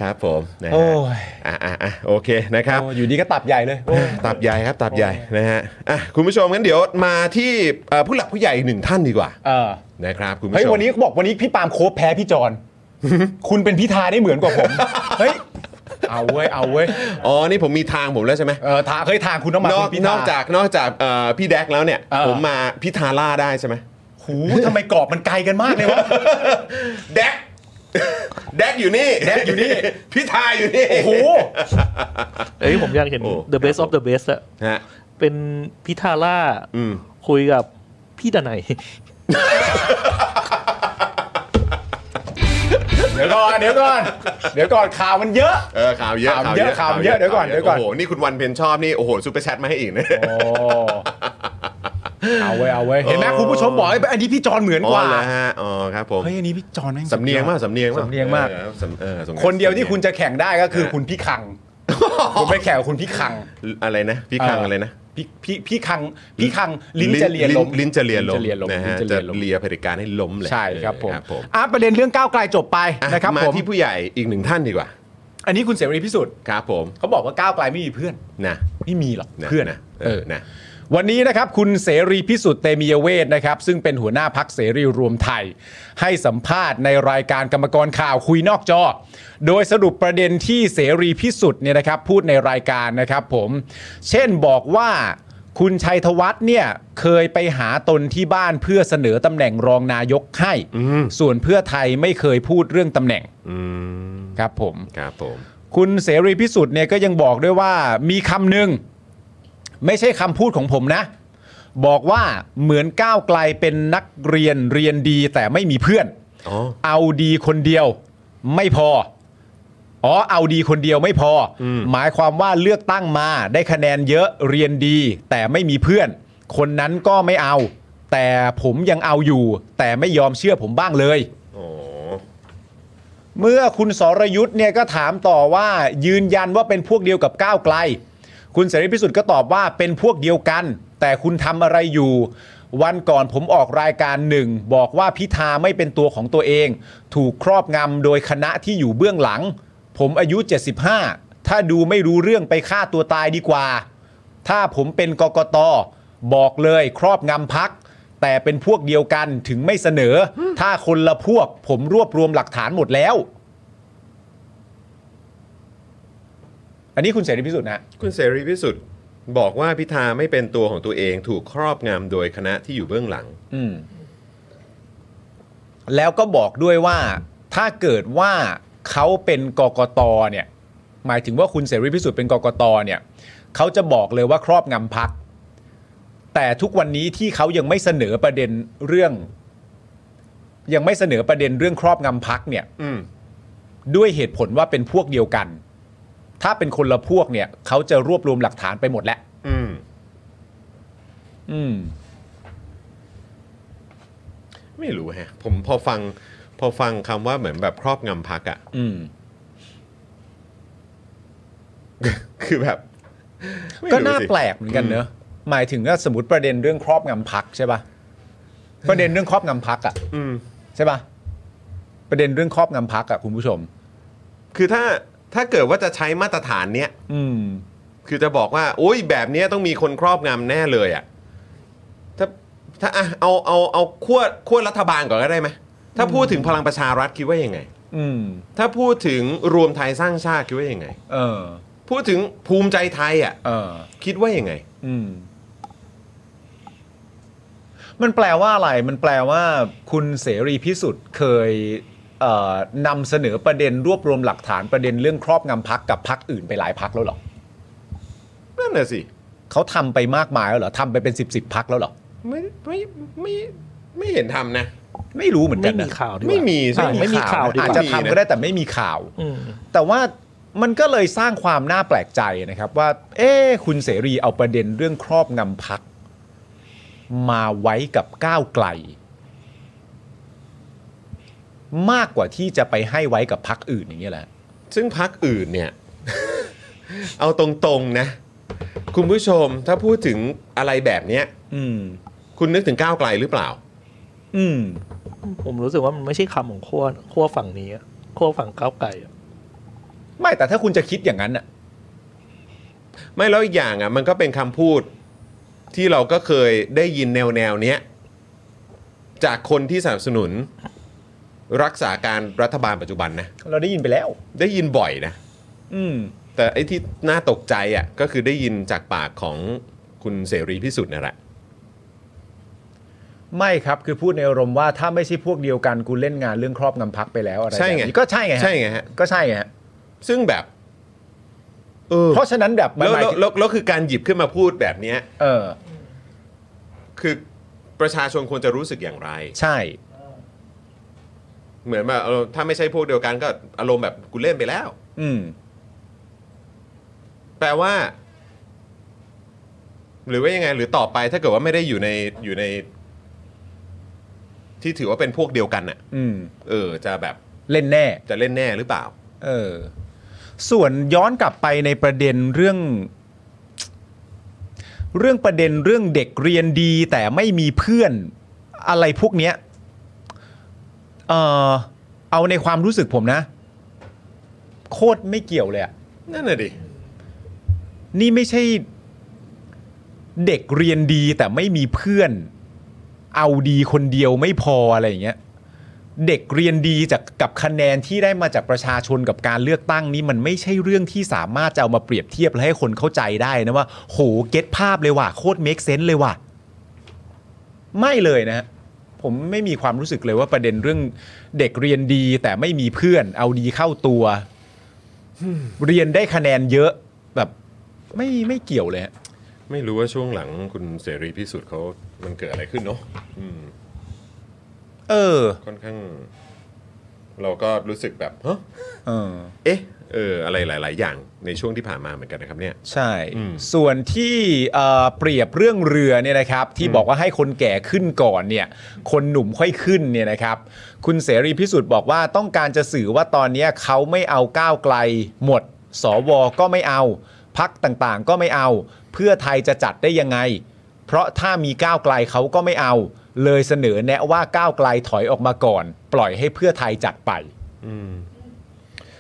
ครับผมนะฮะ
โอ้ย
อ่ะอ่ะอ่ะโอเคนะครับ
โอ้อยู่ดีก็ตับใหญ่เลยโอ้
ตับใหญ่ครับตับใหญ่นะฮะอ่ะคุณผู้ชมงั้นเดี๋ยวมาที่เอ่อผู้หลักผู้ใหญ่อีกหนึ่งท่านดีกว่า
เออ
นะครับคุณผู้ชม
เฮ้ยวันนี้เขาบอกวันนี้พี่ปาล์มโคบแพ้พี่จอน คุณเป็นพิธาได้เหมือนกว่าผม เฮ้ย เอาเว้ย เอาเว้ย
อ๋อ นี่ผมมีทางผมแล้วใช่ไหม
เออทาเฮ้ยทางคุณต้องมาน
อก
คุณพิธา
นอกจากนอกจากเอ่อพี่แดกแล้วเนี่ย
เออ
ผมมาพิธาล่าได้ใช่ไหม
หูทำไมกรอบมันไกลกันมากเล [laughs] ยวะ
แด [laughs] ก แดกอยู่นี่
แดกอยู่นี่
[laughs] พิธาอยู่นี่
โอ้โห
เอ้ยผมอยากเห็น
โอ้
The Best of the Best อะ
ฮะ
เป็นพิธาร่า
อืม
คุยกับพี่ดนัย
เดี๋ยวก่อน เดี๋ยวก่อน เดี๋ยวก่อนข่าวมันเยอะ
เออข่าวเยอะ
ข่าวเยอะข่าวเยอะเดี๋ยวก่อนเดี๋ยวก่อน
โอ้โหนี่คุณวันเพ็ญชอบนี่โอ้โหซูเปอร์แชทมาให้อีกนะ
โอ้เอาเว้ย เอาเว้ย เห็นไหมคุณผู้ชมบอกไอ้อันนี้พี่จอนเหมือน
อ๋อ
กว่า
เหรอฮะอ๋อครับผม
เฮ้ยอันนี้พี่จอนแม่ง
สำเนียงมากสำเนียงมาก
สำเนียงมาก
เออสำเออสำนีง
คนเดียวที่คุณจะแข่งได้ก็คือคุณพี่คัง ผมไปแข่งกับคุณพี่คัง
[laughs] อะไรนะ พี่คังอะไรนะ
พี่พี่พี่คังพี่คังลิ้นจะเลียล้ม
ลิ้นจะเลียล้ม
นจะเลียล้ม
นะฮะ
ลิ้นจะ
จะ
เลียล้ม
เลียเผด็จการให้ล้มเลย
ใช่ครับผม
เออผม
อ่ะประเด็นเรื่องก้าวไกลจบไป
อ่ะ
นะครับ
มา
ผม
ที่ผู้ใหญ่อีกหนึ่งท่านดีกว่า
อันนี้คุณเสรีพิสุทธิ์
ครับผม
เขาบอกว่าก้าวไกลไม่มีเพื่อน
นะ
ไม่มีหรอก
ะ
เพื่อน
นะ
เออ
นะ
วันนี้นะครับคุณเสรีพิสุทธิ์เตมียเวทนะครับซึ่งเป็นหัวหน้าพักเสรีรวมไทย ให้สัมภาษณ์ในรายการกรรมกรข่าวคุยนอกจอ โดยสรุปประเด็นที่เสรีพิสุทธิ์เนี่ยนะครับพูดในรายการนะครับผม เช่นบอกว่าคุณชัยธวัฒน์เนี่ยเคยไปหาตนที่บ้านเพื่อเสนอตำแหน่งรองนายกให้ ส่วนเพื่อไทยไม่เคยพูดเรื่องตำแหน่ง
อืม
ครับผม
ครับผม
คุณเสรีพิสุทธิ์เนี่ยก็ยังบอกด้วยว่ามีคำหนึ่งไม่ใช่คำพูดของผมนะ บอกว่าเหมือนก้าวไกลเป็นนักเรียนเรียนดีแต่ไม่มีเพื่อน
อ๋อ
เอาดีคนเดียวไม่พอ อ๋อเอาดีคนเดียวไม่พออหมายความว่าเลือกตั้งมาได้คะแนนเยอะเรียนดี แต่ไม่มีเพื่อน คนนั้นก็ไม่เอา แต่ผมยังเอาอยู่ แต่ไม่ยอมเชื่อผมบ้างเลย
อ๋อ
เมื่อคุณสรยุทธ์เนี่ยก็ถามต่อว่ายืนยันว่าเป็นพวกเดียวกับก้าวไกล คุณเสรีพิสุทธิ์ก็ตอบว่าเป็นพวกเดียวกัน แต่คุณทำอะไรอยู่ วันก่อนผมออกรายการหนึ่ง บอกว่าพิธาไม่เป็นตัวของตัวเอง ถูกครอบงำโดยคณะที่อยู่เบื้องหลัง ผมอายุ 75 ถ้าดูไม่รู้เรื่องไปฆ่าตัวตายดีกว่า ถ้าผมเป็นกกตบอกเลยครอบงำพัก แต่เป็นพวกเดียวกันถึงไม่เสนอ ถ้าคนละพวก ผมรวบรวมหลักฐานหมดแล้ว อันนี้คุณเสรีพิสุทธิ์นะ
คุณเสรีพิสุทธิ์บอกว่าพิธาไม่เป็นตัวของตัวเองถูกครอบงำโดยคณะที่อยู่เบื้องหลัง
อืม แล้วก็บอกด้วยว่า ถ้าเกิดว่าเขาเป็นกกตเนี่ย หมายถึงว่าคุณเสรีพิสุทธิ์เป็นกกตเนี่ยเขาจะบอกเลยว่าครอบงำพัก แต่ทุกวันนี้ที่เขายังไม่เสนอประเด็นเรื่อง ยังไม่เสนอประเด็นเรื่องครอบงำพักเนี่ย
อืม
ด้วยเหตุผลว่าเป็นพวกเดียวกัน ถ้าเป็นคนละพวกเนี่ยเขาจะรวบรวมหลักฐานไปหมดแล้ว
อืม
อืม
ไม่รู้แฮะ ผมพอฟัง พอฟังคำว่าเหมือนแบบครอบงำพักอะ [laughs]
อืม
คือแบบไม่
ก็
รู้สิ
น่าแปลกเหมือนกันเนอะหมายถึงว่าสมมติประเด็นเรื่องครอบงำพักใช่ปะประเด็นเรื่องครอบงำพักอ่ะ
อืม
ใช่ปะประเด็นเรื่องครอบงำพักอ่ะคุณผู้ชม
คือถ้าถ้าเกิดว่าจะใช้มาตรฐานเนี้ย
อืม
คือจะบอกว่าโอ้ยแบบเนี้ยต้องมีคนครอบงำแน่เลยอะ่ะถ้าถ้าอ่ะเอาเอาเอาขั้วขั้วรัฐบาลก่อนก็ได้ไหมถ้าพูดถึงพลังประชารัฐคิดว่ายังไง
อืม
ถ้าพูดถึงรวมไทยสร้างชาติคิดว่ายังไง
เออ
พูดถึงภูมิใจไทยอะ่ะ
เออ
คิดว่ายังไง
อืม มันแปลว่าอะไร มันแปลว่าคุณเสรีพิสุทธิ์เคยเอ่อนำเสนอประเด็นรวบรวมหลักฐานประเด็นเรื่องครอบงำพักกับพักอื่นไปหลายพักแล้วเหรอ
นั่นน่ะสิ
เขาทำไปมากมายแล้วเหรอทำไปเป็นสิบสิบพักแล้วเหรอ
ไม่ไม่ไม่ไม่เห็นทำนะ
ไม่รู้เหมือนกั
ไม่
นนะ
มีข่าวดีกว่า
ไม่มีใช่
อ่าไม่มีข่าวดี
อา
ก
จ
ว่า
จะทำก็ได้แต่ไม่มีข่าว
อืม
แต่ว่ามันก็เลยสร้างความน่าแปลกใจนะครับ ว่า เอ๊ะคุณเสรีเอาประเด็นเรื่องครอบงำพัก มาไว้กับก้าวไกล มากกว่าที่จะไปให้ไว้กับพักอื่นอย่างเงี้ยแหละ
ซึ่งพักอื่นเนี่ย [laughs] เอาตรงๆนะ คุณผู้ชมถ้าพูดถึงอะไรแบบเนี้ย
อืม
คุณนึกถึงก้าวไกลหรือเปล่า
อืม
ผมรู้สึกว่ามันไม่ใช่คำของขั้วขั้วฝั่งนี้อะขั้วฝั่งก้าวไกลอะ
ไม่แต่ถ้าคุณจะคิดอย่างนั้นอ่ะ
ไม่แล้วอีกอย่างอ่ะมันก็เป็นคำพูดที่เราก็เคยได้ยินแนวแนวๆเนี้ยจากคนที่สนับสนุน รักษาการรัฐบาลปัจจุบันนะ
เราได้ยินไปแล้ว
ได้ยินบ่อยนะ
อืม
แต่ไอ้ที่น่าตกใจอ่ะก็คือได้ยินจากปากของคุณเสรีพิสุทธิ์นั่นแหละ
ไม่ครับคือพูดในอารมณ์ว่าถ้าไม่ใช่พวกเดียวกันกูเล่นงานเรื่องครอบงำพักไปแล้วอะไร
ใช่ไง
แบบนี้ก็ใช่ไงฮะ
ใช่ไงฮะ
ก็ใช่ไงฮะ
ซึ่งแบบเออ
เพราะฉะนั้นแบบมัน
แล้ว
หมาย
แล้ว
ถึง
แล้วแล้วคือการหยิบขึ้นมาพูดแบบเนี้ย
เออ
คือประชาชนควรจะรู้สึกอย่างไร
ใช่
เหมือนแบบเออถ้าไม่ใช่พวกเดียวกันก็อารมณ์แบบกูเล่นไปแล้ว
อืม
แปลว่า หรือว่ายังไง หรือต่อไปถ้าเกิดว่าไม่ได้อยู่ในอยู่ใน ที่ถือว่าเป็นพวกเดียวกันน่ะ
อืม
เออ จะแบบ
เล่นแน่
จะเล่นแน่หรือเปล่า
เออ ส่วนย้อนกลับไปในประเด็นเรื่อง เรื่องประเด็นเรื่องเด็กเรียนดี แต่ไม่มีเพื่อนอะไรพวกเนี้ย เออเอาในความรู้สึกผมนะ โคตรไม่เกี่ยวเลยอะ
นั่นน่ะดิ
นี่ไม่ใช่ เด็กเรียนดีแต่ไม่มีเพื่อน เอาดีคนเดียวไม่พออะไรอย่างเงี้ย เด็กเรียนดีจากกับคะแนนที่ได้มาจากประชาชนกับการเลือกตั้งนี้มันไม่ใช่เรื่องที่สามารถจะเอามาเปรียบเทียบและให้คนเข้าใจได้นะว่า โหเก็ตภาพเลยว่ะโคตรเมคเซนส์เลยว่ะไม่เลยนะฮะผมไม่มีความรู้สึกเลยว่าประเด็นเรื่องเด็กเรียนดีแต่ไม่มีเพื่อน เอาดีเข้าตัว เรียนได้คะแนนเยอะแบบไม่ไม่เกี่ยวเลยฮะ
ไม่รู้ว่าช่วงหลังคุณเสรีพิสุทธิ์เขามันเกิดอะไรขึ้นเนาะอืม
เออ
ค่อนข้าง เราก็รู้สึกแบบฮะ
เออ
เอ๊ะเออ อะไรหลาย ๆ อย่างในช่วงที่ผ่านมาเหมือนกันนะครับเนี่ย
ใช่
อืม
ส่วนที่เอ่อเปรียบเรื่องเรือเนี่ยนะครับที่บอกว่าให้คนแก่ขึ้นก่อนเนี่ยคนหนุ่มค่อยขึ้นเนี่ยนะครับคุณเสรีพิสุทธิ์บอกว่าต้องการจะสื่อว่าตอนเนี้ยเขาไม่เอาก้าวไกลหมด สวก็ไม่เอา พักต่างๆ ก็ไม่เอา เพื่อไทยจะจัดได้ยังไง เพราะถ้ามีก้าวไกลเขาก็ไม่เอา เลยเสนอแนะว่าก้าวไกลถอยออกมาก่อน ปล่อยให้เพื่อไทยจัดไป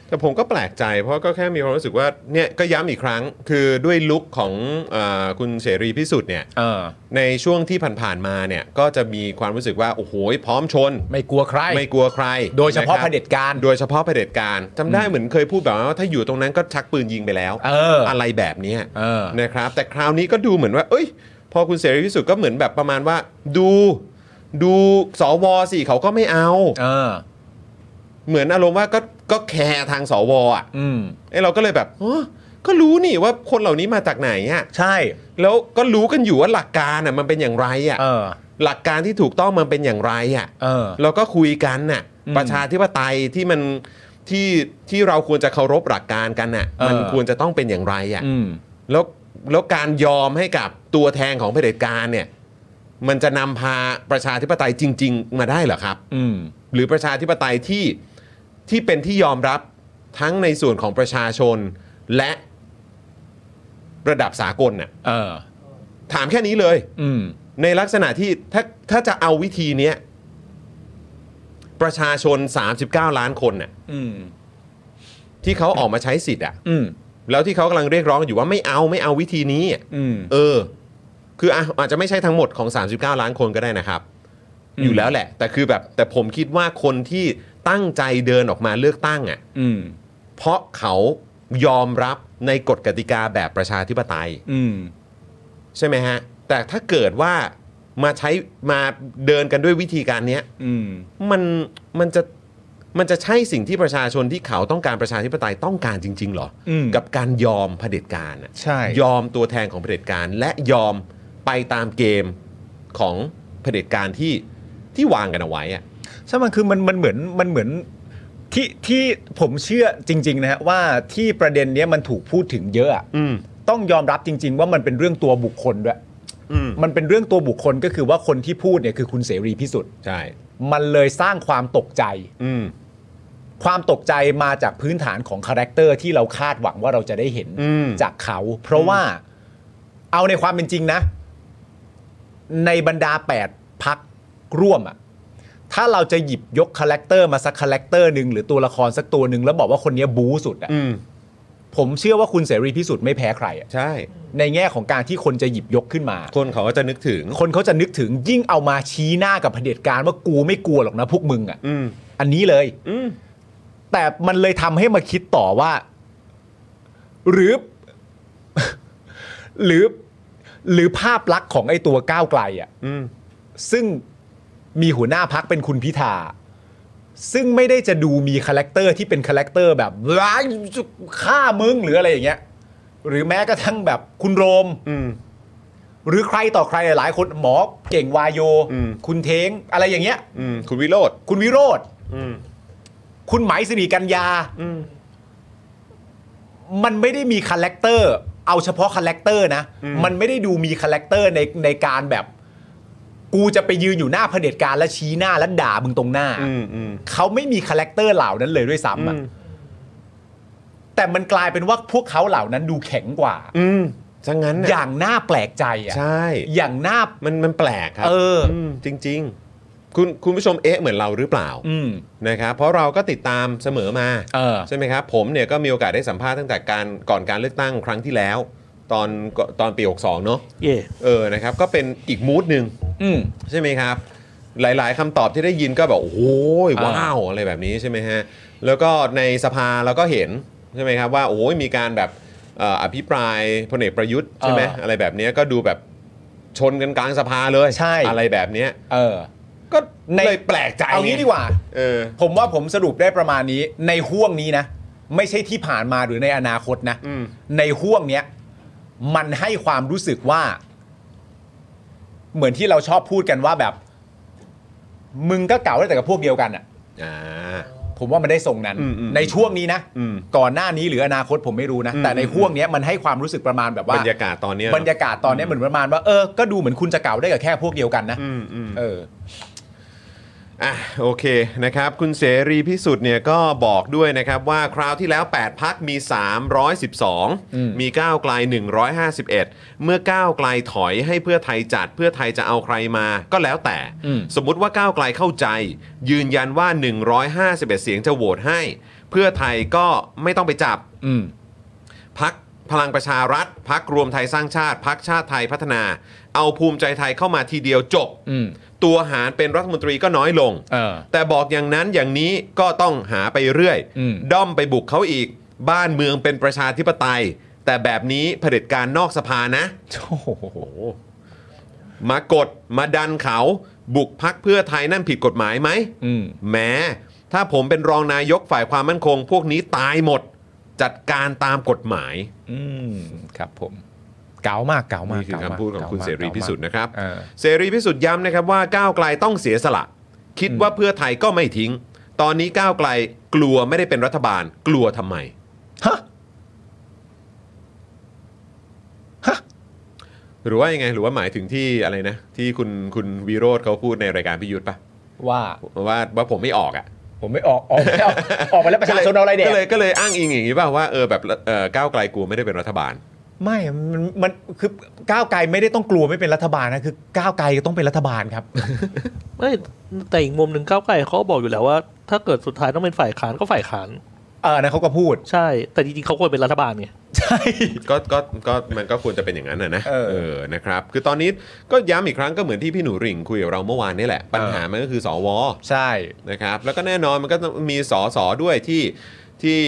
แต่ผมก็แปลกใจเพราะก็แค่มีความรู้สึกว่าเนี่ยก็ย้ำอีกครั้ง คือด้วยลุคของเออคุณเสรีพิสุทธิ์เนี่ย
เออ
ในช่วงที่ผ่านๆมาเนี่ยก็จะมีความรู้สึกว่าโอ้โหพร้อมชน
ไม่กลัวใคร
ไม่กลัวใคร
โดยเฉพาะ
นคบ
เผด็จการ
โดยเฉพาะเผด็จการจำได้
อืม
เหมือนเคยพูดแบบว่าถ้าอยู่ตรงนั้นก็ชักปืนยิงไปแล้ว
เอออ
ไรแบบเนี้ย
เออ
นะครับ แต่คราวนี้ก็ดูเหมือนว่า เอ้ย พอคุณเสรีพิสุทธิ์ก็เหมือนแบบประมาณว่า ดู ดูสวสิเขาก็ไม่เอา
เออ
เหมือนอารมณ์ว่าก็ก็แคร์ทางสวอ่ะ
อืม
ไอ้เราก็เลยแบบอ๋อก็รู้นี่ว่าคนเหล่านี้มาจากไหนอ่ะ
ใช่
แล้วก็รู้กันอยู่ว่าหลักการอ่ะมันเป็นอย่างไรอ่ะ
เออ
หลักการที่ถูกต้องมันเป็นอย่างไรอ่ะ
เออ
เราก็คุยกันน่ะ
อืม
ประชาธิปไตยที่มันที่ที่เราควรจะเคารพหลักการกันน่ะ
เออ
มันควรจะต้องเป็นอย่างไรอ่ะ
อืม
แล้วแล้วการยอมให้กับตัวแทนของเผด็จการเนี่ยมันจะนำพาประชาธิปไตยจริง ๆ มาได้เหรอครับ
อืม
หรือประชาธิปไตยที่ที่เป็นที่ยอมรับทั้งในส่วนของประชาชนและระดับสากลน่ะ
เออ
ถามแค่นี้เลย
อืม
ในลักษณะที่ถ้าถ้าจะเอาวิธีเนี้ยประชาชน 39 ล้านคนน่ะ
อืม
ที่เขาออกมาใช้สิทธิ์อ่ะ
อืม
แล้วที่เขากำลังเรียกร้องอยู่ว่าไม่เอาไม่เอาวิธีนี้อะ
อืม
เออ คืออ่ะอาจจะไม่ใช่ทั้งหมดของ 39 ล้านคนก็ได้นะครับ
อืม
อยู่แล้วแหละ แต่คือแบบแต่ผมคิดว่าคนที่ตั้งใจเดินออกมาเลือกตั้งอ่ะ
อืม
เพราะเขายอมรับในกฎกติกาแบบประชาธิปไตย
อืม
ใช่ไหมฮะ แต่ถ้าเกิดว่ามาใช้มาเดินกันด้วยวิธีการเนี้ย
อืม
มันมันจะมันจะใช่สิ่งที่ประชาชนที่เขาต้องการประชาธิปไตยต้องการจริง ๆ เหรอ
อืม
กับการยอมเผด็จการอะ
ใช่
ยอมตัวแทนของเผด็จการ และยอมไปตามเกมของเผด็จการที่ที่วางกันเอาไว้อะ
ใช่มันคือมันมันเหมือนมันเหมือนที่ที่ผมเชื่อจริง ๆ นะฮะว่าที่ประเด็นเนี้ยมันถูกพูดถึงเยอะอะ
อืม
ต้องยอมรับจริง ๆ ว่ามันเป็นเรื่องตัวบุคคลด้วย
อืม
มันเป็นเรื่องตัวบุคคลก็คือว่าคนที่พูดเนี่ยคือคุณเสรีพิสุทธิ์
ใช่
มันเลยสร้างความตกใจ
อืม
ความตกใจมาจากพื้นฐานของคาแรคเตอร์ที่เราคาดหวังว่าเราจะได้เห็น
อืม
จากเขา เพราะว่าเอาในความเป็นจริงนะ ในบรรดา 8 พักร่วมอะถ้าเราจะหยิบยกคาแรคเตอร์มาสักคาแรคเตอร์หนึ่งหรือตัวละครสักตัวหนึ่งแล้วบอกว่าคนเนี้ยบู๊สุดอะ
อืม
ผมเชื่อว่าคุณเสรีพิสุทธิ์ไม่แพ้ใครอะ
ใช่
ในแง่ของการที่คนจะหยิบยกขึ้นมา
คนเขาก็จะนึกถึง
คนเขาจะนึกถึงยิ่งเอามาชี้หน้ากับเผด็จการว่ากูไม่กลัวหรอกนะพวกมึงอะ
อืม
อันนี้เลย
อืม
แต่มันเลยทำให้มาคิดต่อว่า หรือ [laughs] หรือ หรือภาพลักษณ์ของไอ้ตัวก้าวไกลอ่ะ
อืม
ซึ่งมีหัวหน้าพักเป็นคุณพิธา ซึ่งไม่ได้จะดูมีคาแรคเตอร์ที่เป็นคาแรคเตอร์แบบร้ายฆ่ามึงหรืออะไรอย่างเงี้ย หรือแม้กระทั่งแบบคุณโรม
อืม
หรือใครต่อใครหลายๆคนหมอเก่งวายโย
อืม
คุณเทงอะไรอย่างเงี้ย
อืม คุณวิโรธ
คุณวิโรธ
อืม
คุณไหมสิริกัญญา
อืม
มันไม่ได้มีคาแรคเตอร์ เอาเฉพาะคาแรคเตอร์นะ
อืม
มันไม่ได้ดูมีคาแรคเตอร์ในในการแบบ กูจะไปยืนอยู่หน้าเผด็จการและชี้หน้าและด่ามึงตรงหน้า
อืม อืม
เขาไม่มีคาแรคเตอร์เหล่านั้นเลยด้วยซ้ำอะแต่มันกลายเป็นว่าพวกเขาเหล่านั้นดูแข็งกว่า
อืมจังงั้นน่ะ
อย่างน่าแปลกใจอ่ะ
ใช่
อย่างน่า
มันมันแปลกครับ
เอออื
มจริง ๆ คุณคุณผู้ชมเอ๊ะเหมือนเราหรือเปล่า
อืม
นะครับเพราะเราก็ติดตามเสมอมา
เออ
ใช่ไหมครับผมเนี่ยก็มีโอกาสได้สัมภาษณ์ตั้งแต่การก่อนการเลือกตั้งครั้งที่แล้ว ตอนตอนปี 62 เนาะ
เย่
เออนะครับก็เป็นอีกมูดหนึ่ง
อืม
ใช่ไหมครับ หลาย ๆคำตอบที่ได้ยินก็แบบ โอ้โหยว้าว อะไรแบบนี้ใช่ไหมฮะ แล้วก็ในสภาเราก็เห็นใช่ไหมครับว่าโอ้ยมีการแบบเอ่ออภิปรายพลเอกประยุทธ์ใช่ไหม
เอออ
อะไรแบบเนี้ยก็ดูแบบชนกันกลางสภาเลย
ใช่
อะไรแบบเนี้ย
เออ
ก็
ใน
เลยแปลกใจ
เอางี้
ไง
ดีกว่า
เออ
ผมว่าผมสรุปได้ประมาณนี้ ในห่วงนี้นะ ไม่ใช่ที่ผ่านมาหรือในอนาคตนะ
อืม
ในห่วงเนี้ย มันให้ความรู้สึกว่า เหมือนที่เราชอบพูดกันว่าแบบ มึงก็เก่าได้แต่กับพวกเดียวกันอ่ะ
อ่า
ผมว่ามันได้ทรงนั้น
อืมอืม
ในช่วงนี้นะ
อืม
ก่อนหน้านี้หรืออนาคตผมไม่รู้นะ
อืม
แต่ในห่วงเนี้ยมันให้ความรู้สึกประมาณแบบว่า
บรรยากาศตอนเนี้ย
บรรยากาศตอนเนี้ยเหมือนประมาณว่าเออก็ดูเหมือนคุณจะเก่าได้กับแค่พวกเดียวกันนะ
อืมอืม
เออ
อ่ะโอเคนะครับ คุณเสรีพิสุทธิ์เนี่ยก็บอกด้วยนะครับว่าคราวที่แล้ว 8 พักมี 312 มีก้าวไกล 151 เมื่อก้าวไกลถอยให้เพื่อไทยจัดเพื่อไทยจะเอาใครมาก็แล้วแต่ สมมุติว่าก้าวไกลเข้าใจ ยืนยันว่า 151 เสียงจะโหวตให้ เพื่อไทยก็ไม่ต้องไปจับ
อืม
พักพลังประชารัฐพักรวมไทยสร้างชาติพักชาติไทยพัฒนา เอาภูมิใจไทยเข้ามาทีเดียวจบ
อืม
ตัวหารเป็นรัฐมนตรีก็น้อยลง
เออ
แต่บอกอย่างนั้นอย่างนี้ก็ต้องหาไปเรื่อย
อืม
ด้อมไปบุกเขาอีก บ้านเมืองเป็นประชาธิปไตย แต่แบบนี้เผด็จการนอกสภานะ
โอ้โห
มากดมาดันเขา บุกพักเพื่อไทยนั่นผิดกฎหมายไหม
อืม
แหมถ้าผมเป็นรองนายกฝ่ายความมั่นคง พวกนี้ตายหมด จัดการตามกฎหมาย
อืม ครับผม เก๋ามากเก๋ามาก
นี่คือ
เก๋ามาก
คำพูดของคุณเสรีพิสุทธิ์นะครับ
เออ
เสรีพิสุทธิ์ย้ำนะครับว่าก้าวไกลต้องเสียสละ คิดว่าเพื่อไทยก็ไม่ทิ้ง ตอนนี้ก้าวไกลกลัวไม่ได้เป็นรัฐบาล กลัวทำไม
ฮะ
หรือว่ายังไงหรือว่าหมายถึงที่อะไรนะ ที่คุณคุณวีโรธเขาพูดในรายการพิยุทธ์ปะ
ว่า
ว่าว่าผมไม่ออกอ่ะ
ผมไม่ออก ออกไม่ออกออกไปแล้วประชาชนเอาอะไรเด็ก
ก็เลยก็เลยอ้างอิงอย่างนี้ป่ะว่าเออแบบเออก้าวไกลกลัวไม่ได้เป็นรัฐบาล
ไม่มันมันคือก้าวไกลไม่ได้ต้องกลัวไม่เป็นรัฐบาลนะคือก้าวไกลก็ต้องเป็นรัฐบาลครับ
ไม่แต่อีกมุมหนึ่งก้าวไกลเขาก็บอกอยู่แล้วว่า ถ้าเกิดสุดท้ายต้องเป็นฝ่ายค้านก็ฝ่ายค้าน
เออนะเขาก็พูด
ใช่ แต่จริงๆเขาควรเป็นรัฐบาลไง
ใช่
ก็ก็ก็มันก็ควรจะเป็นอย่างนั้นนะนะ
เออ
นะครับ คือตอนนี้ก็ย้ำอีกครั้งก็เหมือนที่พี่หนูหริ่งคุยกับเราเมื่อวานนี่แหละ ปัญหามันก็คือสว
ใช่
นะครับแล้วก็แน่นอนมันก็ต้องมีสอสอด้วยที่ที่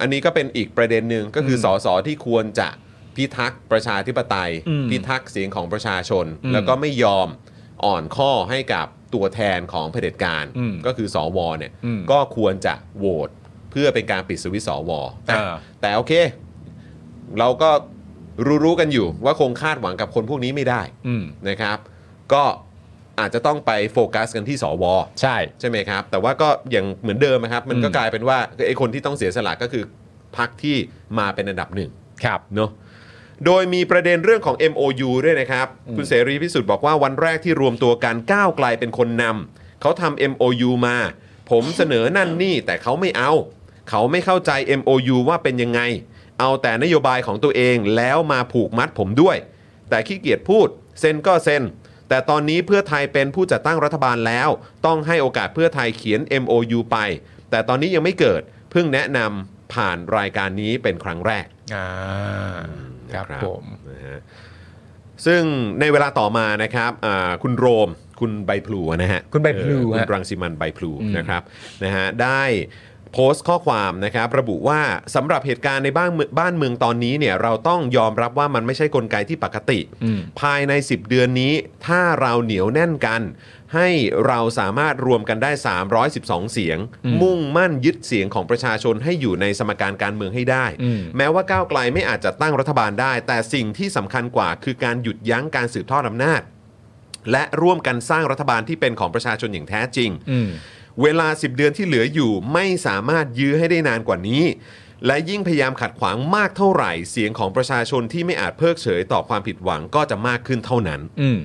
อันนี้ก็เป็นอีกประเด็นหนึ่งก็คืออ
ม
สอสอที่ควรจะพิทักษ์ประชาธิปไตย
อืม
พิทักษ์เสียงของประชาชน
อืม
แล้วก็ไม่ยอมอ่อนข้อให้กับตัวแทนของเผด็จการ
อืม
ก็คือสอวอเนี่ย
อืม
ก็ควรจะโหวตเพื่อเป็นการปิดสวิตช์สอวอ
อ่า
แต่โอเค เราก็รู้ๆกันอยู่ว่าคงคาดหวังกับคนพวกนี้ไม่ได้
อืม
นะครับ ก็อาจจะต้องไปโฟกัสกันที่สว
ใช่
ใช่ไหมครับ แต่ว่าก็อย่างเหมือนเดิมนะครับ มันก็
อืม
กลายเป็นว่าไอ้คนที่ต้องเสียสละก็คือพักที่มาเป็นอันดับหนึ่ง
ครับ
เนาะโดยมีประเด็นเรื่องของ MOU ด้วยนะครับ
อืม
คุณเสรีพิสุทธิ์บอกว่าวันแรกที่รวมตัวกันก้าวไกลเป็นคนนำเขาทำ MOU มา ผมเสนอนั่นนี่แต่เขาไม่เอา เขาไม่เข้าใจ MOU ว่าเป็นยังไง เอาแต่นโยบายของตัวเองแล้วมาผูกมัดผมด้วย แต่ขี้เกียจพูดเซ็นก็เซ็น แต่ตอนนี้เพื่อไทยเป็นผู้จัดตั้งรัฐบาลแล้ว ต้องให้โอกาสเพื่อไทยเขียน MOU ไป แต่ตอนนี้ยังไม่เกิด เพิ่งแนะนำผ่านรายการนี้เป็นครั้งแรก
อ่าครับ
ครับ
ผม
นะฮะซึ่งในเวลาต่อมานะครับอ่าคุณโรม คุณใบพลูนะฮะ
คุณใบพลู
เออคุณ
ฮะ
รังสิมันต์ใบพลู
อืม
นะครับนะฮะได้โพสต์ข้อความนะครับระบุว่าสำหรับเหตุการณ์ในบ้านเมืองบ้านเมืองตอนนี้เนี่ยเราต้องยอมรับว่ามันไม่ใช่กลไกที่ปกติ
อืม
ภายใน 10 เดือนนี้ถ้าเราเหนียวแน่นกัน ให้เราสามารถรวมกันได้ 312 เสียง
อืม
มุ่งมั่นยึดเสียงของประชาชนให้อยู่ในสมการการเมืองให้ได้
อืม
แม้ว่าก้าวไกลไม่อาจจัดตั้งรัฐบาลได้ แต่สิ่งที่สำคัญกว่าคือการหยุดยั้งการสืบทอดอำนาจ และร่วมกันสร้างรัฐบาลที่เป็นของประชาชนอย่างแท้จริง
อืม
เวลา 10 เดือนที่เหลืออยู่ไม่สามารถยื้อให้ได้นานกว่านี้ และยิ่งพยายามขัดขวางมากเท่าไหร่ เสียงของประชาชนที่ไม่อาจเพิกเฉยต่อความผิดหวังก็จะมากขึ้นเท่านั้น
อืม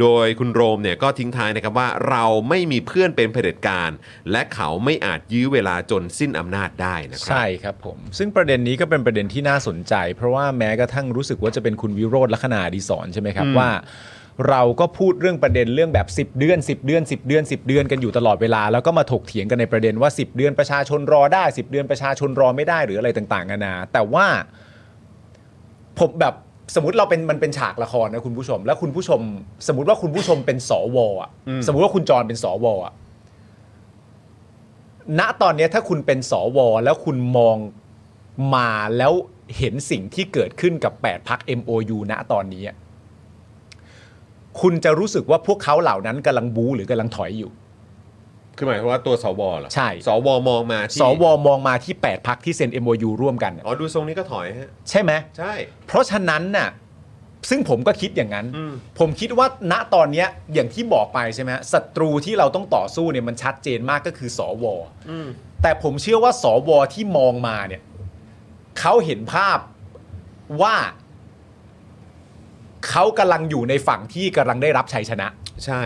โดยคุณโรมเนี่ยก็ทิ้งท้ายนะครับว่าเราไม่มีเพื่อนเป็นเผด็จการ และเขาไม่อาจยื้อเวลาจนสิ้นอำนาจได้นะครั
ใช่ครับผม ซึ่งประเด็นนี้ก็เป็นประเด็นที่น่าสนใจ เพราะว่าแม้กระทั่งรู้สึกว่าจะเป็นคุณวิโรธลักษณะดีสอนใช่ไหมครับว่า เราก็พูดเรื่องประเด็นเรื่องแบบ 10 เดือน 10 เดือน 10 เดือน 10 เดือนกันอยู่ตลอดเวลา แล้วก็มาถกเถียงกันในประเด็นว่า 10 เดือนประชาชนรอได้ 10 เดือนประชาชนรอไม่ได้หรืออะไรต่างๆนานาแต่ว่า ผมแบบสมมติเราเป็นมันเป็นฉากละครนะคุณผู้ชม แล้วคุณผู้ชม สมมติว่าคุณผู้ชมเป็นสวอ่ะสมมติว่าคุณจรเป็นสวอ่ะ ณตอนเนี้ยถ้าคุณเป็นสว แล้วคุณมองมาแล้วเห็นสิ่งที่เกิดขึ้นกับ 8พัก MOU ณตอนนี้อะคุณจะรู้สึกว่าพวกเขาเหล่านั้นกำลังบู๊หรือกำลังถอยอยู่
คือหมายความว่าตัวสวเหรอ
ใช่
สวมองมาที่
สวมองมาที่ 8พักที่เซ็น MOU ร่วมกันอะ
อ๋อดูทรงนี้ก็ถอยฮะ
ใช่ไหม
ใช่
เพราะฉะนั้นน่ะซึ่งผมก็คิดอย่างนั้น
อืม
ผมคิดว่าณตอนเนี้ยอย่างที่บอกไปใช่ไหมฮะศัตรูที่เราต้องต่อสู้เนี่ยมันชัดเจนมากก็คือสวแต่ผมเชื่อว่าสวที่มองมาเนี่ยเขาเห็นภาพว่าเขากำลังอยู่ในฝั่งที่กำลังได้รับชัยชนะ
ใช่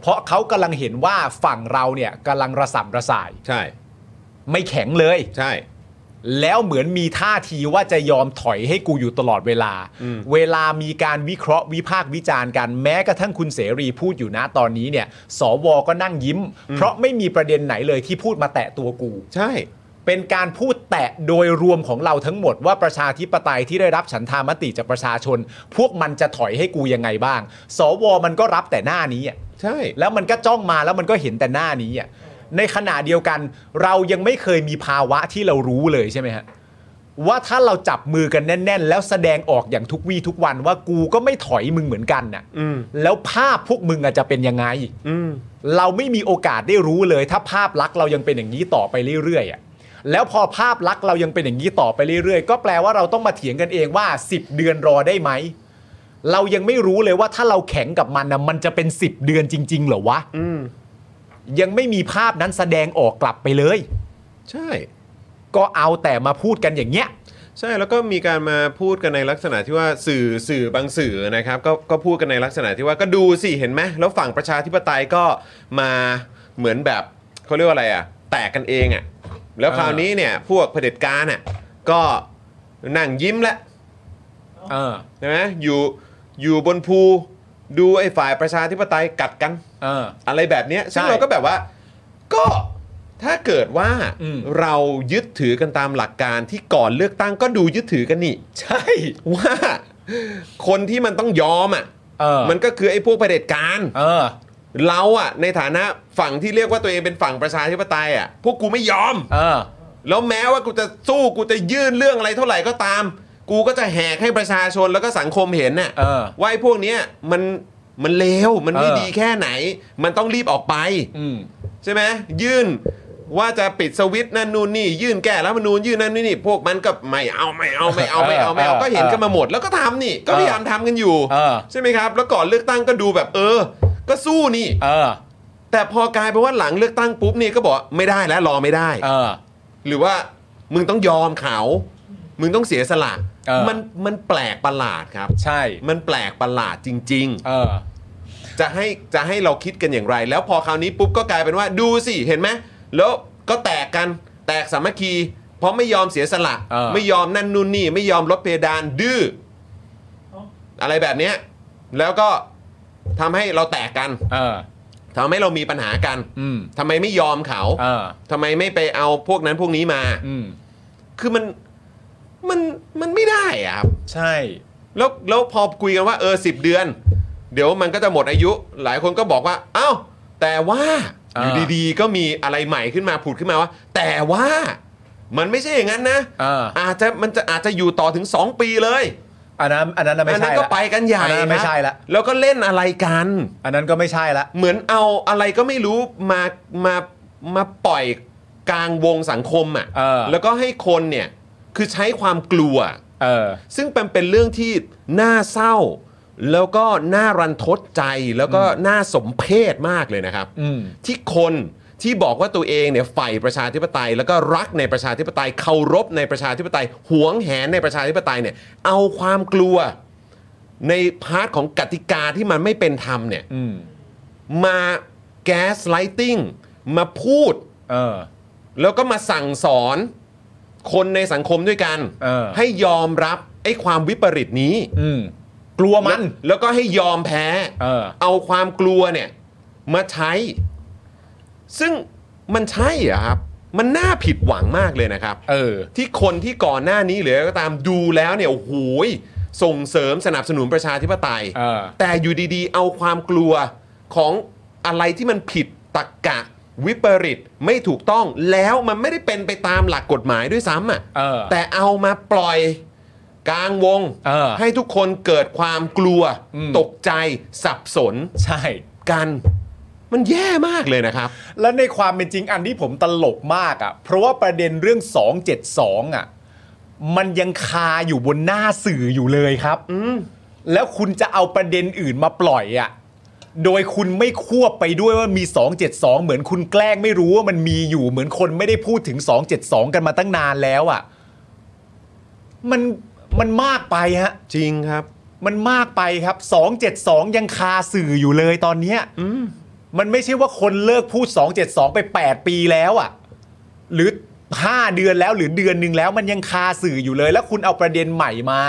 เพราะเขากำลังเห็นว่าฝั่งเราเนี่ยกำลังระสับระสาย
ใช่
ไม่แข็งเลย
ใช่
แล้วเหมือนมีท่าทีว่าจะยอมถอยให้กูอยู่ตลอดเวลา เวลามีการวิเคราะห์วิพากษ์วิจารณ์กันแม้กระทั่งคุณเสรีพูดอยู่นะตอนนี้เนี่ย สวก็นั่งยิ้ม เพราะไม่มีประเด็นไหนเลยที่พูดมาแตะตัวกู
ใช่
เป็นการพูดแตะโดยรวมของเราทั้งหมดว่าประชาธิปไตยที่ได้รับฉันทามติจากประชาชน พวกมันจะถอยให้กูยังไงบ้าง สวมันก็รับแต่หน้านี้อะ
ใช่
แล้วมันก็จ้องมาแล้วมันก็เห็นแต่หน้านี้อ่ะในขณะเดียวกัน เรายังไม่เคยมีภาวะที่เรารู้เลยใช่ไหมฮะว่าถ้าเราจับมือกันแน่น ๆ แล้วแสดงออกอย่างทุกวี่ทุกวันว่ากูก็ไม่ถอยมึงเหมือนกันน่ะแล้วภาพพวกมึงอาจจะเป็นยังไงเราไม่มีโอกาสได้รู้เลย ถ้าภาพลักษณ์เรายังเป็นอย่างนี้ต่อไปเรื่อยๆอ่ะแล้วพอภาพลักษณ์เรายังเป็นอย่างนี้ต่อไปเรื่อยๆ ก็แปลว่าเราต้องมาเถียงกันเองว่า 10 เดือนรอได้ไหม เรายังไม่รู้เลยว่าถ้าเราแข็งกับมันนะมันจะเป็น 10 เดือนจริง ๆ เหรอวะยังไม่มีภาพนั้นแสดงออกกลับไปเลย
ใช่
ก็เอาแต่มาพูดกันอย่างเงี้ย
ใช่แล้วก็มีการมาพูดกันในลักษณะที่ว่าสื่อสื่อบางสื่อนะครับก็ก็พูดกันในลักษณะที่ว่าก็ดูสิเห็นไหมแล้วฝั่งประชาธิปไตยก็มาเหมือนแบบเขาเรียกว่าอะไรอะ่ะแตกกันเองอะ่ะแล้วคราวนี้เนี่ยพวกเผด็จการอ่ะก็นั่งยิ้มละ
เออ
ใช่ไหมอยู่อยู่บนภูดูไอ้ฝ่ายประชาธิปไตยกัดกัน
เออ
อะไรแบบเนี้ยซึ่ง
ใช่
เราก็แบบว่า ก็ถ้าเกิดว่า
อืม
เรายึดถือกันตามหลักการที่ก่อนเลือกตั้งก็ดูยึดถือกันนี่
ใช่
ว่าคนที่มันต้องยอมอ่ะ
เออ
มันก็คือไอ้พวกเผด็จการ
เออ
เราอ่ะในฐานะฝั่งที่เรียกว่าตัวเองเป็นฝั่งประชาธิปไตยอ่ะ พวกกูไม่ยอม
เออ
แล้วแม้ว่ากูจะสู้กูจะยื่นเรื่องอะไรเท่าไหร่ก็ตาม กูก็จะแหกให้ประชาชนแล้วก็สังคมเห็นน่ะ
เออ
ว่าไอ้พวกเนี้ยมันมันเลวมันไม่
เออ
ดีแค่ไหน มันต้องรีบออกไป
อืม
ใช่ไหมยื่นว่าจะปิดสวิตช์นั่นนู่นนี่ ยื่นแก้แล้วมนูนยื่นนั่นนี่นี่พวกมันก็ไม่เอาไม่เอาไม่เอาไม่เอาไม่เอา
เออเออ
ก็เห็นกันมาหมด แล้วก็ทำนี่ก็
เออ
พยายามทำกันอยู่
เออ
ใช่ไหมครับ แล้วก่อนเลือกตั้งก็ดูแบบเออ ก็สู้นี่
เออ
แต่พอกลายเป็นว่าหลังเลือกตั้งปุ๊บนี่ก็บอกไม่ได้แล้วรอไม่ได้
เออ
หรือว่ามึงต้องยอมเขา มึงต้องเสียสละ
เออ
มันมันแปลกประหลาดครับ
ใช่
มันแปลกประหลาดจริง ๆ
เออ
จะให้จะให้เราคิดกันอย่างไร แล้วพอคราวนี้ปุ๊บก็กลายเป็นว่าดูสิเห็นไหมแล้วก็แตกกันแตกสามัคคี เพราะไม่ยอมเสียสละ
เออ
ไม่ยอมนั่นนู่นนี่ ไม่ยอมลดเพดานดื้ออะไรแบบเนี้ยแล้วก็ทำให้เราแตกกัน
เออ
ทำให้เรามีปัญหากัน
อืม
ทำไมไม่ยอมเขา
เออ
ทำไมไม่ไปเอาพวกนั้นพวกนี้มา
อืม
คือมันมันมันไม่ได้อะครับ
ใช่
แล้วแล้วพอคุยกันว่าเออสิเดือน เดี๋ยวมันก็จะหมดอายุ หลายคนก็บอกว่า เอ้า แต่ว่า
อ่า
อยู่ดีๆ ก็มีอะไรใหม่ขึ้นมาผุดขึ้นมาว่า แต่ว่ามันไม่ใช่อย่างนั้นนะ
อ่า
จจะมันจะอาจจะอยู่ต่อถึง 2 ปีเลย
อันนั้นอันนั้นนะไม่
อัน
ใช่
นั้นก็
ละ
ไปกันใหญ่
อันนั้นไม่
ครับ
ใช่ละ
แล้วก็เล่นอะไรกัน
อันนั้นก็ไม่ใช่ละ
เหมือนเอาอะไรก็ไม่รู้มามามาปล่อยกลางวงสังคมอ่ะ
เออ
แล้วก็ให้คนเนี่ยคือใช้ความกลัว
เออ
ซึ่งเป็นเป็นเรื่องที่น่าเศร้า แล้วก็น่ารันทดใจแล้วก็น่าสมเพชมากเลยนะครับ
อืม
ที่คนที่บอกว่าตัวเองเนี่ยใฝ่ประชาธิปไตย แล้วก็รักในประชาธิปไตยเคารพในประชาธิปไตยหวงแหนในประชาธิปไตยเนี่ยเอาความกลัวในพาร์ทของกติกาที่มันไม่เป็นธรรมเนี่ย
อืม
มาแก๊สไลติงมาพูด
เออ
แล้วก็มาสั่งสอนคนในสังคมด้วยกัน
เออ
ให้ยอมรับไอ้ความวิปริตนี้
อืม กลัวมัน
แล้วแล้วก็ให้ยอมแพ้
เออ
เอาความกลัวเนี่ยมาใช้ ซึ่งมันใช่เหรอะครับ มันน่าผิดหวังมากเลยนะครับ
เออ
ที่คนที่ก่อนหน้านี้หรืออะไรก็ตามดูแล้วเนี่ยโอ้โหยส่งเสริมสนับสนุนประชาธิปไตย
เออ
แต่อยู่ดีๆ เอาความกลัวของอะไรที่มันผิดตรกกะ วิปริตไม่ถูกต้องแล้วมันไม่ได้เป็นไปตามหลักกฎหมายด้วยซ้ำอ่ะ
เออ
แต่เอามาปล่อยกลางวง
เออ
ให้ทุกคนเกิดความกลัว
อืม
ตกใจสับสน
ใช่
กัน มันแย่มากเลยนะครับ
แล้วในความเป็นจริงอันที่ผมตลกมากอะ่ะ เพราะว่าประเด็นเรื่อง 272อะ่ะ มันยังคาอยู่บนหน้าสื่ออยู่เลยครับ แล้วคุณจะเอาประเด็นอื่นมาปล่อยอะ่ะ โดยคุณไม่ควบไปด้วยว่ามี 272 เหมือนคุณแกล้งไม่รู้ว่ามันมีอยู่ เหมือนคนไม่ได้พูดถึง 272 กันมาตั้งนานแล้วอะ่ะ มันมันมากไปฮะ
จริงครับ
มันมากไปครับ 272 ยังคาสื่ออยู่เลยตอนเนี้ย มันไม่ใช่ว่าคนเลิกพูด 272 ไป 8 ปีแล้วอะ่ะ หรือ 5 เดือนแล้วหรือเดือนหนึ่งแล้วมันยังคาสื่ออยู่เลย แล้วคุณเอาประเด็นใหม่มา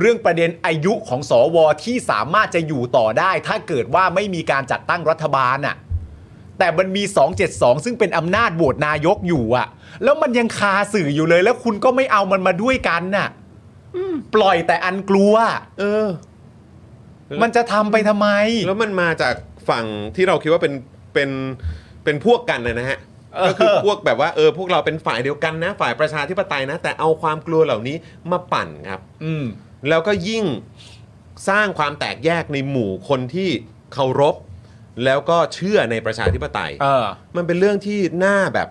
เรื่องประเด็นอายุของสอวอที่สามารถจะอยู่ต่อได้ ถ้าเกิดว่าไม่มีการจัดตั้งรัฐบาลอ่ะ แต่มันมี 272 ซึ่งเป็นอำนาจโหวตนายกอยู่อะแล้วมันยังคาสื่ออยู่เลย แล้วคุณก็ไม่เอามันมาด้วยกันน่ะปล่อยแต่อันกลัว
เออ
มันจะทำไปทำไม
[laughs] แล้วมันมาจากฝั่งที่เราคิดว่าเป็นเป็นเป็นพวกกันนะนะฮะ
เออ
ก็คือพวกแบบว่าเออพวกเราเป็นฝ่ายเดียวกันนะ ฝ่ายประชาธิปไตยนะ แต่เอาความกลัวเหล่านี้มาปั่นครับ
อืม
แล้วก็ยิ่งสร้างความแตกแยกในหมู่คนที่เคารพ แล้วก็เชื่อในประชาธิปไตย
เออ
มันเป็นเรื่องที่น่าแบบ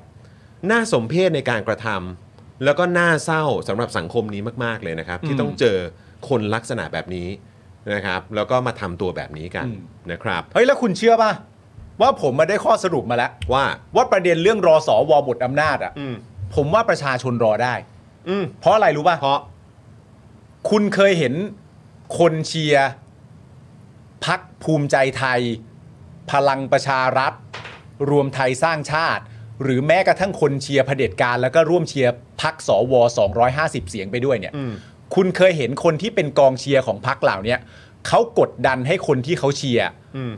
น่าสมเพชในการกระทำแล้วก็น่าเศร้าสำหรับสังคมนี้มาก ๆ เลยนะครับ ที่ต้องเจอคนลักษณะแบบนี้นะครับ แล้วก็มาทำตัวแบบนี้กัน
อืม
นะครับ
เฮ้ยแล้วคุณเชื่อป่ะ ว่าผมมาได้ข้อสรุปมาแล้ว
ว่า
ว่าประเด็นเรื่องรอสอวอบทอำนาจอ่ะ
อืม
ผมว่าประชาชนรอได้
อืม
เพราะอะไรรู้ป่ะ
เพราะ
คุณเคยเห็นคนเชียร์พักภูมิใจไทย พลังประชารัฐ รวมไทยสร้างชาติ หรือแม้กระทั่งคนเชียร์เผด็จการ แล้วก็ร่วมเชียร์พักสว250 เสียงไปด้วยเนี่ย
อืม
คุณเคยเห็นคนที่เป็นกองเชียร์ของพักเหล่าเนี้ยเขากดดันให้คนที่เขาเชียร์
อืม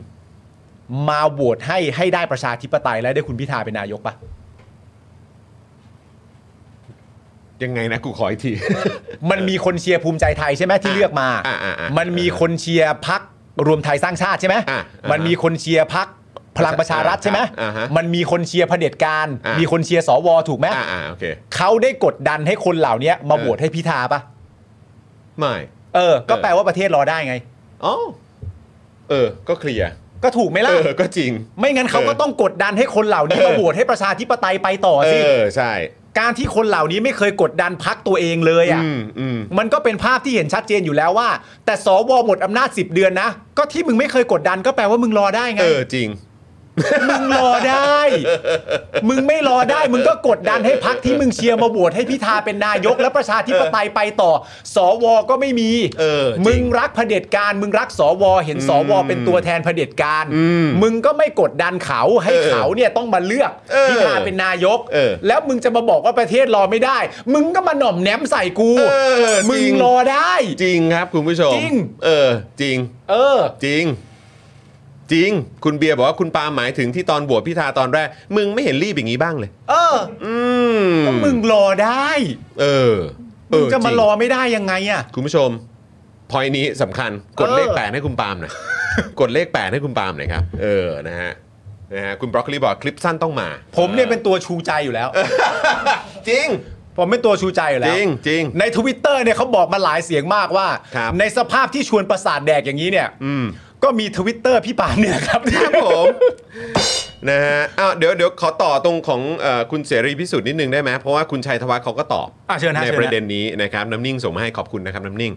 มาโหวตให้ให้ได้ประชาธิปไตยและได้คุณพิธาเป็นนายกปะ
ยังไงนะกูขออีกที [laughs]
มันมีคนเชียร์ภูมิใจไทยใช่ไหมที่เลือกมา
อ่าอ่าอ่ามั
มันมีคนเชียร์พักรวมไทยสร้างชาติใช่ไหม
อ่าอ่ามั
มันมีคนเชียร์พักพลังประชารัฐใช่ไหม
อ่าฮะ
มันมีคนเชียร์เผด็จการ
อ่ามี
มีคนเชียร์สวถูกไหม
อ่าอ่าโอเค
เขาได้กดดันให้คนเหล่านี้มา
เออ
โหวตให้พิธาปะ
ไม่
เออ ก็แปลว่าประเทศรอได้ไง
อ๋อเออ ก็เคลียร์
ก็ถูกไหมล่ะ
เออก็จริง
ไม่งั้นเขา
เออ
ก็ต้องกดดันให้คนเหล่านี้
เออ
มาโหวตให้ประชาธิปไตยไปต่อ
เอ
สิ
อใช่
การที่คนเหล่านี้ไม่เคยกดดันพักตัวเองเลยอ่ะ
อืมอืม
มันก็เป็นภาพที่เห็นชัดเจนอยู่แล้วว่า แต่สวหมดอำนาจ 10 เดือนนะ ก็ที่มึงไม่เคยกดดันก็แปลว่ามึงรอได้ไง
เออจริง
มึงรอได้ มึงไม่รอได้ มึงก็กดดันให้พักที่มึงเชียร์มาโหวตให้พิธาเป็นนายก และประชาธิปไตยไปต่อ สวก็ไม่มี
เออจริง
มึงรักเผด็จการ มึงรักสวเห็นสวเป็นตัวแทนเผด็จการ
อืม
มึงก็ไม่กดดันเขาให้
เออ
เขาเนี่ยต้องมาเลือก
เออ
พิธาเป็นนายก
เออ
แล้วมึงจะมาบอกว่าประเทศรอไม่ได้ มึงก็มาหน่อมแนมใส่กู
เออจริง
มึงรอได้
จริงครับคุณผู้ชม
จริง
เออจริง
เออ
จริง จริง คุณเบียร์บอกว่าคุณปาหมายถึงที่ตอนบวชพิธาตอนแรก มึงไม่เห็นรีบอย่างนี้บ้างเลย
เออ
อืม
อมึงรอได้
เออเอ
มึง
อ
จะมาง รอไม่ได้ยังไงอ่ะ
คุณผู้ชม พอยนี้สำคัญ กดเลข
เออ
แปดให้คุณปาล์มหน่อย กดเลขแปดให้คุณปาล์มหน่อยครับ เออนะฮะนะฮะคุณบรอกโคลีบอกคลิปสั้นต้องมา
ผมเนี่ยเป็นตัวชูใจอยู่แล้ว
จริง
ผมเป็นตัวชูใจอยู่แล้
จ
ว
ริงจริง
ในทวิตเตอร์เนี่ยเขาบอกมาหลายเสียงมากว่า
ครับ
ในสภาพที่ชวนประสาทแดกอย่างนี้เนี่ย
อืม
ก็มีทวิตเตอร์พี่ปานเนี่ยแหละครับ
ครับผม นะฮะอ้าวเดี๋ยวเดี๋ยวขอต่อตรงของเออคุณเสรีพิสุทธิ์นิดนึงได้ไหมเพราะว่าคุณชัยธวัฒน์เขาก็ตอบ
อ่ะเชิญฮะ
ใน
เชิญฮะ
ประเด็นนี้นะครับน้ำนิ่งส่งมาให้ขอบคุณนะครับน้ำนิ่ง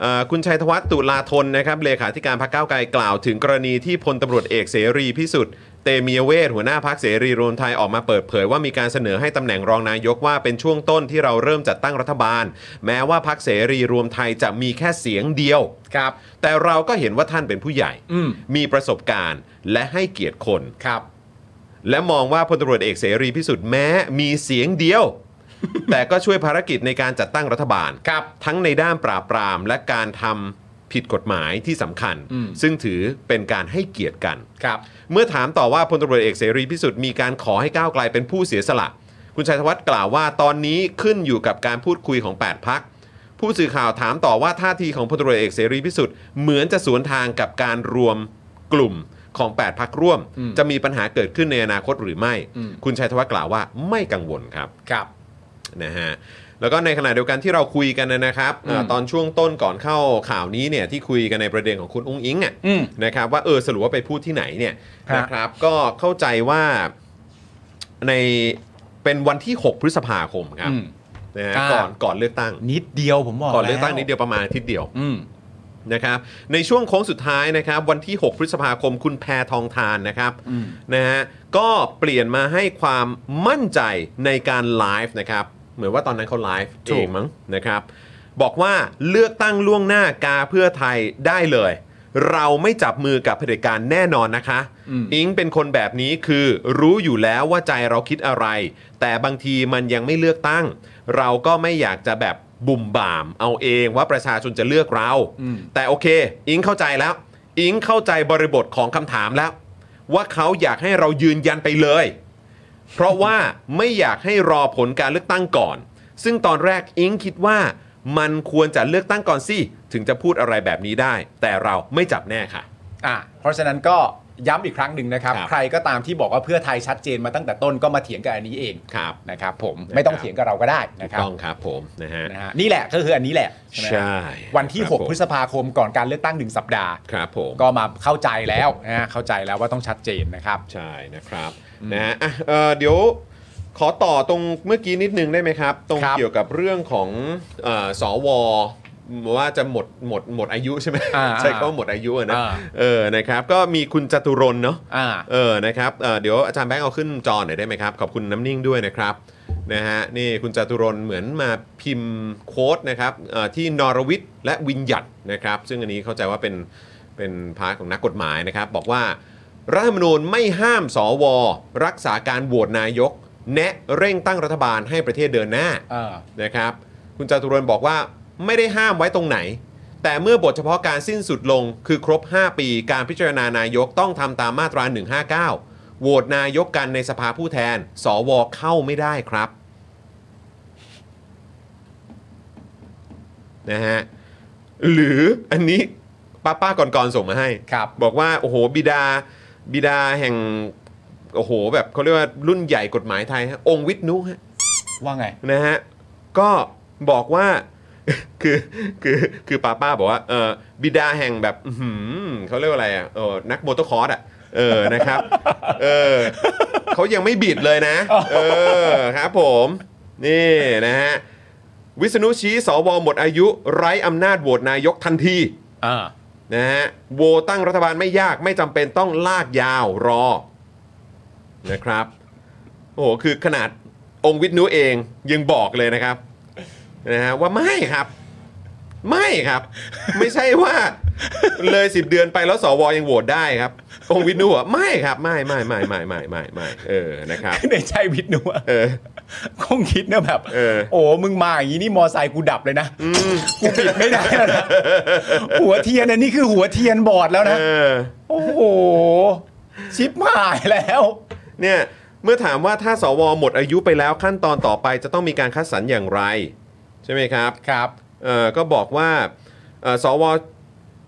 เอ่อคุณชัยธวัฒน์ตุลาธนนะครับเลขาธิการพรรคก้าวไกลกล่าวถึงกรณีที่พลตำรวจเอกเสรีพิสุทธิ์เตมียเวทหัวหน้าพักเสรีรวมไทยออกมาเปิดเผยว่ามีการเสนอให้ตำแหน่งรองนายกว่าเป็นช่วงต้นที่เราเริ่มจัดตั้งรัฐบาล แม้ว่าพักเสรีรวมไทยจะมีแค่เสียงเดียว
ครับ
แต่เราก็เห็นว่าท่านเป็นผู้ใหญ่
อืม
มีประสบการณ์และให้เกียรติคน
ครับ
และมองว่าพลตำรวจเอกเสรีพิสุทธิ์แม้มีเสียงเดียว แต่ก็ช่วยภารกิจในการจัดตั้งรัฐบาล
ครับ
ทั้งในด้านปราบปรามและการทำผิดกฎหมายที่สำคัญ
อืม
ซึ่งถือเป็นการให้เกียรติกัน
ครับ
เมื่อถามต่อว่าพลตำรวจเอกเสรีพิสุทธิ์มีการขอให้ก้าวไกลเป็นผู้เสียสละ คุณชัยธวัฒน์กล่าวว่าตอนนี้ขึ้นอยู่กับการพูดคุยของ 8 พัก ผู้สื่อข่าวถามต่อว่าท่าทีของพลตำรวจเอกเสรีพิสุทธิ์เหมือนจะสวนทางกับการรวมกลุ่มของ 8 พักร่วม
อืม
จะมีปัญหาเกิดขึ้นในอนาคตหรือไม่
อืม
คุณชัยธวัฒน์กล่าวว่าไม่กังวลครับ
ครับ
นะฮะแล้วก็ในขณะเดียวกันที่เราคุยกันนะครับเอ่อ
อืม
ตอนช่วงต้นก่อนเข้าข่าวนี้เนี่ยที่คุยกันในประเด็นของคุณอุ้งอิงอ่ะ
อืม
นะครับว่าเออสรุปว่าไปพูดที่ไหนเนี่ย
ครับ
นะครับก็เข้าใจว่าในเป็นวันที่ 6 พฤษภาคมครับ
อืม
นะฮะ
อ่า
ก่อนก่อนเลือกตั้ง
นิดเดียวผมบอก
ก่อนเลือกตั้ง
แว
นิดเดียวประมาณอาทิตย์เดียว
อืม
นะครับในช่วงโค้งสุดท้ายนะครับวันที่ 6 พฤษภาคมคุณแพทองทานนะครับ
อืม
นะฮะก็เปลี่ยนมาให้ความมั่นใจในการไลฟ์นะครับเหมือนว่าตอนนั้นเขาไลฟ์
ถู
เอก งมั้งนะครับบอกว่าเลือกตั้งล่วงหน้ากาเพื่อไทยได้เลย เราไม่จับมือกับเผด็จการแน่นอนนะคะอิงเป็นคนแบบนี้คือรู้อยู่แล้วว่าใจเราคิดอะไร แต่บางทีมันยังไม่เลือกตั้ง เราก็ไม่อยากจะแบบบุ่มบ่าม เอาเองว่าประชาชนจะเลือกเรา แต่โอเค อิงเข้าใจแล้ว อิงเข้าใจบริบทของคำถามแล้ว ว่าเขาอยากให้เรายืนยันไปเลย เพราะว่าไม่อยากให้รอผลการเลือกตั้งก่อน ซึ่งตอนแรกอิงคิดว่า มันควรจะเลือกตั้งก่อนสิถึงจะพูดอะไรแบบนี้ได้ แต่เราไม่จับแน่ค่ะ
อ่ะเพราะฉะนั้นก็ย้ำอีกครั้งหนึ่งนะครับ
ครับ
ใครก็ตามที่บอกว่าเพื่อไทยชัดเจนมาตั้งแต่ต้นก็มาเถียงกับอันนี้เอง
ครับ
นะครับผมไม่ต้องเถียงกับเราก็ได้
ถู
นะ
ก
ครับ
ต้องครับผมนะฮะ
นะฮะนี่แหละก็คืออันนี้แหละใช่ไหม
ใช่
วันที่
ครับผม
6 พฤษภาคมก่อนการเลือกตั้งหนึ่งสัปดาห์
ครับผม
ก็มาเข้าใจแล้วนะฮะเข้าใจแล้วว่าต้องชัดเจนนะครับ
ใช่นะครับนะฮะอ่ะเอ่อเดี๋ยวขอต่อตรงเมื่อกี้นิดนึงได้ไหมครับ ตรง
ครับ
เกี่ยวกับเรื่องของเออสวว่าจะหมดหมดหมดอายุใช่ไหม
อ่า
ใช่เขาหมดอายุอะนะ
อ่า
เออนะครับก็มีคุณจตุรนต์เนาะ
อ่า
เออ นะครับเอ่อเดี๋ยวอาจารย์แบงค์เอาขึ้นจอหน่อยได้ไหมครับ ขอบคุณน้ำนิ่งด้วยนะครับ นะฮะ นี่คุณจตุรนต์เหมือนมาพิมพ์โค้ดนะครับเอ่อที่นรวิทย์และวิญญัตนะครับ ซึ่งอันนี้เข้าใจว่าเป็น เป็นพาร์ทของนักกฎหมายนะครับ บอกว่า รัฐธรรมนูญไม่ห้ามสว รักษาการโหวตนายก แนะเร่งตั้งรัฐบาลให้ประเทศเดินหน้า
เออ
นะครับ คุณจตุรนต์บอกว่าไม่ได้ห้ามไว้ตรงไหน แต่เมื่อบทเฉพาะการสิ้นสุดลงคือครบ 5 ปีการพิจารณานายกต้องทำตามมาตรา 159 โหวตนายกกันในสภาผู้แทน สวเข้าไม่ได้ครับนะฮะหรืออันนี้ป้าป้าๆก่อนๆส่งมาให้
ครับ
บอกว่าโอ้โหบิดาบิดาแห่งโอ้โหแบบเขาเรียกว่ารุ่นใหญ่กฎหมายไทยฮะองค์วิทนุฮะ
ว่าไง [laughs]
นะฮะ ก็บอกว่า [laughs] คือคือคือป้าป้าบอกว่าเออบิดาแห่งแบบอื้อหือเขาเรียกว่าอะไรอ่ะเออนักโมโตคอร์สอ่ะเออนะครับเออเขายังไม่บิดเลยนะ เออครับผม นี่นะฮะ วิษณุชี้สวหมดอายุไร้อำนาจโหวตนายกทันที
อ่า
นะฮะโหวตตั้งรัฐบาลไม่ยากไม่จำเป็นต้องลากยาวรอนะครับโอ้โหคือขนาดองค์วิทนุเองยังบอกเลยนะครับนะฮะว่าไม่ครับ ไม่ครับ ไม่ใช่ว่าเลยสิบเดือนไปแล้วสวยังโหวตได้ครับ องค์วิทนุอ่ะไม่ครับไม่ไม่ไม่ไม่ไม่ไม่ไม่เออนะครับ
ในใจวิทย์หนูอะ
เออ
[laughs] คงคิดนะแบบ
เออ
โอ้ มึงมาอย่างนี้นี่มอไซค์กูดับเลยนะ [laughs] กูปิดไม่ได้แล้วนะ หัวเทียนอันนี้คือหัวเทียนบอดแล้วนะ
เออ
โอ้โห ชิปหายแล้ว
เนี่ยเมื่อถามว่าถ้าสวหมดอายุไปแล้วขั้นตอนต่อไปจะต้องมีการคัดสรรอย่างไร ใช่ไหมครับ
ครับ
เอ่อก็บอกว่าเอ่อสว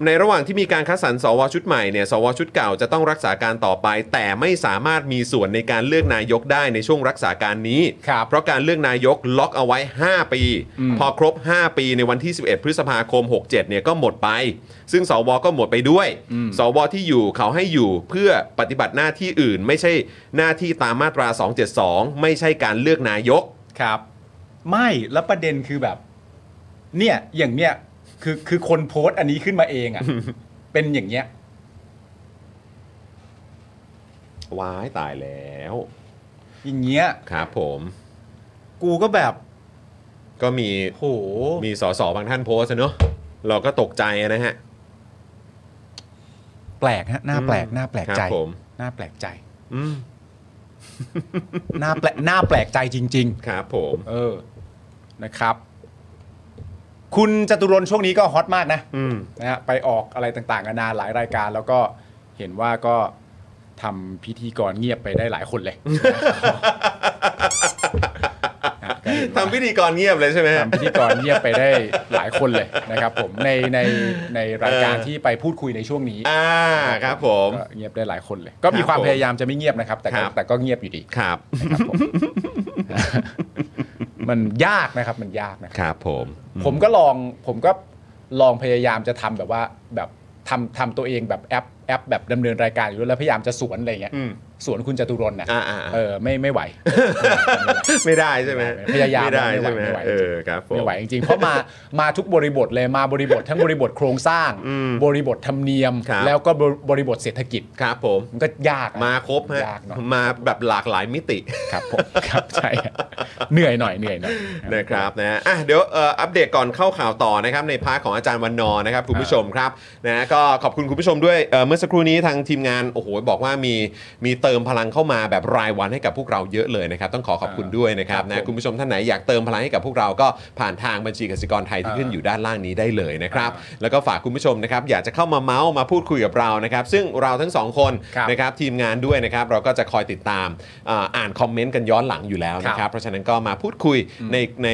ในระหว่างที่มีการคัดสรรสวชุดใหม่เนี่ยสวชุดเก่าจะต้องรักษาการต่อไป แต่ไม่สามารถมีส่วนในการเลือกนายกได้ในช่วงรักษาการนี้
ครับ
เพราะการเลือกนายกล็อกเอาไว้ 5 ปี พอครบ 5 ปีในวันที่ 11 พฤษภาคม 67 เนี่ยก็หมดไป ซึ่งสวก็หมดไปด้วย สวที่อยู่เขาให้อยู่เพื่อปฏิบัติหน้าที่อื่น ไม่ใช่หน้าที่ตามมาตรา 272 ไม่ใช่การเลือกนายก
ครับ ไม่ แล้วประเด็นคือแบบ เนี่ย อย่างเนี้ย คือคือคนโพสต์อันนี้ขึ้นมาเองอะ
[laughs]
เป็นอย่างเงี้ย
ว้ายตายแล้ว
อย่างเงี้ย
ครับผม
กูก็แบบ
ก็มี
โห
มีสสบางท่านโพสต์อะเนอะเราก็ตกใจนะฮะ
แปลกฮะ หน้าแปลก หน้าแปลก
ค
ใจ
รับผม
หน้าแปลกใจ
อืม
หน้าแปลก หน้าแปลกใจจริง ๆ
ครับผม
เออ นะครับ คุณจตุรนต์ช่วงนี้ก็ฮอตมากนะ
อืม
นะฮะ ไปออกอะไรต่างๆนานาหลายรายการ แล้วก็เห็นว่าก็ทำพิธีกรเงียบไปได้หลายคนเลยนะฮะก็เห็นว่า
ทำพิธีกรเงียบเลยใช่ไหมฮะ
ทำพิธีกรเงียบไปได้หลายคนเลยนะครับ ผมในในในรายการ
เออ
ที่ไปพูดคุยในช่วงนี้
อ่าครับผม
ก็เงียบได้หลายคนเลย ก็มี
ครับ
ความ
ผม
พยายามจะไม่เงียบนะครับ แต่ก็
ครับ
แต่ก็เงียบอยู่ดี
ครับ
นะครับผม มันยากนะครับมันยากนะครับ
ครับผม
ผมก็ลองผมก็ลองพยายามจะทำแบบว่าแบบทำทำตัวเองแบบแอป แอปแบบดำเนินรายการอยู่ด้วยแล้วพยายามจะสวนอะไรเงี้ย
อืม
สวนคุณจตุรนน่ะ
อ่าอ่าอ่า
เออไม่ไม่ไหว
ไม่ได้ใช่ไหม
พยายาม
ไม่ได้
ไม่ไหว
ใช่ไหม
ไม่ไหว
เออครับผม
ไม่ไหวจริงๆ เพราะมา มาทุกบริบทเลยมาบริบททั้งบริบทโครงสร้าง
อืม
บริบทธรรมเนียม
ครับ
แล้วก็บริบทเศรษฐกิจ
ครับผม
มันก็ยากอะ
มาครบฮะ
ยากเนาะ
มาแบบหลากหลายมิติ
ครับผม [laughs] ครับใช่ฮะเหนื่อยหน่อยเหนื่อยหน่อย
นะครับนะฮะอ่ะเดี๋ยวเอ่ออัปเดตก่อนเข้าข่าวต่อนะครับในพาร์ทของอาจารย์วันนอร์นะครับคุณผู้ชมครับนะก็ขอบคุณคุณผู้ชมด้วยเอ่อเมื่อสักครู่นี้ทางทีมงานโอ้โหบอกว่ามีมีเติมพลังเข้ามาแบบรายวันให้กับพวกเราเยอะเลยนะครับต้องขอขอบคุณด้วยนะครับ
ครับ
นะ
ผม
คุณผู้ชมท่านไหนอยากเติมพลังให้กับพวกเราก็ผ่านทางบัญชีกสิกรไทยที่ขึ้นอยู่ด้านล่างนี้ได้เลยนะครับแล้วก็ฝากคุณผู้ชมนะครับอยากจะเข้ามาเมาส์มาพูดคุยกับเรานะครับซึ่งเราทั้งสองคน
ครับ
นะครับทีมงานด้วยนะครับเราก็จะคอยติดตามอ่าอ่านคอมเมนต์กันย้อนหลังอยู่แล้วนะค
ครั
รับ
บ
เพราะฉะนั้นก็มาพูดคุยในใน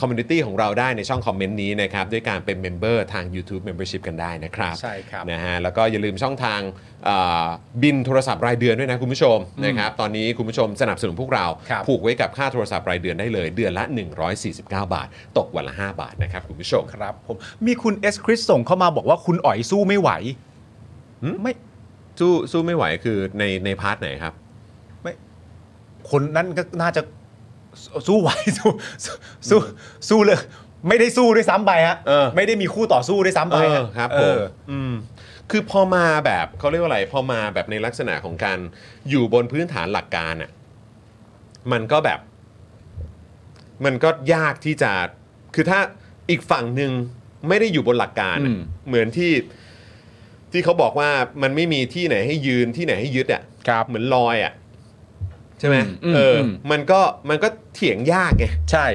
คอมมูนิตี้ของเราได้ในช่องคอมเมนต์นี้นะครับ ด้วยการเป็นเมมเบอร์ทาง YouTube Membership กันได้นะครับ
ใช่ครับ
นะฮะแล้วก็อย่าลืมช่องทางเอ่อบินโทรศัพท์รายเดือนด้วยนะคุณผู้ชมนะครับตอนนี้คุณผู้ชมสนับสนุนพวกเรา
ครับ
ผูกไว้กับค่าโทรศัพท์รายเดือนได้เลย เดือนละ 149 บาท ตกวันละ 5 บาทนะครับคุณผู้ชม
ครับผมมีคุณเอสคริสส่งเข้ามาบอกว่าคุณอ๋อยสู้ไม่ไหว
หืม
ไม่
สู้สู้ไม่ไหวคือในในพาร์ทไหนครับ
คนนั้นก็น่าจะสู้สู้ไหว [laughs] สู้สู้สู้สู้เลย ไม่ได้สู้ด้วยซ้ำไปฮะ
เออ
ไม่ได้มีคู่ต่อสู้ด้วยซ้ำไป
เออ
ฮะ
ครับ
เอ
ผม
อ
อืมคือพอมาแบบเขาเรียกว่าอะไรพอมาแบบในลักษณะของการอยู่บนพื้นฐานหลักการอ่ะมันก็แบบ มันก็ยากที่จะ คือถ้าอีกฝั่งหนึ่งไม่ได้อยู่บนหลักการอะ
อืม
เหมือนที่ ที่เขาบอกว่ามันไม่มีที่ไหนให้ยืนที่ไหนให้ยึดอ่ะ
ครับ
เหมือนลอยอ่ะใช่ไหม
อืม
เอออ
ม
มันก็มันก็เถียงยากไง
ใช่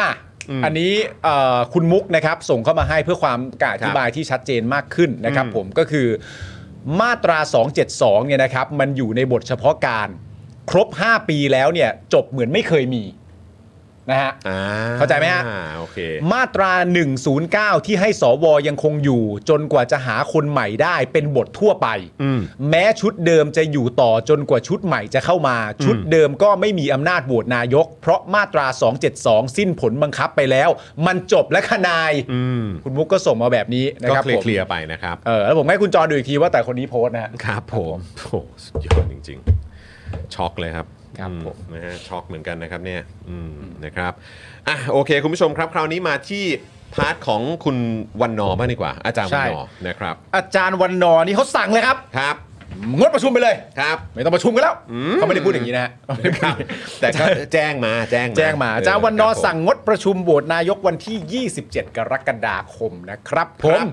อ่ะ
อืม
อันนี้เอ่อคุณมุกนะครับส่งเข้ามาให้เพื่อความกระอธิบายที่ชัดเจนมากขึ้นนะครับ
อืม
ผมก็คือมาตรา 272 เนี่ยนะครับ มันอยู่ในบทเฉพาะการ ครบ 5 ปีแล้วเนี่ย จบเหมือนไม่เคยมีนะฮะ
า
เข้าใจไหมฮะ
อ่าโอเค
มาตรา 109 ที่ให้สวยังคงอยู่ จนกว่าจะหาคนใหม่ได้เป็นบททั่วไป
อืม
แม้ชุดเดิมจะอยู่ต่อจนกว่าชุดใหม่จะเข้ามา ชุดเดิมก็ไม่มีอำนาจโหวตนายก เพราะมาตรา 272 สิ้นผลบังคับไปแล้ว มันจบและขนาย
อืม
คุณมุกก็ส่งมาแบบนี้นะ
ก็
ครับผม
เคลียร์ๆไปนะครับ
เออแล้วผมให้คุณจอดูอีกทีว่าแต่คนนี้โพสต์นะฮะ
ครับผมโอ้โหสุดยอดจริงๆ ช็อกเลยครับ
ครับ
อืม
ผม
นะฮะช็อกเหมือนกันนะครับเนี่ยอืมนะครับอ่ะโอเค คุณผู้ชมครับ คราวนี้มาที่พาร์ทของคุณวันนอร์บ้างดีกว่า อาจารย์
ใช่
วันนอร์นะครับ
อาจารย์วันนอนี่เขาสั่งเลยครับ
ครับ
งดประชุมไปเลย
ครับ
ไม่ต้องประชุมกันแล้วเขาไม่ได้พูดอย่า
[laughs]
งนี้นะฮะ
แต่ก็แจ้งมาแจ้งมา
แจ้งมาอาจารย์วันนอร์
เ
สั่งงดประชุมโหวตนายกวันที่ 27 กรกฎาคมนะครับผม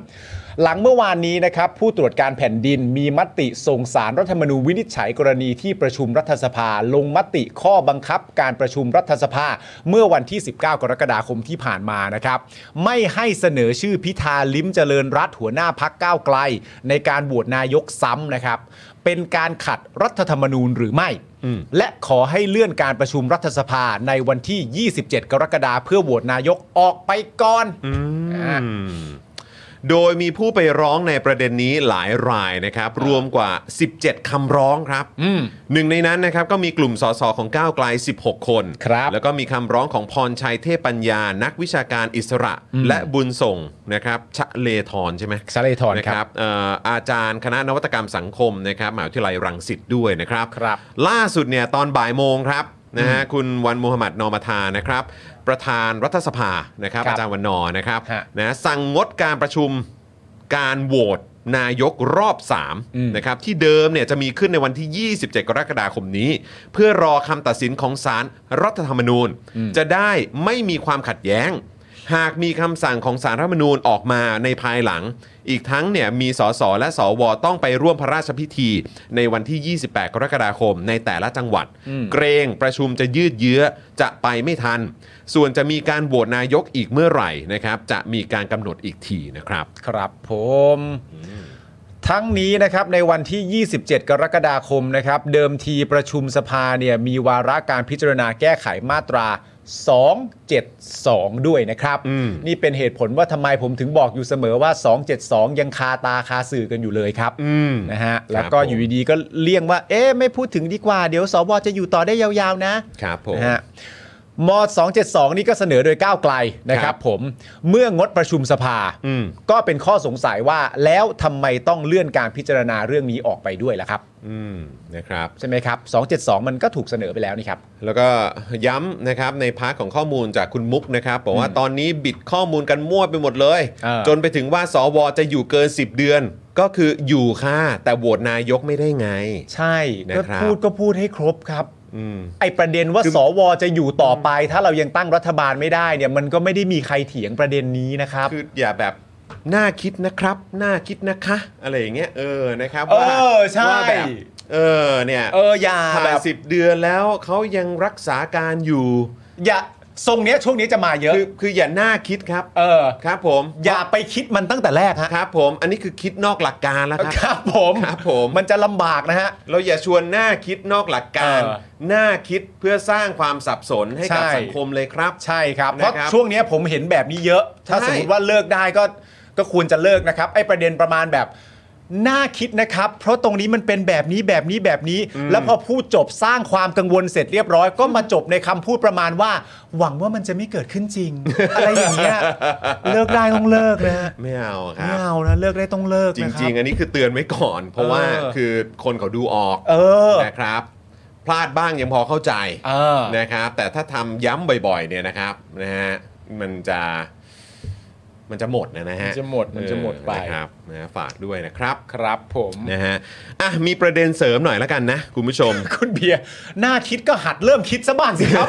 หลังเมื่อวานนี้นะครับ ผู้ตรวจการแผ่นดินมีมติส่งสารรัฐธรรมนูญวินิจฉัยกรณีที่ประชุมรัฐสภา ลงมติข้อบังคับการประชุมรัฐสภา เมื่อวันที่ 19 กรกฎาคมที่ผ่านมานะครับ ไม่ให้เสนอชื่อพิธาลิ้มเจริญรัฐหัวหน้าพักก้าวไกล ในการโหวตนายกซ้ำนะครับ เป็นการขัดรัฐธรรมนูญหรือไม่ และขอให้เลื่อนการประชุมรัฐสภาในวันที่ 27 กรกฎาคมเพื่อโหวตนายกออกไปก่อน
อืมโดยมีผู้ไปร้องในประเด็นนี้หลายรายนะครับ รวมกว่า 17 คำร้องครับหนึ่งในนั้นนะครับก็มีกลุ่มสสของก้าวไกล 16 คน
ครับ
แล้วก็มีคำร้องของพรชัยเทพปัญญา นักวิชาการอิสระ และบุญส่งนะครับชะเลทรใช่ไหม
ชะเลธร
นะครับ เอ่ออาจารย์คณะนวัตกรรมสังคมนะครับมหาวิทยาลัยรังสิตด้วยนะครับ
ครับ
ล่าสุดเนี่ยตอนบ่ายโมงครับนะฮะคุณวันมูฮัมหมัดนอมาธานะครับ ประธานรัฐสภานะครับ
ครับ
อาจารย์วันนอร์นะครับ
ฮะ
นะสั่งงดการประชุมการโหวตนายกรอบ
อืม
3นะครับที่เดิมเนี่ยจะมีขึ้นในวันที่ 27 กรกฎาคมนี้ เพื่อรอคำตัดสินของศาลรรัฐธรรมนูญ จะได้ไม่มีความขัดแย้ง หากมีคำสั่งของสารรัฐธรรมนูญออกมาในภายหลัง อีกทั้งเนี่ยมีสสและสวต้องไปร่วมพระราชพิธี ในวันที่ 28 กรกฎาคมในแต่ละจังหวัด เกรงประชุมจะยืดเยื้อจะไปไม่ทัน ส่วนจะมีการโหวตนายกอีกเมื่อไหร่นะครับ จะมีการกำหนดอีกทีนะครับ
ครับผม ทั้งนี้นะครับในวันที่ 27 กรกฎาคมนะครับ เดิมทีประชุมสภาเนี่ยมีวาระการพิจารณาแก้ไขมาตรา 272 ด้วยนะครับ
อืม
นี่เป็นเหตุผลว่าทำไมผมถึงบอกอยู่เสมอว่า 272 ยังคาตาคาสื่อกันอยู่เลยครับ
อืม
นะฮะแล้วก็
ผม
อยู่ดีๆก็เลี่ยงว่า เอ๊ะไม่พูดถึงดีกว่า เดี๋ยวสวจะอยู่ต่อได้ยาวๆนะครับ
ผม
นะฮะ ม 272 นี่ก็เสนอโดยก้าวไกลนะค
ครั
รั
บบ
ผมเมื่องดประชุมสภา
อืม
ก็เป็นข้อสงสัยว่าแล้วทำไมต้องเลื่อนการพิจารณาเรื่องนี้ออกไปด้วยล่ะครับ
อืมนะครับ
ใช่ไหมครับ 272 มันก็ถูกเสนอไปแล้วนี่ครับ
แล้วก็ย้ำนะครับในพาร์ทของข้อมูลจากคุณมุกนะครับบอกว่า
อืม
ตอนนี้บิดข้อมูลกันมั่วไปหมดเลย
อ่า
จนไปถึงว่าสวจะอยู่เกิน 10 เดือน ก็คืออยู่ค่ะ แต่โหวตนายกไม่ได้ไง
ใช่
นะ
ก็
ครับ
พูดก็พูดให้ครบครับ
อืม
ไอประเด็นว่า
คือ
สวจะอยู่ต่อไป ถ้าเรายังตั้งรัฐบาลไม่ได้เนี่ยมันก็ไม่ได้มีใครเถียงประเด็นนี้นะครับ
คืออย่าแบบน่าคิดนะครับน่าคิดนะคะ อะไรอย่างเงี้ยเออนะครับ
เอ
ว่า
อใช่
ว่าแบบเออเนี่ย
เอออย่า
ผ่า
แบ
น
บ
สิบเดือนแล้วเขายังรักษาการอยู่
อย่าทรงเนี้ยช่วงนี้จะมาเยอะ
คือคืออย่าน่าคิดครับ
เออ
ครับผม
อย่าไปคิดมันตั้งแต่แรกฮะ
ครับผมอันนี้คือคิดนอกหลักการแล้วครับ
ครับผม
ครับผม
มันจะลำบากนะฮะ
เราอย่าชวนหน้าคิดนอกหลักการ
เออ
หน้าคิดเพื่อสร้างความสับสนให้กับ
ใช่
สังคมเลยครับ
ใช่ครับ
นะครับ
เพราะช่วงเนี้ยผมเห็นแบบนี้เยอะ ถ้า
ใช่
สมมติว่าเลิกได้ก็ก็ควรจะเลิกนะครับ ไอ้ประเด็นประมาณแบบน่าคิดนะครับ เพราะตรงนี้มันเป็นแบบนี้แบบนี้แบบนี้ แล้วพอพูดจบสร้างความกังวลเสร็จเรียบร้อย ก็มาจบในคำพูดประมาณว่า หวังว่ามันจะไม่เกิดขึ้นจริ
[laughs]
ง อะไรอย่างเงี้ยเลิกได้ต้องเลิกนะฮะ
ไม่เอาค
ไม่
รับ
เอานะเลิกได้ต้องเลิก
จ
นะค
ริ
รั
ง
บ
ๆ อันนี้คือเตือนไว้ก่อน เพราะว่า
เออ
คือคนเขาดูออก
เออ
นะครับ พลาดบ้างยังพอเข้าใจ
เออ
นะครับ แต่ถ้าทำย้ำบ่อยๆเนี่ยนะครับนะฮะมันจะมันจะหมดนะนะฮะ
มันจะหมดมันจะหมดไป
เออนครับนะฝากด้วยนะครับ
ครับผม
นะฮะอ่ะมีประเด็นเสริมหน่อยละกันนะคุณผู้ชม
คุณเบียร์น่าคิดก็หัดเริ่มคิดซะบ้างสิ
[laughs]
ครับ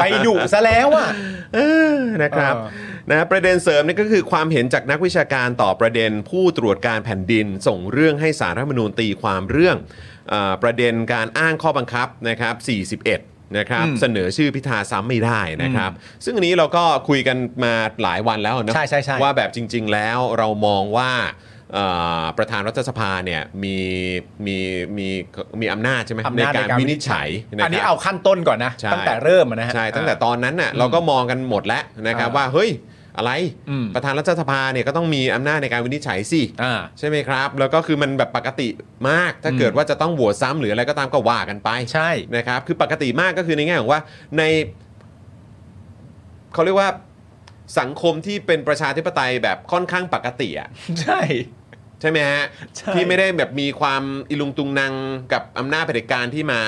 ไปดุซะแล้วอ่ะ
เออนะครับ
เออ
นะประเด็นเสริมนี่ก็คือความเห็นจากนักวิชาการต่อประเด็นผู้ตรวจการแผ่นดิน ส่งเรื่องให้สารรัฐธรรมนูญตีความเรื่องเออประเด็นการอ้างข้อบังคับนะครับ 41 นะครับ
อืม
เสนอชื่อพิธาซ้ำไม่ได้นะครับ ซึ่งอันนี้เราก็คุยกันมาหลายวันแล้วเนอะ
ใช่ใช่ใช่
ว่าแบบจริง ๆ แล้วเรามองว่าเอ่อประธานรัฐสภาเนี่ยมีมีมีมีอำนาจใช่ไหมในการวินิจฉัยะครับ
อันนี้เอาขั้นต้นก่อนนะ
ใช่
ตั้งแต่เริ่มอะนะฮะ
ใช่ ตั้งแต่ตอนนั้นน่ะเราก็มองกันหมดแล้วนะครับ
อ่า
ว่าเฮ้ยอะไร
อืม
ประธานรัฐสภาเนี่ยก็ต้องมีอำนาจในการวินิจฉัยสิ
อ่า
ใช่ไหมครับ แล้วก็คือมันแบบปกติมาก ถ้า
อืม
เกิดว่าจะต้องโหวตซ้ำหรืออะไรก็ตามก็ว่ากันไป
ใช่ [laughs]
นะครับคือปกติมากก็คือในแง่ของว่าในเขาเรียกว่าสังคมที่เป็นประชาธิปไตยแบบค่อนข้างปกติอ่ะ
ใช่
ใช่ไหมฮะ
ใช่
ที่ไม่ได้แบบมีความอิลุงตุงนังกับอำนาจเผด็จการที่มา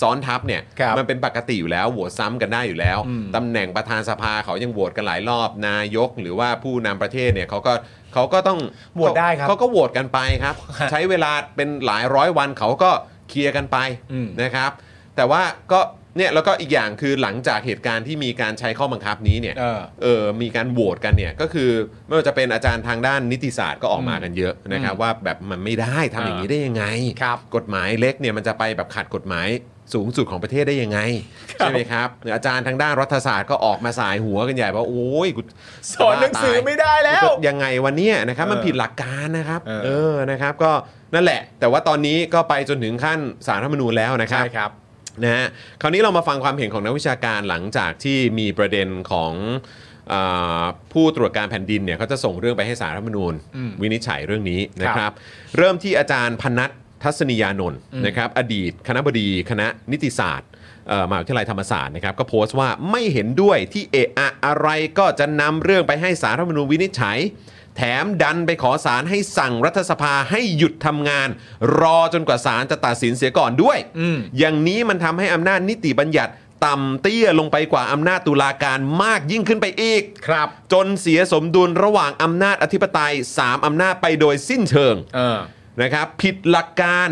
ซ้อนทับเนี่ย
ครับ
มันเป็นปกติอยู่แล้วโหวตซ้ำกันได้อยู่แล้ว
อืม
ตำแหน่งประธานสภาเขายังโหวตกันหลายรอบนายก หรือว่าผู้นำประเทศเนี่ยเขาก็เขาก็ต้อง
โหวตได้ครับ
เขาก็โหวตกันไป
[laughs]
ครับ
ฮะ
ใช้เวลาเป็นหลายร้อยวันเขาก็เคลียร์กันไป
อืม
นะครับ แต่ว่าก็เนี่ยแล้วก็อีกอย่างคือหลังจากเหตุการณ์ที่มีการใช้ข้อบังคับนี้เนี่ย
เออ
เออมีการโหวตกันเนี่ยก็คือไม่ว่าจะเป็นอาจารย์ทางด้านนิติศาสตร์ก็ออกมากันเยอะนะครับ ว่าแบบมันไม่ได้ทำอย่างนี้ได้ยังไง
ครับ
กฎหมายเล็กเนี่ยมันจะไปแบบขัดกฎหมายสูงสุดของประเทศได้ยังไง ใช่ไหมครับหรืออาจารย์ทางด้านรัฐศาสตร์ก็ออกมาสายหัวกันใหญ่ว่าโอ้ยกู
สอนหนังสือไม่ได้แล้ว
กูจะยังไงวันเนี้ยนะครับมัน
เออ
ผิดหลักการนะครับ
เออ
เออนะครับก็นั่นแหละ แต่ว่าตอนนี้ก็ไปจนถึงขั้นสารรัฐธรรมนูญแล้วนะครั
ใช่
บ
ครับ
นะฮะคราวนี้เรามาฟังความเห็นของนักวิชาการหลังจากที่มีประเด็นของเอ่อผู้ตรวจการแผ่นดินเนี่ยเขาจะส่งเรื่องไปให้สารรัฐธรรมนูญ
อืม
วินิจฉัยเรื่องนี้นะค
ครั
รับบ เริ่มที่อาจารย์พนัททัศนียานนท์
อืม
นะครับอดีตคณะบดีคณะนิติศาสตร์เอ่อมหาวิทยาลัยธรรมศาสตร์นะครับก็โพสต์ว่าไม่เห็นด้วยที่เอะอะอะไรก็จะนำเรื่องไปให้สารรัฐธรรมนูญวินิจฉัย แถมดันไปขอสารให้สั่งรัฐสภาให้หยุดทำงาน รอจนกว่าสารจะตัดสินเสียก่อนด้วย
อืม
อย่างนี้มันทำให้อำนาจนิติบัญญัติต่ำเตี้ยลงไปกว่าอำนาจตุลาการมากยิ่งขึ้นไปอีก
ครับ
จนเสียสมดุลระหว่างอำนาจอธิปไตย 3อำนาจไปโดยสิ้นเชิง
เออ
นะครับผิดหลักการ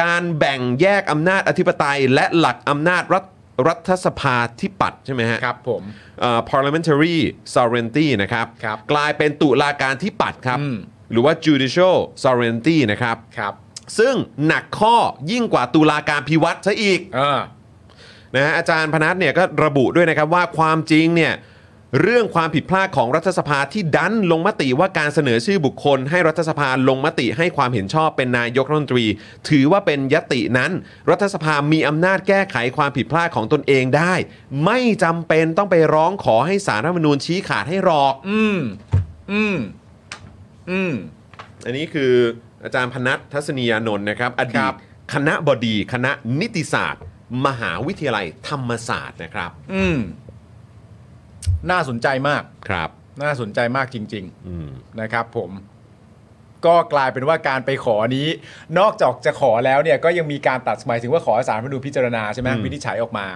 การแบ่งแยกอำนาจอธิปไตย และหลักอำนาจรัฐรัฐสภาที่ปัดใช่ไหมฮะ
ครับผม
เอ่อ parliamentary sovereignty นะครับ
ครับ
กลายเป็นตุลาการที่ปัดครับ
อืม
หรือว่า judicial sovereignty นะครับ
ครับ
ซึ่งหนักข้อยิ่งกว่าตุลาการพิวัตรซะอีก
เออ
นะฮะอาจารย์พนัสเนี่ยก็ระบุด้วยนะครับว่าความจริงเนี่ยเรื่องความผิดพลาดของรัฐสภาที่ดันลงมติว่าการเสนอชื่อบุคคล ให้รัฐสภาลงมติให้ความเห็นชอบเป็นนายกรัฐมนตรี ถือว่าเป็นยตินั้น รัฐสภามีอำนาจแก้ไขความผิดพลาดของตนเองได้ ไม่จำเป็นต้องไปร้องขอให้สารรัฐธรรมนูญชี้ขาดให้หรอก
อืม อืม อืม
อันนี้คืออาจารย์พนัททัศนียานนท์นะครับ อ
ค
ดี
รั
ต
บ
คณะบดีคณะนิติศาสตร์ มหาวิทยาลัยธรรมศาสตร์นะครับ
อืม น่าสนใจมาก
ครับ
น่าสนใจมากจริง ๆ
อืม
นะครับผมก็กลายเป็นว่าการไปขอนี้ นอกจากจะขอแล้วเนี่ยก็ยังมีการตัดหมายถึงว่าขอให้ศาลมาดูญพิจารณาใช่ไหม
อืม
วินิจฉัยออกมา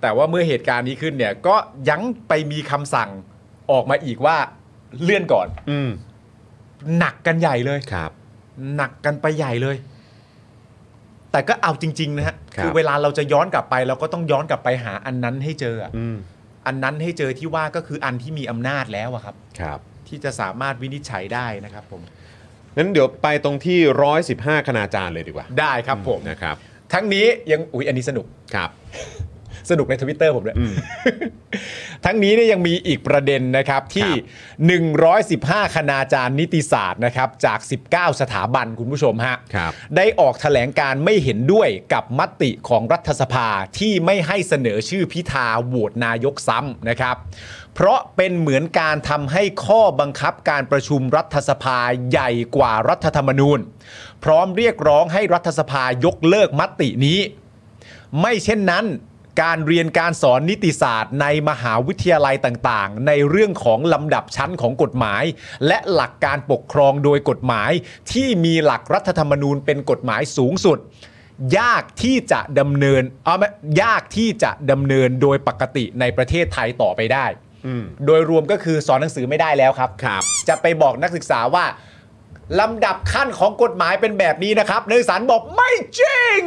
แต่ว่าเมื่อเหตุการณ์นี้ขึ้นเนี่ย ก็ยังไปมีคำสั่งออกมาอีกว่าเลื่อนก่อน
อืม
หนักกันใหญ่เลย
ครับ
หนักกันไปใหญ่เลย แต่ก็เอาจริง ๆ นะฮะ
ครับ
อเวลาเราจะย้อนกลับไป เราก็ต้องย้อนกลับไปหาอันนั้นให้เจออะ
อืม
อันนั้นให้เจอที่ว่าก็คืออันที่มีอำนาจแล้วอะครับ
ครับ
ที่จะสามารถวินิจฉัยได้นะครับ ผม
งั้นเดี๋ยวไปตรงที่ 115 คณาจารย์เลยดีกว่า
ได้ครับผม
นะครับ
ทั้งนี้ยังอุ้ยอันนี้สนุก
ครับ
สนุกในทวิตเตอร์ผมด้วย
อืม
ทั้งนี้เนี่ยยังมีอีกประเด็นนะครับที่ 115 คณาจารย์นิติศาสตร์นะครับจาก 19 สถาบันคุณผู้ชมฮะ
ครับ
ได้ออกแถลงการไม่เห็นด้วยกับมติของรัฐสภาที่ไม่ให้เสนอชื่อพิธาโหวตนายกซ้ำนะครับ เพราะเป็นเหมือนการทำให้ข้อบังคับการประชุมรัฐสภาใหญ่กว่ารัฐธรรมนูญ พร้อมเรียกร้องให้รัฐสภายกเลิกมตินี้ ไม่เช่นนั้น การเรียนการสอนนิติศาสตร์ในมหาวิทยาลัยต่างๆ ในเรื่องของลำดับชั้นของกฎหมาย และหลักการปกครองโดยกฎหมาย ที่มีหลักรัฐธรรมนูญเป็นกฎหมายสูงสุด ยากที่จะดำเนินเอาไหมยากที่จะดำเนินโดยปกติในประเทศไทยต่อไปได้
อืม
โดยรวมก็คือสอนหนังสือไม่ได้แล้วครับ
ครับ
จะไปบอกนักศึกษาว่าลำดับขั้นของกฎหมายเป็นแบบนี้นะครับนักศึกษาบอกไม่จริง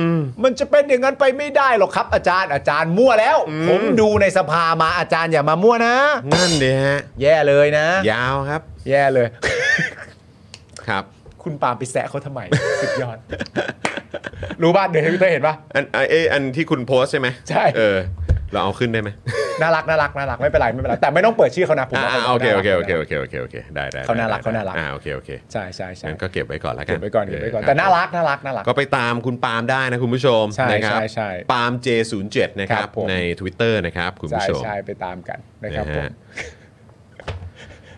อืม
มันจะเป็นอย่างนั้นไปไม่ได้หรอกครับ อาจารย์อาจารย์มั่วแล้ว
อืม
ผมดูในสภามาอาจารย์อย่ามามั่วนะ
นั่นดีฮะ
แย่เลยนะ
ยาวครับ
แย่เลย
ครับ
คุณปาล์มไปแซะเขาทำไม [laughs] สุดยอด รู้ป่ะเดี๋ยวทวิตเตอร์เห็นป่ะ
อันไอยอันที่คุณโพสต์ใช่ไหม
ใช่
เออ เราเอาขึ้นได้ไหม
น่ารักน่ารักน่ารักไม่เป็นไรไม่เป็นไรแต่ไม่ต้องเปิดชื่อเขานะผม
อ่า
ว่
อ่าโอเค
น่า
โอ
รัก
เคโอเคโอเคโอเคโอเคได้ได้ได้
เขาน่ารัก
ได้
เขาน่ารัก
อ่าโอเคโอเค
ใช่ใช่ใช่
งั้นก็เก็บไว้ก่อนแล้วกัน
เก็บไว้ก่อนเก็บไว้ก่อน
เ
แต่น่ารักน่ารักน่ารัก
ก็ไปตามคุณปาล์มได้นะคุณผู้ชม
ใช่
นะครับ
ใช่ใช่
ปาล์ม J07 นะครั
ครับ บผม
ใน Twitter นะครับคุณ
ใช่
ผู้ชม
ใช่ไปตามกันนะครับ
นะ
ผ
ฮะ
ม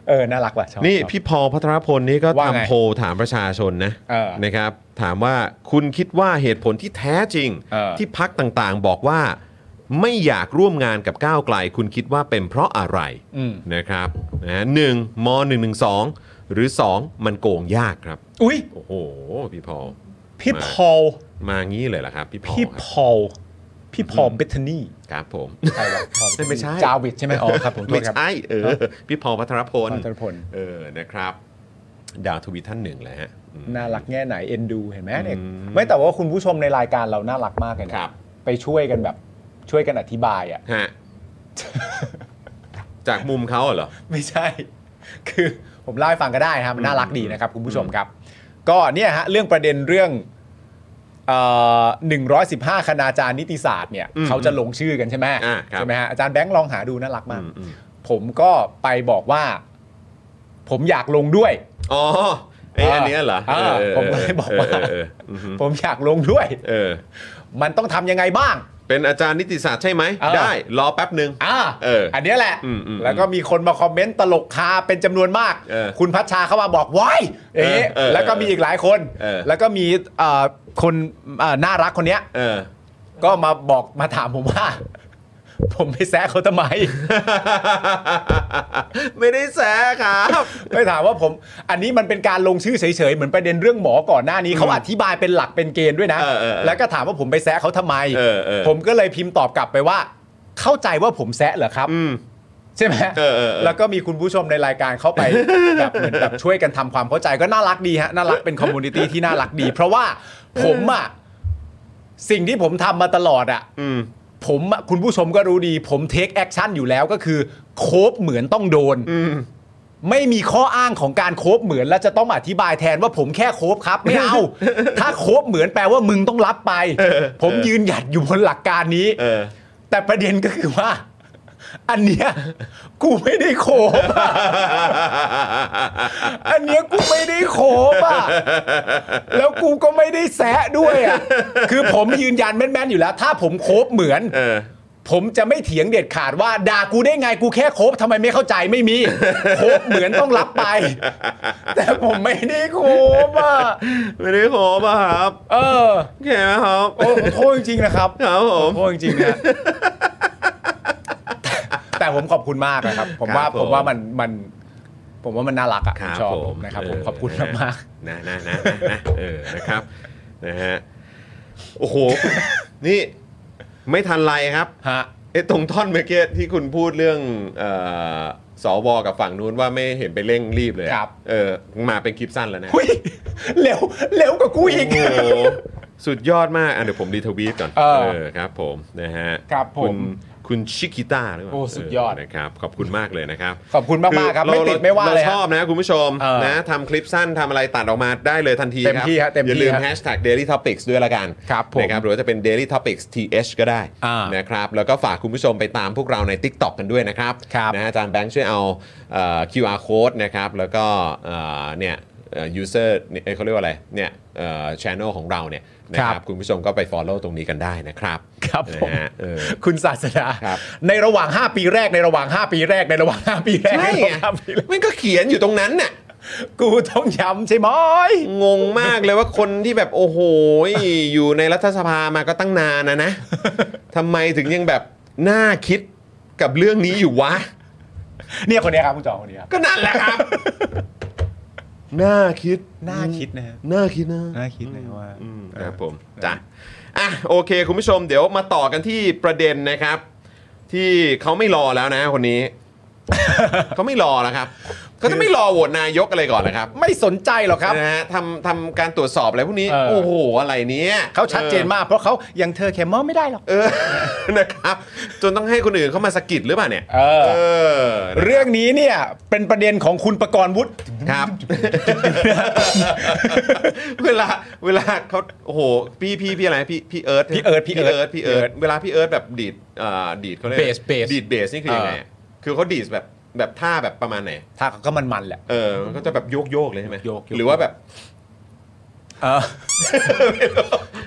เออน่ารักว่ะชอบ
นี่
ชอบ
พี่พอลพัทรพลนี่ก็
ว่าไง
ทำโพลถามประชาชนนะ
เออ
นะครับ ถามว่าคุณคิดว่าเหตุผลที่แท้จริง
เออ
ที่พักต่างๆบอกว่า ไม่อยากร่วมงานกับก้าวไกล คุณคิดว่าเป็นเพราะอะไร
อืม
นะครับนะฮะหนึ่งม .112 หรือ 2 มันโกงยากครับ
อุ้ย
โอ้โห พี่พอล
พี่พอล
มางี้เลยเหรอครับ พี่พอล
พี่
ค
พ
รับ
อลพี่พอลเบทานี
ครับผม
ใครวะพอล
ไม่ใช่
จาวิดใช่ไหมอ๋อครับผมโท
ไม่
ษครับ
ใช่เออพี่พอลพัทรพ
พอ
ล
ลจรพล
เออนะครับ ดาวทวีตท่านหนึ่งเลยฮะอืม
น่ารักแง่ไหนเอ็นดูเห็นไหมเนี่ย
อืม
ไม่แต่ว่าคุณผู้ชมในรายการเราน่ารักมากเลยนะครับ ไปช่วยกันแบบช่วยกันอธิบายอ่ะ
ฮะ จากมุมเขาเหรอ
ไม่ใช่ [laughs] คือผมเล่าให้ฟังก็ได้ครับมันน่ารักดีนะครับคุณผู้ชมครับ ก็เนี่ยฮะเรื่องประเด็นเรื่องเอ่อ115 คณาจารย์นิติศาสตร์เนี่ย
อืม
เขาจะลงชื่อกันใช่ไหม
อ่าครับ
ใช่ไหมฮะอาจารย์แบงค์ลองหาดูน่ารัก
อื
มาก
มอืม
ผมก็ไปบอกว่า ผมอยากลงด้วย
อ๋อไอ้อันเนี้ยเหรอ
อ่า
ออออ
ผมก็เลยบอกว่า
เเออเอออืม
ผมอยากลงด้วย
เออ
มันต้องทำยังไงบ้าง
เป็นอาจารย์นิติศาสตร์ใช่ไหม
เออ
ได้ รอแป๊บหนึ่ง
อ่า
เอออั
นเนี้ยแหละ
อืมอืม
แล้วก็มีคนมาคอมเมนต์ตลกคาเป็นจำนวนมาก
เออ
คุณพัชชาเข้ามาบอกว้ายเอ๊ะ
เออเออ
แล้วก็มีอีกหลายคน
เออ
แล้วก็มีเอ่อคนเอ่อน่ารักคนเนี้ย
เอ [laughs] อ
ก็มาบอกมาถามผมว่า [laughs] ผมไปแซะเขาทำไม
ไม่ได้แซะครับ
ไม่ถามว่าผม อันนี้มันเป็นการลงชื่อเฉยๆ เหมือนประเด็นเรื่องหมอก่อนหน้านี้เขาอธิบายเป็นหลักเป็นเกณฑ์ด้วยนะ
เออเออเออ
แล้วก็ถามว่าผมไปแซะเขาทำไม
เออเออ
ผมก็เลยพิมพ์ตอบกลับไปว่า เข้าใจว่าผมแซะเหรอครับ
อืม
ใช่ไหม
เออเออเออ
แล้วก็มีคุณผู้ชมในรายการเข้าไป แบบเหมือนแบบช่วยกันทำความเข้าใจก็น่ารักดีฮะ น่ารักเป็นคอมมูนิตี้ที่น่ารักดี เพราะว่าผมอะสิ่งที่ผมทำมาตลอดอะ
อืม
ผมอะคุณผู้ชมก็รู้ดี ผมเทคแอคชั่นอยู่แล้วก็คือ โคบเหมือนต้องโดน
อืม
ไม่มีข้ออ้างของการโคบเหมือน และจะต้องอธิบายแทนว่าผมแค่โคบครับ ไม่เอา ถ้าโคบเหมือนแปลว่ามึงต้องรับไป
เออ
ผมยืนหยัดอยู่บนหลักการนี้
เออ
แต่ประเด็นก็คือว่า อันเนี้ยกูไม่ได้โคบอะอันเนี้ยกูไม่ได้โคบอะแล้วกูก็ไม่ได้แซะด้วยอะคือผมยืนยันแม่นๆอยู่แล้ว ถ้าผมโคบเหมือน
เออ
ผมจะไม่เถียงเด็ดขาดว่าด่ากูได้ไงกูแค่โคบทำไมไม่เข้าใจไม่มี โคบเหมือนต้องรับไป แต่ผมไม่ได้โคบอ่ะ
ไม่ได้ขอป่ะครับ
เออ
โอเคไหมครับ
โอ้ขอโทษจริงๆนะครับ
ครับผม
ขอโทษจริงๆนะแต่ [laughs] แต่ผมขอบคุณมากนะครับ ผมว่า
ครับผม
ผมว่ามันมัน ผมว่ามันน่ารักอ่ะ
ครับ
ชอบ
ผม
นะครับ ผม
เ
ขอบคุณมาก
นะนะนะนะนะเออนะครับนะฮะโอ้
[laughs]
โห นี่ไม่ทันไรครับ
ๆฮะ
ไอ้ตรงท่อนเมื่อกี้ที่คุณพูดเรื่องเออสวกับฝั่งนู้นว่าไม่เห็นไปเร่งรีบเลยอะ
ครับ
เออมาเป็นคลิปสั้นแล้วนะ
หุ้ยเร็วเร็วกว่ากูอีก
โอ้โหสุดยอดมากอ่ะเดี๋ยวผมรีทวีตก่อน
เออ
ครับผมนะฮะ
ครับผม
ณคุณชิคิต้าหรือเปล่า
โอ้สุดยอด
เนะครับขอบคุณมากเลยนะครับ
ขอบคุณมากๆครับ
อ
ไม่ติดไม่ว่าเลย
ร
ฮะ
ชอบนะคุณผู้ชม
เออ
นะทำคลิปสั้นทำอะไรตัดออกมาได้เลยทันที
เต็มที่
ครั
ฮะเต็ม
อ
ที่
ย่าลืม
ฮะ
แฮชแท็ก daily topics ด้วยละกัน
ครับผม
นะครับหรือว่าจะเป็น daily topics th ก็ได้
อ่า
นะครับแล้วก็ฝากคุณผู้ชมไปตามพวกเราใน TikTok กันด้วยนะครับ
ครับ
นะฮะอาจารย์แบงค์ช่วยเอาเอ่อ QR code นะครับแล้วก็เอ่อเนี่ยเอ่อ user เนี่ยเอ้ยเขาเรียกว่าอะไรเนี่ยเอ่อ channel ของเราเนี่ยนะค
ครั
รับบ คุณผู้ชมก็ไป follow ตรงนี้กันได้นะครับ
ครับผม
นะฮะเออ
คุณศาสดา
ครับ
ในระหว่าง 5 ปีแรกในระหว่าง 5 ปีแรกในระหว่าง 5 ปีแรก
ใช่
ใน
ไง
ระหว่าง5ปีแรก
มันก็เขียนอยู่ตรงนั้นน่ะ
กูต้องย้ำใช่ไหม
งงมากเลยว่าคนที่แบบโอ้โหยอยู่ในรัฐสภามาก็ตั้งนานนะนะทำไมถึงยังแบบน่าคิดกับเรื่องนี้อยู่วะ
เนี่ยคนเนี้ยครับคุณจองคนเนี้ยครับ
ก็นั่นแหละครับ น่าคิด
[laughs] น่าคิดนะฮะ
น่าคิดนะ
น่าคิดนะว่า
อืมครับผมจ้ะอ่ะโอเค คุณผู้ชมเดี๋ยวมาต่อกันที่ประเด็นนะครับ ที่เขาไม่รอแล้วนะคนนี้
[laughs]
เขาไม่รอแล้วครับเขาจะไม่รอโหวตนายกอะไรก่อนนะครับ
ไม่สนใจหรอกครับ
นะฮะทำทำการตรวจสอบอะไรพวกนี้
เออ
โอ้โห อะไรเนี้ย
เขาชัดเจนมากเพราะเขายังเธอแคมมอไม่ได้หรอก
เอ [laughs] อ นะครับ จนต้องให้คนอื่นเข้ามาสะกิดหรือเปล่าเนี่ย
เออ
อ
เรื่องนี้เนี่ยเป็นประเด็นของคุณประกรณ์วุฒิ
ครับ [laughs] เวลาเวลาเขาโอ้โหพี่พี่พี่อะไรพี่พี่เอิร์ธ
พี่เอิร์ธพี่
พี่
เอิ
เอิ
ร์
ร์
ธ
ธพี่เอิร์ธเวลาพี่เอิร์ธแบบดีดอ่าดีดเขาเรียก
เบสเบส
ดีดเบสนี่คือยังไงอะคือเขาดีดแบบแบบท่าแบบประมาณไหน
ท่าเขาก็มันๆแหละ
เออมันก็จะแบบโยกโยกๆเลยใช่ไหม
โยกๆ
หรือว่าแบบ
เออ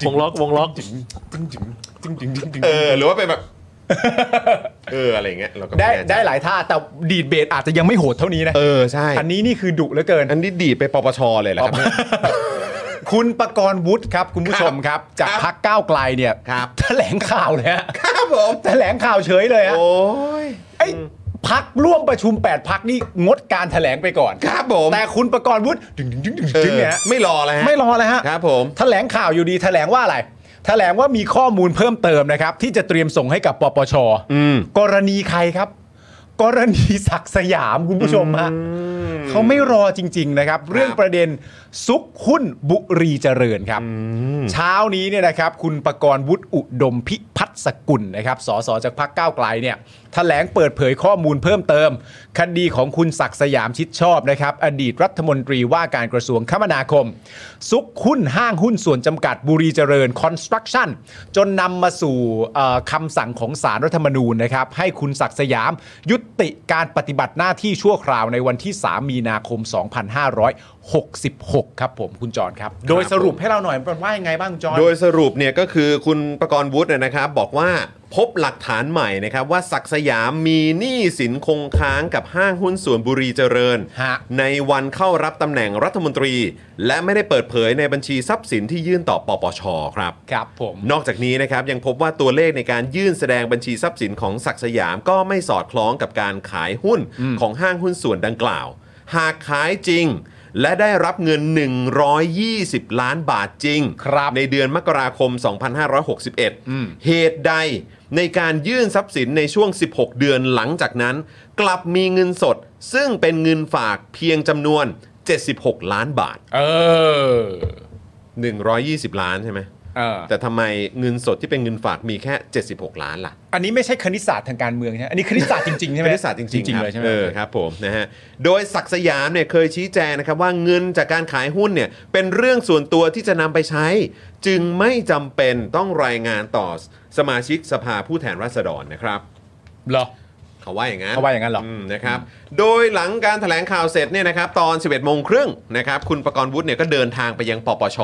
วงล็อกวงล็อก
จึงจึงจึงจึงจึงจึง
เออ หรือว่าเป็นแบบ เอออะไรอย่างเงี้ยเราก็ม่
ได้
แน่ใจ
ได้หลายท่าแต่ดีดเบสอาจจะยังไม่โหดเท่านี้นะ
เออ ใช่
อันนี้นี่คือดุเหลือเกิน
อันนี้ดีดไปปปชเลยแหละครับ
คุณประกรณ์วุฒิครับ คุณผู้ชมครับ จาก
ครับ
พักก้าวไกลเนี่ย
ครับ
แถลงข่าวเลยฮะ
ครับผม
แถลงข่าวเฉยเลยฮะ
โอ้ย
ไอ้พักร่วมประชุม 8 พักนี่งดการแถลงไปก่อน
ครับผม
แต่คุณประกรณ์วุฒิดึงดึงดึงดึง
เอ
ดึง
อ
เนี่ยฮะ
ไม่รอแล้วฮะ
ไม่รอแล้วฮะ
ครับผม
แถลงข่าวอยู่ดีแถลงว่าอะไร แถลงว่ามีข้อมูลเพิ่มเติมนะครับ ที่จะเตรียมส่งให้กับปปช
อืม
กรณีใครครับ กรณีศักดิ์สยามคุณผู้ชมฮะเขาไม่รอจริง ๆ นะครับ เรื่องประเด็นซุกหุ้นบุรีเจริญครับ เช้านี้เนี่ยนะครับ คุณประกรณ์วุฒิอุดมพิพัฒน์สกุลนะครับสสจากพรรคก้าวไกลเนี่ยแถลงเปิดเผยข้อมูลเพิ่มเติม คดีของคุณศักดิ์สยามชิดชอบนะครับ อดีตรัฐมนตรีว่าการกระทรวงคมนาคม ซุกหุ้นห้างหุ้นส่วนจำกัดบุรีเจริญ Construction จนนำมาสู่เอ่อคำสั่งของสารรัฐธรรมนูญนะครับ ให้คุณศักดิ์สยาม ยุติการปฏิบัติหน้าที่ชั่วคราวในวันที่ 3 มีนาคม 2566 ครับผมคุณจรครับ โดยสรุปให้เราหน่อยมันว่ายังไงบ้างคุณจร
โดยสรุปเนี่ยก็คือคุณประกรณ์วุฒิเนี่ยนะครับ บอกว่าพบหลักฐานใหม่นะครับ ว่าศักดิ์สยามมีหนี้สินคงค้างกับห้างหุ้นส่วนบุรีเจริญ
ฮะ
ในวันเข้ารับตำแหน่งรัฐมนตรี และไม่ได้เปิดเผยในบัญชีทรัพย์สินที่ยื่นต่อปปชครับ
ครับผม
นอกจากนี้นะครับยังพบว่าตัวเลขในการยื่นแสดงบัญชีทรัพย์สินของศักดิ์สยามก็ไม่สอดคล้องกับการขายหุ้นของห้างหุ้นส่วนดังกล่าว หากขายจริง และได้รับเงิน 120 ล้านบาทจริง
ครับ
ในเดือนมกราคม 2561 เหตุใดในการยื่นทรัพย์สินในช่วง 16 เดือนหลังจากนั้น กลับมีเงินสด ซึ่งเป็นเงินฝากเพียงจำนวน 76 ล้านบาท
เออ
120 ล้านใช่ไหม
เออ
แต่ทำไมเงินสดที่เป็นเงินฝากมีแค่ 76 ล้านล่ะ
อันนี้ไม่ใช่คณิตศาสตร์ทางการเมืองใช่ไหมอันนี้คณิตศาสตร์จริงๆใช่ไหม
คณิตศาสตร์จริงๆคบ
เลยใช่ไหม
เออครับผมนะฮะโดยศักดิ์สยามเนี่ยเคยชี้แจงนะครับว่าเงินจากการขายหุ้นเนี่ยเป็นเรื่องส่วนตัวที่จะนำไปใช้ จึงไม่จำเป็นต้องรายงานต่อสมาชิกสภาผู้แทนราษฎรนะครับ
เหรอ
เขาว่าอย่างนั้น
เขาว่าอย่างนั้นเหรอ
มนะครับ โดยหลังการแถลงข่าวเสร็จเนี่ยนะครับตอน 11โมงครึ่งนะครับคุณประกรณ์วุฒิเนี่ยก็เดินทางไปยังปปช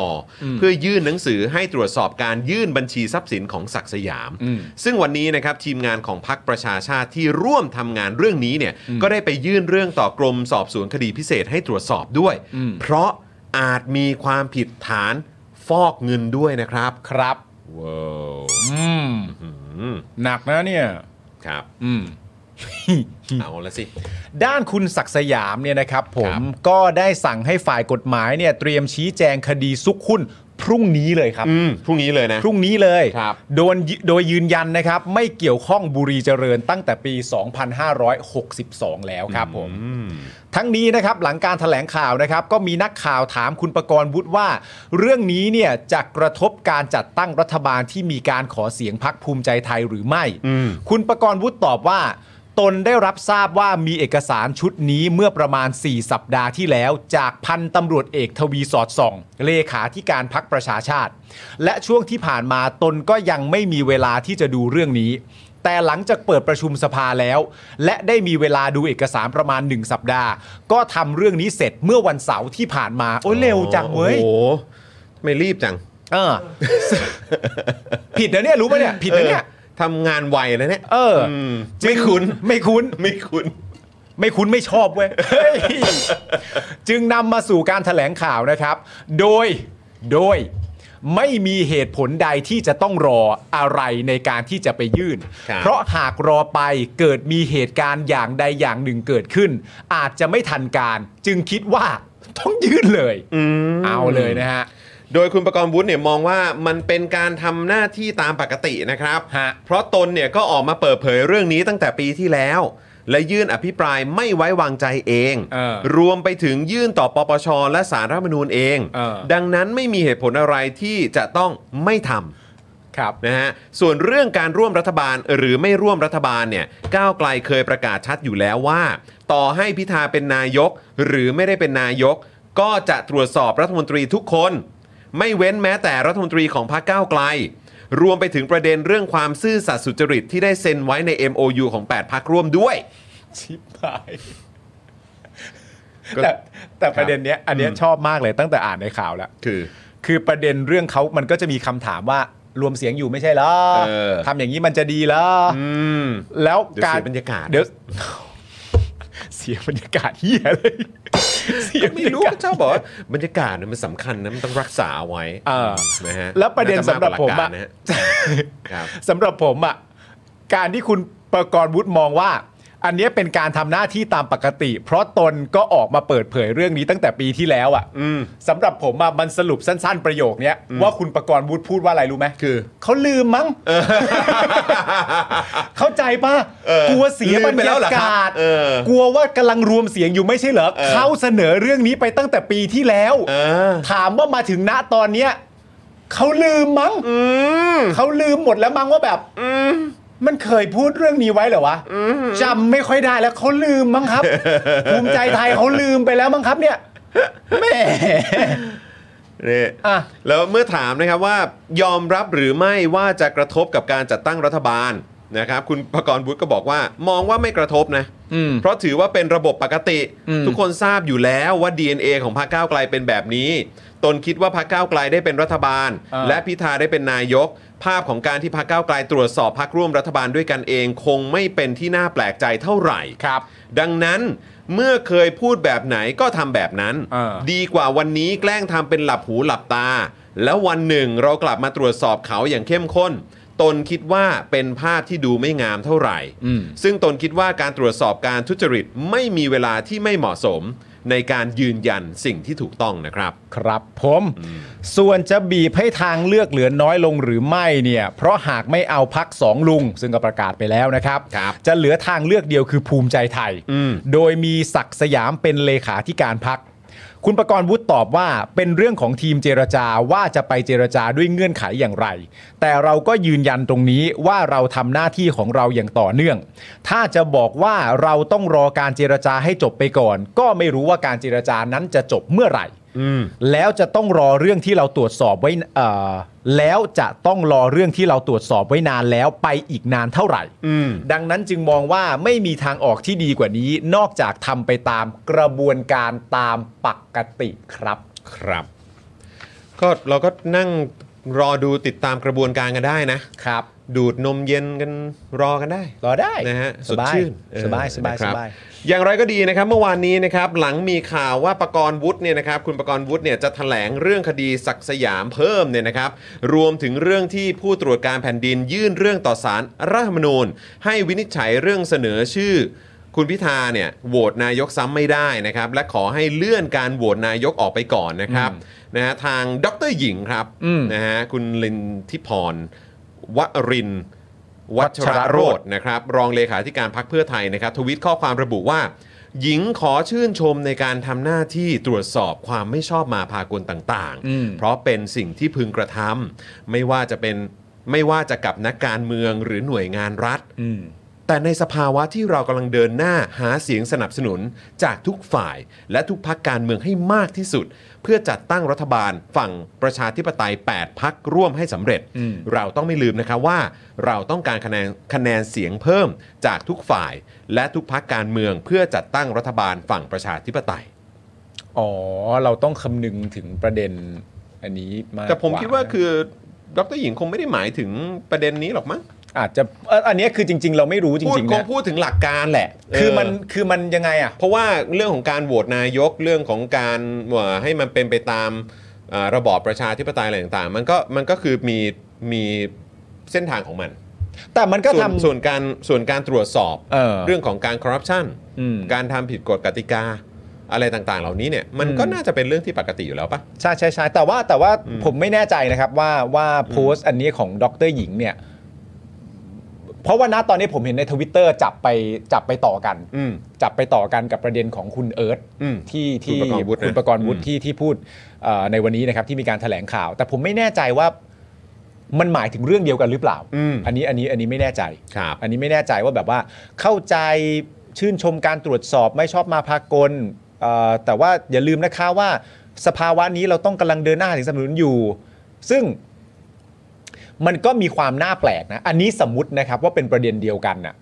เพื่อยื่นหนังสือให้ตรวจสอบการยื่นบัญชีทรัพย์สินของศักดิ์สยาม
อืม
ซึ่งวันนี้นะครับทีมงานของพักประชาชาติที่ร่วมทำงานเรื่องนี้เนี่ยก็ได้ไปยื่นเรื่องต่อกรมสอบสวนคดีพิเศษให้ตรวจสอบด้วย เพราะอาจมีความผิดฐานฟอกเงินด้วยนะครับ
ครับ
ว้าว
อืม
อืม
หนักนะเนี่ย
ครับ
อืม
เอาละสิ
ด้านคุณศักดิ์สยามเนี่ยนะครับผมก็ได้สั่งให้ฝ่ายกฎหมายเนี่ยเตรียมชี้แจงคดีซุกหุ้นพรุ่งนี้เลยครับ
อืมพรุ่งนี้เลยนะ
พรุ่งนี้เลย
ครับ
โดนโดยยืนยันนะครับ ไม่เกี่ยวข้องบุรีเจริญตั้งแต่ปี 2562 แล้วครับผมทั้งนี้นะครับหลังการถแถลงข่าวนะครับ ก็มีนักข่าวถามคุณประกรณ์วุฒิว่า เรื่องนี้เนี่ยจะกระทบการจัดตั้งรัฐบาลที่มีการขอเสียงพักภูมิใจไทยหรือไม่
อืม
คุณประกรณ์วุฒิตอบว่า ตนได้รับทราบว่ามีเอกสารชุดนี้เมื่อประมาณ 4 สัปดาห์ที่แล้ว จากพันตำรวจเอกทวีสอดส่อง เลขาธิการพักประชาชาติ และช่วงที่ผ่านมาตนก็ยังไม่มีเวลาที่จะดูเรื่องนี้ แต่หลังจากเปิดประชุมสภาแล้ว และได้มีเวลาดูเอกสารประมาณ 1 สัปดาห์ ก็ทำเรื่องนี้เสร็จเมื่อวันเสาร์ที่ผ่านมาโอ้ยเร็วจังเว้ย
โอ้โหทำไม่รีบจัง
เออ ผิดนะเนี่ยรู้ปะเนี่ยผิดนะเนี่ย
ออทำงานไวนะเนี่ย
เอออื
ม
ไม่คุ้นไม่คุ้น
ไม่คุ้น
ไม่คุ้นไม่ชอบเว้ย [laughs] จึงนำมาสู่การถแถลงข่าวนะครับ โดย โดย ไม่มีเหตุผลใดที่จะต้องรออะไรในการที่จะไปยื่น
ครับ
เพราะหากรอไปเกิดมีเหตุการณ์อย่างใดอย่างหนึ่งเกิดขึ้น อาจจะไม่ทันการ จึงคิดว่าต้องยื่นเลย เอาเลยนะฮะ
โดยคุณประกรณ์วุฒิเนี่ยมองว่ามันเป็นการทำหน้าที่ตามปกตินะครับ
ฮะ
เพราะตนเนี่ยก็ออกมาเปิดเผยเรื่องนี้ตั้งแต่ปีที่แล้ว และยื่นอภิปรายไม่ไว้วางใจเอง
เออ
รวมไปถึงยื่นต่อปปช และสารรัฐธรรมนูญเอง
เออ
ดังนั้นไม่มีเหตุผลอะไรที่จะต้องไม่ทำ
ครับ
นะฮะส่วนเรื่องการร่วมรัฐบาลหรือไม่ร่วมรัฐบาลเนี่ยก้าวไกลเคยประกาศชัดอยู่แล้วว่า ต่อให้พิธาเป็นนายก หรือไม่ได้เป็นนายก ก็จะตรวจสอบรัฐมนตรีทุกคน ไม่เว้นแม้แต่รัฐมนตรีของพรรคก้าวไกล รวมไปถึงประเด็นเรื่องความซื่อสัตย์สุจริตที่ได้เซ็นไว้ใน MOU ของ 8 พักร่วมด้วย
ชิบหาย
ก็
แต่แต่
ครับ
ประเด็นเนี้ยอันเนี้ยชอบมากเลยตั้งแต่อ่านในข่าวแล้ว
คือ
คือประเด็นเรื่องเขามันก็จะมีคำถามว่ารวมเสียงอยู่ไม่ใช่เหรอ
เออ
ทำอย่างนี้มันจะดีเหรอ
อืม
แล้ว
เดี๋ยว
การ
เสียบรรยากาศ
เดี๋ยว [laughs] เสียบรรยากาศเฮียเลยเสียบร
ไม่
รยา
รู้
กาศ
ก็เจ้าบอกว่าบรรยากาศเนี่ยมันสำคัญนะมันต้องรักษาไว้
เออ
นะฮะ
แล้วประเด็นสำหรับผม
น่าจา
อะ
กกว่าหลักการนฮครับ
สำหรับผมอ่ะการที่คุณประกรณ์วุฒิมองว่า อันเนี้ยเป็นการทำหน้าที่ตามปกติ เพราะตนก็ออกมาเปิดเผยเรื่องนี้ตั้งแต่ปีที่แล้วอ่ะ
อืม
สำหรับผมอ่ะมันสรุปสั้น ๆ ประโยคเนี้ยว่าคุณประกรณ์วุฒิพูดว่าอะไรรู้ไหม
คือ
เขาลืมมั้ง [laughs] เข้าใจป่ะ
เออก
ลัวเสียบรร
ลืมไปแล้
ยาว
เหรอครับ
กาศ
เออก
ลัวว่ากำลังรวมเสียงอยู่ไม่ใช่เหรอ
เออ
เขาเสนอเรื่องนี้ไปตั้งแต่ปีที่แล้ว
เออ
ถามว่ามาถึงณตอนเนี้ยเขาลืมมั้งเขาลืมหมดแล้วมั้งว่าแบบมันเคยพูดเรื่องนี้ไว้เหรอวะจำไม่ค่อยได้แล้วเขาลืมมั้งครับ ภูมิใจไทยเขาลืมไปแล้วมั้งครับ เนี่ย [laughs] แหม่
นี่
อ่ะ
แล้วเมื่อถามนะครับว่ายอมรับหรือไม่ว่าจะกระทบกับการจัดตั้งรัฐบาลนะครับคุณประกรณ์วุฒิก็บอกว่ามองว่าไม่กระทบนะ
อืม
เพราะถือว่าเป็นระบบปกติ
อืม
ทุกคนทราบอยู่แล้วว่า DNA ของพรรคก้าวไกลเป็นแบบนี้ ตนคิดว่าพรรคก้าวไกลได้เป็นรัฐบาล
อ่า
และพิธาได้เป็นนายก ภาพของการที่พรรคก้าวไกลตรวจสอบพรรคร่วมรัฐบาลด้วยกันเอง คงไม่เป็นที่น่าแปลกใจเท่าไหร่
ครับ
ดังนั้นเมื่อเคยพูดแบบไหนก็ทำแบบนั้น
เออ
ดีกว่าวันนี้แกล้งทำเป็นหลับหูหลับตา แล้ววันหนึ่งเรากลับมาตรวจสอบเขาอย่างเข้มข้น ตนคิดว่าเป็นภาพที่ดูไม่งามเท่าไหร่
อืม
ซึ่งตนคิดว่าการตรวจสอบการทุจริตไม่มีเวลาที่ไม่เหมาะสม ในการยืนยันสิ่งที่ถูกต้องนะครับ
ครับผมส่วนจะบีบให้ทางเลือกเหลือน้อยลงหรือไม่เนี่ย เพราะหากไม่เอาพักสองลุง ซึ่งก็ประกาศไปแล้วนะครับ
ครับ
จะเหลือทางเลือกเดียวคือภูมิใจไทย
อืม
โดยมีศักดิ์สยามเป็นเลขาธิการพัก คุณประกรณ์วุฒิตอบว่าเป็นเรื่องของทีมเจรจาว่าจะไปเจรจาด้วยเงื่อนไขอย่างไร แต่เราก็ยืนยันตรงนี้ว่าเราทำหน้าที่ของเราอย่างต่อเนื่อง ถ้าจะบอกว่าเราต้องรอการเจรจาให้จบไปก่อน ก็ไม่รู้ว่าการเจรจานั้นจะจบเมื่อไหร่ แล้วจะต้องรอเรื่องที่เราตรวจสอบไว้เอ่อแล้วจะต้องรอเรื่องที่เราตรวจสอบไว้นานแล้วไปอีกนานเท่าไหร่ ดังนั้นจึงมองว่าไม่มีทางออกที่ดีกว่านี้ นอกจากทำไปตามกระบวนการตามปกติครับ
ครับ ก็เราก็นั่งรอดูติดตามกระบวนการกันได้นะ
ครับ
ดูดนมเย็นกันรอกันได้
รอได้
นะฮะ
สบา
ด
ย
ชื่นเออ
สบายสบาย
นะครับ
สาย
อย่างไรก็ดีนะครับเมื่อวานนี้นะครับหลังมีข่าวว่าประกรณ์วุฒิเนี่ยนะครับคุณประกรณ์วุฒิเนี่ยจะแถลงเรื่องคดีศักดิ์สยามเพิ่มเนี่ยนะครับรวมถึงเรื่องที่ผู้ตรวจการแผ่นดินยื่นเรื่องต่อศาลรัฐธรรมนูญ ให้วินิจฉัยเรื่องเสนอชื่อ คุณพิธาเนี่ยโหวตนายกซ้ำไม่ได้นะครับและขอให้เลื่อนการโหวตนายกออกไปก่อนนะครับนะฮะทางดรหญิงครับ
อืม
นะฮะคุณลินทิพรวรินทร์ วัชรโรธนะครับรองเลขาธิการพักเพื่อไทยนะครับทวิตข้อความระบุว่า หญิงขอชื่นชมในการทำหน้าที่ตรวจสอบความไม่ชอบมาพากลต่าง
อืม
ๆ เพราะเป็นสิ่งที่พึงกระทำไม่ว่าจะเป็นไม่ว่าจะกับนักการเมืองหรือหน่วยงานรัฐ
อืม
แต่ในสภาวะที่เรากำลังเดินหน้าหาเสียงสนับสนุนจากทุกฝ่าย และทุกพักการเมืองให้มากที่สุด เพื่อจัดตั้งรัฐบาลฝั่งประชาธิปไตย 8 พักร่วมให้สำเร็จ
อืม
เราต้องไม่ลืมนะครับว่า เราต้องการคะแนนคะแนนเสียงเพิ่มจากทุกฝ่าย และทุกพักการเมืองเพื่อจัดตั้งรัฐบาลฝั่งประชาธิปไตย
อ๋อ เราต้องคำนึงถึงประเด็นอันนี้มาก
แต่ผม
ก
คิดว่าคือดรหญิงคงไม่ได้หมายถึงประเด็นนี้หรอกมั้ง
อาจจะเอ่ออันเนี้ยคือจริง ๆ เราไม่รู้จ
พูด
ริง
ค
ๆ
ง
นะ
พูดถึงหลักการแหละ
คือมัน
เ
คือมันยังไงอ่ะ
เพราะว่าเรื่องของการโหวตนายกเรื่องของการเอ่อให้มันเป็นไปตามเอ่อระบอบประชาธิปไตยอะไรต่างๆ มันก็มันก็คือมีมีเส้นทางของมัน
แต่มันก็
ส่วน
ทำ
ส่วนการส่วนการตรวจสอบ
เออ
องของการคอร์รัปชัน
อืม
การทำผิดกฎกติกาอะไรต่างๆ เหล่านี้เนี่ยมัน
อืม
ก็น่าจะเป็นเรื่องที่ปกติอยู่แล้วปะ
ใช่ใช่ใช่แต่ว่าแต่ว่าผมไม่แน่ใจนะครับว่าว่าโพสต์อันนี้ของดรหญิงเนี่ย เพราะว่าณตอนนี้ผมเห็นในทวิตเตอร์จับไปจับไปต่อกัน
อืม
จับไปต่อกันกับประเด็นของคุณเอิร์ธ
อืม
ที่
คุณ
ที่
ประกรณ์วุฒินะ
คุณประกรณ์วุฒิ
อืม
ที่ที่พูดเอ่อในวันนี้นะครับ ที่มีการแถลงข่าว แต่ผมไม่แน่ใจว่ามันหมายถึงเรื่องเดียวกันหรือเปล่า
อืม
อันนี้อันนี้อันนี้ไม่แน่ใจ
ครับ
อันนี้ไม่แน่ใจว่าแบบว่าเข้าใจชื่นชมการตรวจสอบไม่ชอบมาพากลเอ่อแต่ว่าอย่าลืมนะคะว่าสภาวะนี้เราต้องกำลังเดินหน้าถึงสนับสนุนอยู่ ซึ่งมันก็มีความน่าแปลกนะอันนี้สมมตินะครับว่าเป็นประเด็นเดียวกันน่ะ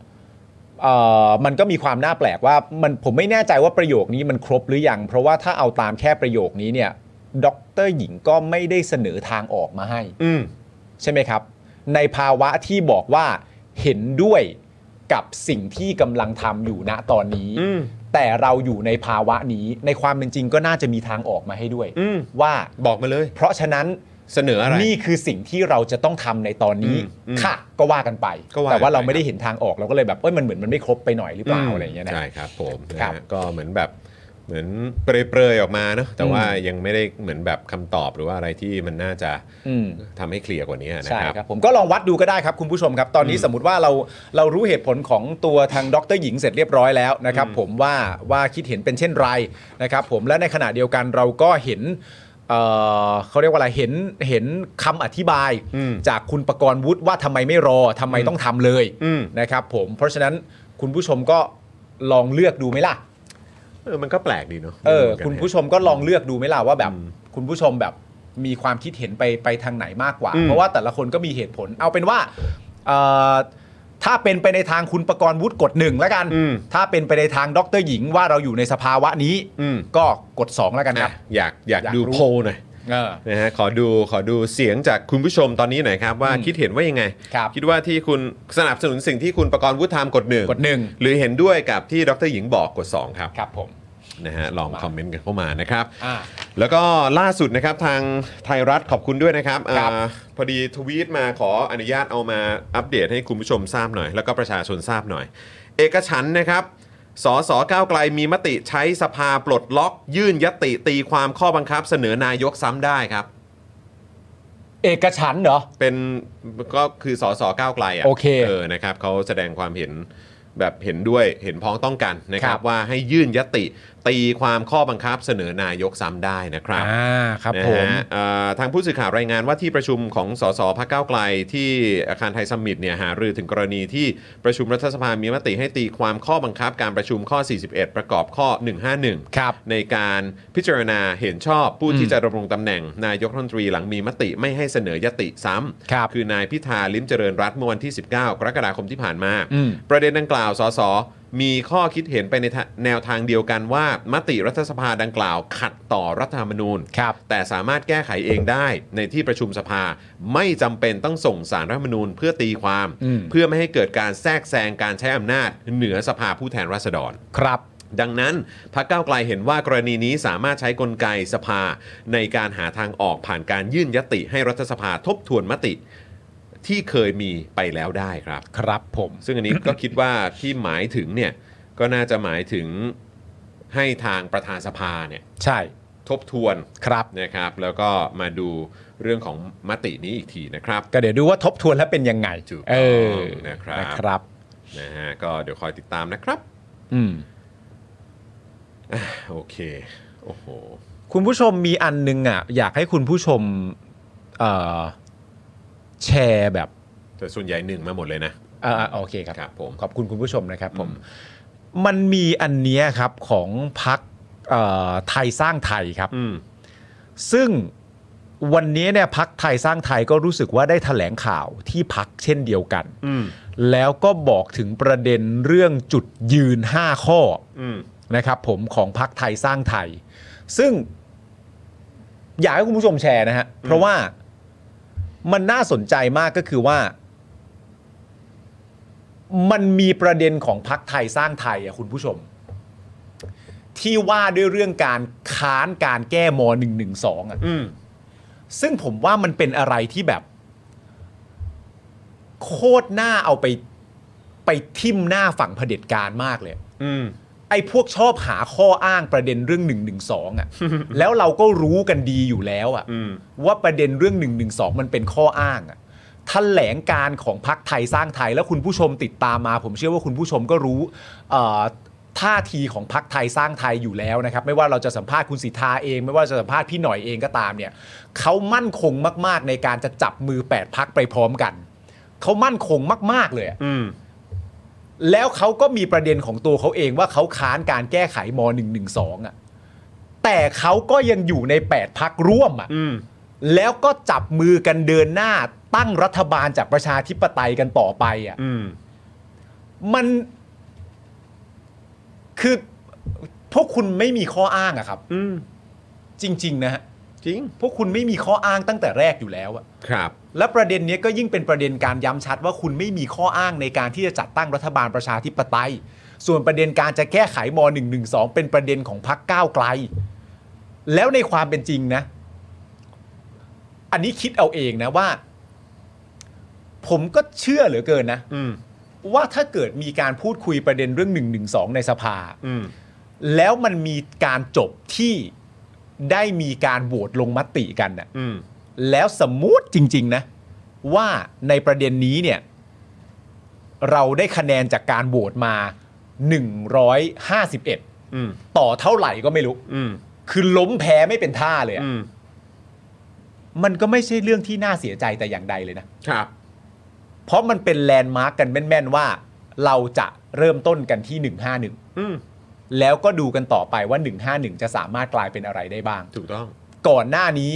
เอ่อมันก็มีความน่าแปลกว่ามันผมไม่แน่ใจว่าประโยคนี้มันครบหรือยัง เพราะว่าถ้าเอาตามแค่ประโยคนี้เนี่ยดอกเตอรหญิงก็ไม่ได้เสนอทางออกมาให้
อืม
ใช่ไหมครับ ในภาวะที่บอกว่าเห็นด้วยกับสิ่งที่กำลังทำอยู่ณตอนนี้
อืม
แต่เราอยู่ในภาวะนี้ในความเป็นจริงก็น่าจะมีทางออกมาให้ด้วย
อืม
ว่า
บอกมาเลย
เพราะฉะนั้น
เสนออะไร
นี่คือสิ่งที่เราจะต้องทำในตอนนี้
อืมอืม
ค่ะ ก็ว่ากันไป
ก็ว่ากันไป
แต่ว่าเราไม่ได้เห็นทางออกเราก็เลยแบบเอ้ยมันเหมือนมันไม่ครบไปหน่อยหรือเปล่าอะไรอย่างเงี้ยนะ
ใช่ครับผมนะครับ ฮะก็เหมือนแบบเหมือนเปรยๆออกมาเนอะแต่ว่ายังไม่ได้เหมือนแบบคำตอบหรือว่าอะไรที่มันน่าจะ
อืม
ทำให้เคลียร์กว่านี้นะ
ใช่
ครับ
ครับผมก็ลองวัดดูก็ได้ครับคุณผู้ชมครับ ตอนนี้สมมติว่าเราเรารู้เหตุผลของตัวทางดรหญิงเสร็จเรียบร้อยแล้วนะครับผมว่าว่าคิดเห็นเป็นเช่นไรนะครับผมและในขณะเดียวกันเราก็เห็นเอ่อเขาเรียกว่าอะไรเห็นเห็นคำอธิบาย
อืม
จากคุณประกรณ์วุฒิว่าทำไมไม่รอทำไมต้องทำเลย
อืม
นะครับผมเพราะฉะนั้นคุณผู้ชมก็ลองเลือกดูไหมล่ะ
เออมันก็แปลกดีเนาะ
เออ
ไม่รู้หมืนกัน
คุณผู้
นะ
ชมก็ลองเลือกดูไหมล่ะว่าแบบคุณผู้ชมแบบมีความคิดเห็นไปไปทางไหนมากกว่า
อืม
เพราะว่าแต่ละคนก็มีเหตุผล เอาเป็นว่าเอ่อถ้าเป็นไปในทางคุณประกรณ์วุฒิกดหนึ่งแล้วกัน
อืม
ถ้าเป็นไปในทางดรหญิงว่าเราอยู่ในสภาวะนี้
อืม
ก็กด 2 แล้วกันค
อ่ะ
รับ
อยากอยาก
อยาก
ดู
รู้
โพลหน่อย
เออ
นะฮะขอดูขอดูเสียงจากคุณผู้ชมตอนนี้หน่อยครับว่า
อืม
คิดเห็นว่ายังไง
ครับ
ดว่าที่คุณสนับสนุนสิ่งที่คุณประกรณ์วุฒิทำกดหนึ่ง
กดหนึ่ง
หรือเห็นด้วยกับที่ดรหญิงบอกกดสองครับ
ครับผม
นะฮะลองคอมเมนต์กันเข้ามานะครับ
อ่า
แล้วก็ล่าสุดนะครับทางไทยรัฐขอบคุณด้วยนะครับ
ครับ
เออพอดีทวีตมาขออนุญาตเอามาอัปเดตให้คุณผู้ชมทราบหน่อย แล้วก็ประชาชนทราบหน่อย เอกฉันท์นะครับสสก้าวไกลมีมติใช้สภาปลดล็อก ยื่นยติตีความข้อบังคับเสนอนายกซ้ำได้ครับ
เอกฉันท์เหรอ
เป็นก็คือสสก้าวไกลอ่ะ
โอเค
เออนะครับเขาแสดงความเห็น แบบเห็นด้วยเห็นพ้องต้องกันนะครั
ครับ บ
ว่าให้ยื่นยติตีความข้อบังคับเสนอนายกซ้ำได้นะครับ
อ่าครับ
นะ
ผม
ฮะเอ่อทางผู้สื่อข่าวรายงานว่าที่ประชุมของสสพักเก้าวไกลที่อาคารไทยสมิตเนี่ยหารือถึงกรณีที่ประชุมรัฐสภามีมติให้ตีความข้อบังคับการประชุมข้อ 41 ประกอบข้อ 151
ครับ
ในการพิจารณาเห็นชอบผู้
อืม
ที่จะดำรงตำแหน่ง นายกรัฐมนตรีหลังมีมติไม่ให้เสนอยติซ้ำ
ครับ
อนายพิธาลิ้มเจริญรัตน์เมื่อวันที่ 19 กรกฎาคมที่ผ่านมา
อืม
ประเด็นดังกล่าวสสมีข้อคิดเห็นไปในทะแนวทางเดียวกันว่า มติรัฐสภาดังกล่าวขัดต่อรัฐธรรมนูญ
ครับ
แต่สามารถแก้ไขเองได้ในที่ประชุมสภา ไม่จำเป็นต้องส่งสารรัฐธรรมนูญเพื่อตีความ
อืม
เพื่อไม่ให้เกิดการแทรกแซงการใช้อำนาจเหนือสภาผู้แทนราษฎร
ครับ
ดังนั้นพรรคก้าวไกลเห็นว่ากรณีนี้สามารถใช้กลไกสภา ในการหาทางออกผ่านการยื่นยติให้รัฐสภาทบทวนมติ ที่เคยมีไปแล้วได้ครับ
ครับผม
ซึ่งอันนี้ ก็คิดว่าที่หมายถึงเนี่ยก็น่าจะหมายถึงให้ทางประธานสภาเนี่ย
ใช่
ทบทวน
ครับ
นะครับแล้วก็มาดูเรื่องของมตินี้อีกทีนะครับ
ก็เดี๋ยวดูว่าทบทวนแล้วเป็นยังไง
ถูกต้อง
เออ
นะครับ
นะครับ
นะฮะก็เดี๋ยวคอยติดตามนะครับ
อืม
โอเคโอ้โห
คุณผู้ชมมีอันนึงอ่ะ อยากให้คุณผู้ชมเอ่อแชร์แบบ
แต่ส่วนใหญ่หนึ่งมาหมดเลยนะ
เอ่อโอเคครับ
ครับผม
ขอบคุณคุณผู้ชมนะครับผม มันมีอันเนี้ยครับของพักไทยสร้างไทยครับ
อืม
ซึ่งวันนี้เนี่ยพักไทยสร้างไทยก็รู้สึกว่าได้แถลงข่าวที่พักเช่นเดียวกัน
อืม
แล้วก็บอกถึงประเด็นเรื่องจุดยืน 5 ข้อ
อืม
นะครับผมของพักไทยสร้างไทย ซึ่งอยากให้คุณผู้ชมแชร์นะฮะ เพราะว่ามันน่าสนใจมากก็คือว่า มันมีประเด็นของพักไทยสร้างไทยอะคุณผู้ชม ที่ว่าด้วยเรื่องการค้านการแก้ม .112 อ่ะ
อืม
ซึ่งผมว่ามันเป็นอะไรที่แบบ โคตรหน้าเอาไปไปทิมหน้าฝั่งเผด็จการมากเลย
อืม
ไอ้พวกชอบหาข้ออ้างประเด็นเรื่อง1นึอ
[laughs]
่ะ แล้วเราก็รู้กันดีอยู่แล้วอ่ะ
อืม
ว่าประเด็นเรื่อง1นึมันเป็นข้ออ้างอ่ะแถลงการของพักไทยสร้างไทยแล้วคุณผู้ชมติดตามมา ผมเชื่อว่าคุณผู้ชมก็รู้เอ่อท่าทีของพักไทยสร้างไทยอยู่แล้วนะครับ ไม่ว่าเราจะสัมภาษณ์คุณสิทธาเอง ไม่ว่าจะสัมภาษณ์พี่หน่อยเองก็ตามเนี่ยเขามั่นคงมากๆในการจะจับมือ 8พักไปพร้อมกันเขามั่นคงมาก ๆเลยอะ
อืม
แล้วเขาก็มีประเด็นของตัวเขาเองว่าเขาค้านการแก้ไขม .112 อ่ะ แต่เขาก็ยังอยู่ใน 8 พักร่วมอ่ะ
อืม
แล้วก็จับมือกันเดินหน้าตั้งรัฐบาลจากประชาธิปไตยกันต่อไปอ่ะ
อืม
มัน คือพวกคุณไม่มีข้ออ้างอะครับ
อืม
จริง ๆ นะฮะ
จริง
พวกคุณไม่มีข้ออ้างตั้งแต่แรกอยู่แล้วอะ
ครับ
และประเด็นเนี้ยก็ยิ่งเป็นประเด็นการย้ำชัดว่าคุณไม่มีข้ออ้างในการที่จะจัดตั้งรัฐบาลประชาธิปไตย ส่วนประเด็นการจะแก้ไขม .112 เป็นประเด็นของพรรคก้าวไกล แล้วในความเป็นจริงนะ อันนี้คิดเอาเองนะว่า ผมก็เชื่อเหลือเกินนะ
อืม
ว่าถ้าเกิดมีการพูดคุยประเด็นเรื่อง 112 ในสภา
อืม
แล้วมันมีการจบที่ได้มีการโหวตลงมติกันน่ะ
อืม
แล้วสมมุติจริง ๆ นะ ว่าในประเด็นนี้เนี่ย เราได้คะแนนจากการโหวตมา 151
อืม
ต่อเท่าไหร่ก็ไม่รู้
อืม
คือล้มแพ้ไม่เป็นท่าเลยอะ
อืม
มันก็ไม่ใช่เรื่องที่น่าเสียใจแต่อย่างใดเลยนะ
ครับ
เพราะมันเป็นแลนด์มาร์กกันแม่น ๆ ว่า เราจะเริ่มต้นกันที่
อืม
151 แล้วก็ดูกันต่อไปว่า 151 จะสามารถกลายเป็นอะไรได้บ้าง
ถูกต้อง
ก่อนหน้านี้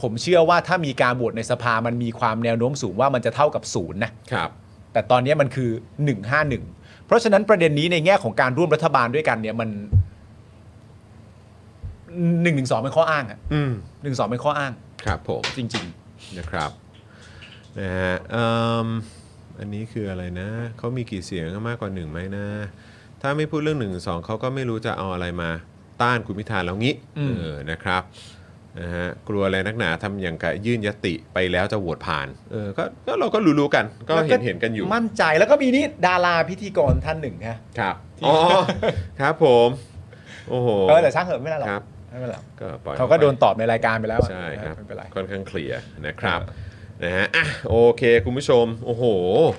ผมเชื่อว่าถ้ามีการโหวตในสภามันมีความแนวโน้มสูงว่ามันจะเท่ากับศูนย์นะ
ครับ
แต่ตอนนี้มันคือ 151 เพราะฉะนั้นประเด็นนี้ในแง่ของการร่วมรัฐบาลด้วยกันเนี่ยมัน1นึเป็นข้ออ้างอะ
อืม
หนึ่งสองเป็นข้ออ้าง
ครับผม
จริง
นะครับนะฮะเอิ่มอันนี้คืออะไรนะเขามีกี่เสียงมากกว่าหนึ่งไหมนะ ถ้าไม่พูดเรื่องหนึ่งสองเขาก็ไม่รู้จะเอาอะไรมาต้านคุณพิธาแล้วงี้
อืม
เออนะครับนะฮะกลัวอะไรนักหนาทำอย่างกะยื่นยติไปแล้วจะโหวตผ่านเออก็ก็เราก็รู้ๆกัน ก็เห็นเห็นกันอยู่
มั่นใจแล้วก็มีนี่ดาราพิธีกรท่านหนึ่งฮะ
ครับ
ที่
อ๋อครับผม โอ้โห
เออแต่ช่างเหอะไม่เป็นไรหรอก
ครับ
ไม่เป็นไรหรอก
ก็ปล่อย
เขาก็
ไป
โดนตอบในรายการไปแล้วอะ
ใช่ครับ
ไม่เป็นไร
ค่อนข้างเคลียร์นะครับ นะฮะอ่ะโอเค คุณผู้ชม โอ้โห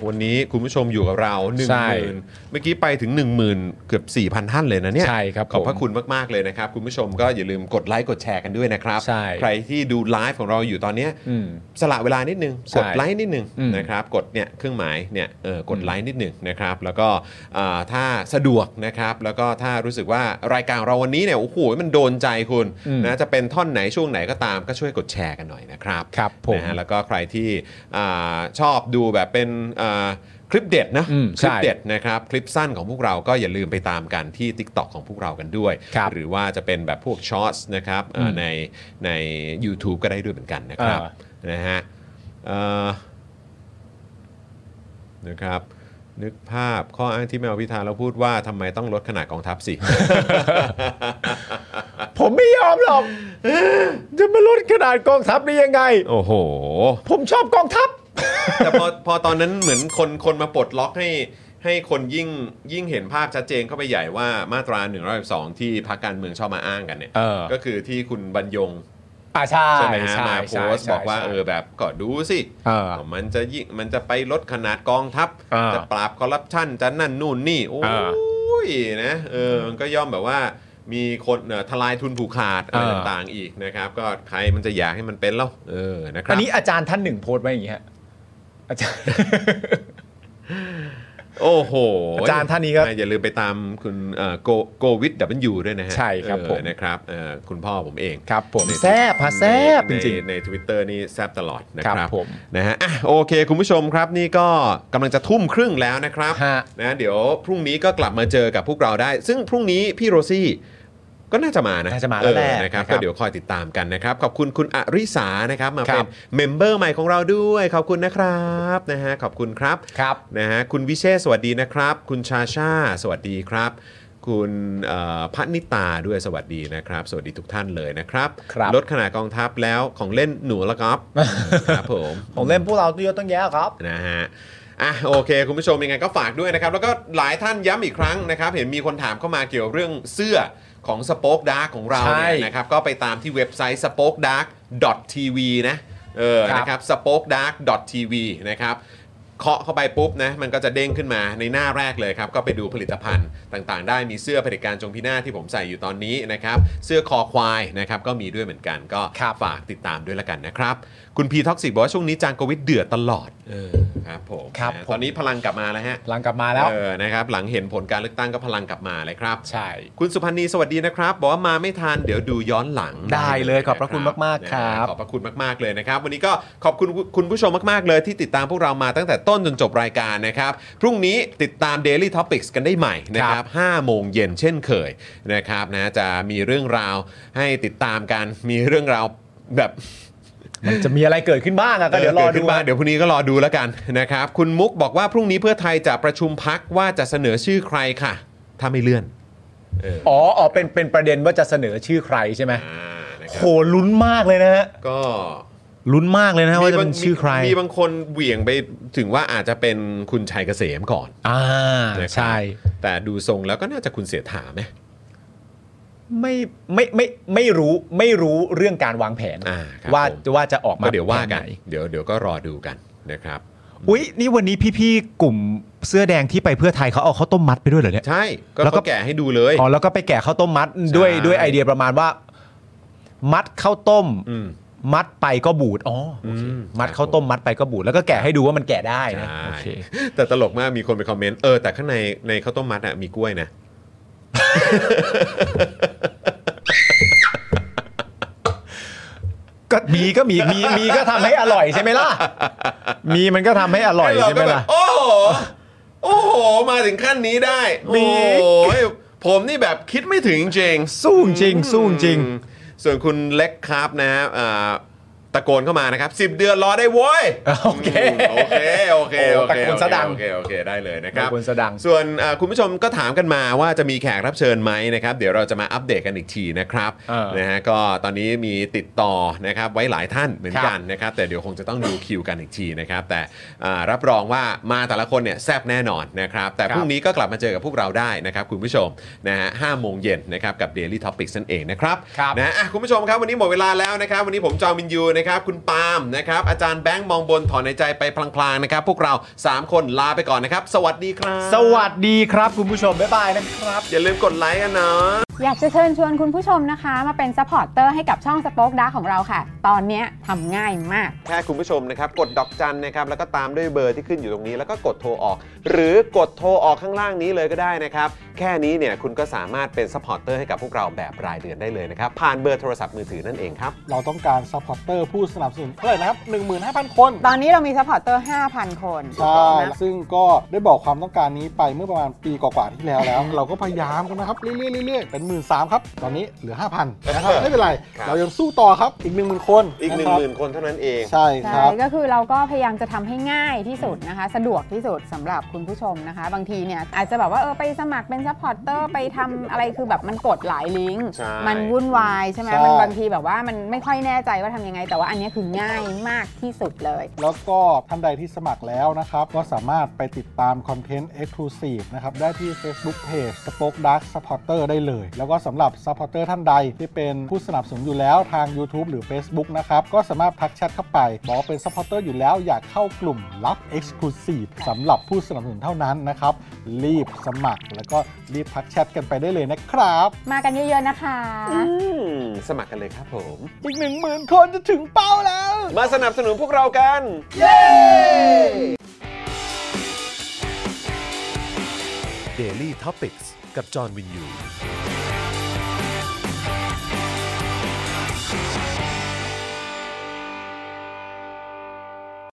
วันนี้คุณผู้ชมอยู่กับเรา1
ใช่
0,000เมื่อกี้ไปถึง 10,000 เกือบ 4,000 ท่านเลยนะเนี่ย
ใช่ครับ
ขอบพระ
ผม
คุณมาก ๆ เลยนะครับ คุณผู้ชมก็อย่าลืมกดไลค์กดแชร์กันด้วยนะครับ
ใช่
ใครที่ดูไลฟ์ของเราอยู่ตอนเนี้ย
อืม
สละเวลานิดนึง
ใช่
กดไลค์นิดนึง
อืม
นะครับ กดเนี่ยเครื่องหมายเนี่ยเออกดไลค์นิดนึงนะครับ แล้วก็อ่าถ้าสะดวกนะครับ แล้วก็ถ้ารู้สึกว่ารายการเราวันนี้เนี่ยโอ้โหมันโดนใจคุณ
อืม
นะจะเป็นท่อนไหนช่วงไหนก็ตามก็ช่วยกดแชร์กันหน่อยนะครับ
ครับผม
นะฮะแล้วก็ใครที่อ่าชอบดูแบบเป็นอ่าคลิปเด็ดนะ
อืม
ค
ใช่
ลิปเด็ดนะครับคลิปสั้นของพวกเราก็อย่าลืมไปตามกันที่ TikTok ของพวกเรากันด้วย
ครับ
หรือว่าจะเป็นแบบพวกช็อตนะครับเอ่อ
ม
ในใน u t u b e ก็ได้ด้วยเหมือนกันนะครับ
อ่า
นะฮะเอ่อนะครับนึกภาพข้ออ้างที่แมวพิธาเราพูดว่าทำไมต้องลดขนาดกองทัพสิ
[laughs] ผมไม่ยอมหรอก จะมาลดขนาดกองทัพได้ยังไง
โอ้โห
ผมชอบกองทัพ
แต่พอพอตอนนั้นเหมือนคนคนมาปลดล็อกให้ให้คนยิ่งยิ่งเห็นภาพชัดเจนเข้าไปใหญ่ว่ามาตรา1นึที่พรรคการเมืองชอบมาอ้างกันเนี่ย
เออ
ก็คือที่คุณบรรยง
อ่าใช่
ใช่ไหมฮะ
ใช่
มาโพสต์
ใช่
บอกว่า
ใช่
เออแบบก็ดูสิ
เออ
มันจะยิ่งมันจะไปลดขนาดกองทัพ
เออ
จะปราบคอร์รัปชันจะนั่นนู่นนี่โอ้
เออย
นะเออมันก็ย่อมแบบว่ามีคนเอ่อทลายทุนผูกขาดอะไร
เออ
ต่างๆอีกนะครับ ก็ใครมันจะอยากให้มันเป็นแล้วเออนะครับ
อันนี้อาจารย์ท่านหนึ่งโพสต์ไว้อย่างงี้ฮะอาจารย์
โอ้โห
อาจารย์ท่านนี้ครับ
อย่าลืมไปตามคุณเอ่อโกโกวิดดับเบิลยูด้วยนะฮะ
ใช่ครับ
เออ
ผม
นะครับเอ่อคุณพ่อผมเอง
ครับผม
ใน
แซบฮะแซบ
ใน
จริง
ในใน Twitter นี่แซบตลอดนะค
ครั
รับบ
ผม
นะฮะอ่ะโอเค คุณผู้ชมครับ นี่ก็กำลังจะทุ่มครึ่งแล้วนะครับ
ฮะ
นะเดี๋ยวพรุ่งนี้ก็กลับมาเจอกับพวกเราได้ ซึ่งพรุ่งนี้พี่โรซี่ก็น่าจะมานะ
น่าจะมาแล้วแหละ
เออนะครับ
นะครับ
ก็เดี๋ยวคอยติดตามกันนะครับ ขอบคุณคุณอริสานะครับมา
ครั
เป็น
บ
เมมเบอร์ใหม่ของเราด้วยขอบคุณนะครับนะฮะขอบคุณครับ
ๆครับ
นะฮะคุณวิเชษฐ์สวัสดีนะครับ คุณชาชา สวัสดีครับ คุณเอ่อพระนิตาด้วยสวัสดีนะครับ สวัสดีทุกท่านเลยนะครับ
ครับ
ลดขนาดกองทัพแล้วของเล่นหนูละ
[laughs]
ครับ ครับผม
ผมเล่นพวกเราเยอะต้องแย่ครับ
นะฮะอ่ะโอเค คุณผู้ชมยังไงก็ฝากด้วยนะครับ แล้วก็หลายท่านย้ำอีกครั้งนะครับ เห็นมีคนถามเข้ามาเกี่ยวเรื่องเสื้อของสป็อคดาร์ของเราเนี่
ใช่
ยนะครับ ก็ไปตามที่เว็บไซต์ spokedark.tv นะเออนะครับ spokedark.tv นะครับ เคาะเข้าไปปุ๊บนะมันก็จะเด้งขึ้นมาในหน้าแรกเลยครับ ก็ไปดูผลิตภัณฑ์ต่างๆ ได้มีเสื้อเผด็จการจงพินาศที่ผมใส่อยู่ตอนนี้นะครับ เสื้อคอควายนะครับก็มีด้วยเหมือนกันก็
ครับ
ฝากติดตามด้วยละกันนะครับ คุณพีท็อกซิกบอกว่าช่วงนี้จางโควิดเดือดตลอดเออครับผม
ครับ
นะ
ผม
ตอนนี้พลังกลับมาแล้วฮะ
หลังกลับมาแล้ว
เออนะครับหลังเห็นผลการเลือกตั้งก็พลังกลับมาเลยครับ
ใช่
คุณสุพันธ์นีสวัสดีนะครับบอกว่ามาไม่ทันเดี๋ยวดูย้อนหลัง
ได้เลยขอบพระ
น
คุณมากๆครับ
นะขอบพระคุณมากๆเลยนะครับ วันนี้ก็ขอบคุณคุณผู้ชมมากๆเลยที่ติดตามพวกเรามาตั้งแต่ต้นจนจบรายการนะครับ พรุ่งนี้ติดตาม Daily Topics กันได้ใหม่นะค
ครั
รับบ 5โมงเย็นเช่นเคยนะครับนะจะมีเรื่องราวให้ติดตามกันมีเรื่องราวแบบ
มันจะมีอะไรเกิดขึ้นบ้างอะก็เดี๋ยวรอ
กิ
ดู
ขึ้นมาเดี๋ยวพรุ่งนี้ก็รอดูแล้วกันนะครับ คุณมุกบอกว่าพรุ่งนี้เพื่อไทยจะประชุมพักว่าจะเสนอชื่อใครค่ะ ถ้าไม่เลื่อน
อ๋ออ๋อเป็นเป็นประเด็นว่าจะเสนอชื่อใครใช่ไหม
อ่านะค
โห
รับ
ลุ้นมากเลยนะฮะ
ก็
ลุ้นมากเลยนะฮะว่าจะเป็น
มีบง
ชื่อใคร
มีมีบางคนเหวี่ยงไปถึงว่าอาจจะเป็นคุณชัยเกษมก่อน
อ่า
นะครับ
ใช่
แต่ดูทรงแล้วก็น่าจะคุณเสียถาไหม
ไม่ไม่ไม่ไม่รู้ไม่รู้เรื่องการวางแผน
อ่าครับ
ว่า
ผม
ว่าจะออกมา
ก็เดี๋ยวว่ากัน
แผไห
เดี๋ยวเดี๋ยวก็รอดูกันนะครับ
อุ้ยนี่วันนี้พี่ๆกลุ่มเสื้อแดงที่ไปเพื่อไทยเขาเอาข้าวต้มมัดไปด้วยเหรอเนี่ย
ใช่ก็
แล้วก็
เขาแก่ให้ดูเลย
อ๋อแล้วก็ไปแกะข้าวต้มมัดด้วย
ใช่
ด้วยไอเดียประมาณว่า มัดข้าวต้ม
ม
มัดไปก็บูดอ๋อโอเค
อืม
มัดข้าวต้มมัดไปก็บูดแล้วก็แกะให้ดูว่ามันแกะได้นะ
ใช่
โอเค
แต่ตลกมากมีคนไปคอมเมนต์เออแต่ข้างในในข้าวต้มมัดอะมีกล้วยนะ
ก็มีก็มีมีมีก็ทำให้อร่อยใช่ไหม
[laughs]
ล่ะ มีมันก็ทำให้อร่อยใช่ไหม
เาก็
ล่ะ
แบบโอ้โห โอ้โห มาถึงขั้นนี้ได้ โอ้โห ผมนี่แบบคิดไม่ถึงจริง
สู้จริง
อืม
สู้จริง
ส่วนคุณเล็กครับนะฮะอ่าตะโกนเข้ามานะครับ 10 เดือนรอได้โว้ย
โอเค
โอเค โอเค โอเค
โอ้ตะโกนซะดัง
โอเคโอเค ได้เลยนะครับ
ตะโกนซะดัง
ส่วนเอ่อคุณผู้ชมก็ถามกันมาว่าจะมีแขกรับเชิญไหมนะครับ เดี๋ยวเราจะมาอัปเดตกันอีกทีนะครับ
เออ
นะฮะก็ตอนนี้มีติดต่อนะครับไว้หลายท่านเหมือน
ครับ
กันนะครับ แต่เดี๋ยวคงจะต้องดูคิวกันอีกทีนะครับ แต่อ่ารับรองว่ามาแต่ละคนเนี่ยแซบแน่นอนนะครับ แต่พรุ่งนี้ก็กลับมาเจอกับพวกเราได้นะครับ คุณผู้ชมนะฮะห้าโมงเย็นนะครับกับ Daily Topics นั่นเองนะครับ
ครับ
นะฮะอ่ะคุณผู้ชมครับวันนี้หมดเวลาแล้วนะครับ วันนี้ผมจอมินยูนะครับ นะครับ คุณปาล์มนะครับ อาจารย์แบงค์มองบนถอนในใจไปพลางๆนะครับ พวกเรา 3 คนลาไปก่อนนะครับ สวัสดีครับ
สวัสดีครับคุณผู้ชมบ๊ายบายนะครับ
อย่าลืมกดไลค์กันเนาะ
อยากจะเชิญชวนคุณผู้ชมนะคะ มาเป็นซัพพอร์ตเตอร์ให้กับช่องสป็อคดาของเราค่ะ ตอนเนี้ยทำง่ายมาก
แค่คุณผู้ชมนะครับกดดอกจันนะครับแล้วก็ตามด้วยเบอร์ที่ขึ้นอยู่ตรงนี้ แล้วก็กดโทรออก หรือกดโทรออกข้างล่างนี้เลยก็ได้นะครับ แค่นี้เนี่ยคุณก็สามารถเป็นซัพพอร์ตเตอร์ให้กับพวกเราแบบรายเดือนได้เลยนะครับ ผ่านเบอร์โทรศัพท์มือถือนั่นเองครับ
เราต้องการซัพพอร์เตอร์ผู้สนับสนุนเท่าไหร่นะครับ 15,000 คน
ตอนนี้เรามีซัพพอร์ตเตอร์ 5,000 คน
ใช่
นะ
ซึ่งก็ได้บอกความต้องการนี้ไปเมื่อประมาณปีกว่าๆที่แล้วแล้ว เราก็พยายามกันนะครับ เรื่อยๆเรื่อยๆเป็น 1 3ื่นครับ ตอนนี้เหลือ 5,000นะครับ ไม่เป็นไร
ครับ
เรายังสู้ต่อครับอีก 10,000 คน
อีก 1
ะครับ
0,000 คนเท่านั้นเอง
ใช่ค
ใช่
รับ
ก็คือเราก็พยายามจะทำให้ง่ายที่สุดนะคะ สะดวกที่สุดสำหรับคุณผู้ชมนะคะ บางทีเนี่ยอาจจะแบบว่าเออไปสมัครเป็นซัพพอร์ตเตอร์ไปทำอะไรคือแบบมันกดหลายลิงก์
ใช่
มันวุ่นวายใช่ไหม
ใช่
มันบางทีแบบว่ามันไม่ค่อยแน่ใจว่าทำยังไง แต่ว่าอันเนี้ยคือง่ายมากที่สุดเลย
แล้วก็ท่านใดที่สมัครแล้วนะครับ ก็สามารถไปติดตามคอนเทนต์ Exclusive นะครับ ได้ที่ Facebook Page Spoke Dark Supporter ได้เลย แล้วก็สำหรับ Supporter ท่านใดที่เป็นผู้สนับสนุนอยู่แล้วทาง YouTube หรือ Facebook นะครับ ก็สามารถทักแชทเข้าไป บอกว่าเป็น Supporter อยู่แล้วอยากเข้ากลุ่มลับ Exclusive สำหรับผู้สนับสนุนเท่านั้นนะครับ รีบสมัคร แล้วก็รีบทักแชทกันไปได้เลยนะครับ
มากันเยอะๆนะคะ
อืมสมัครกันเลยครับผม
อีก 1 0,000 คนจะถึงเป้าแล้ว
มาสนับสนุนพวกเรากัน
Daily t o p i c กกับจอห์นวินยู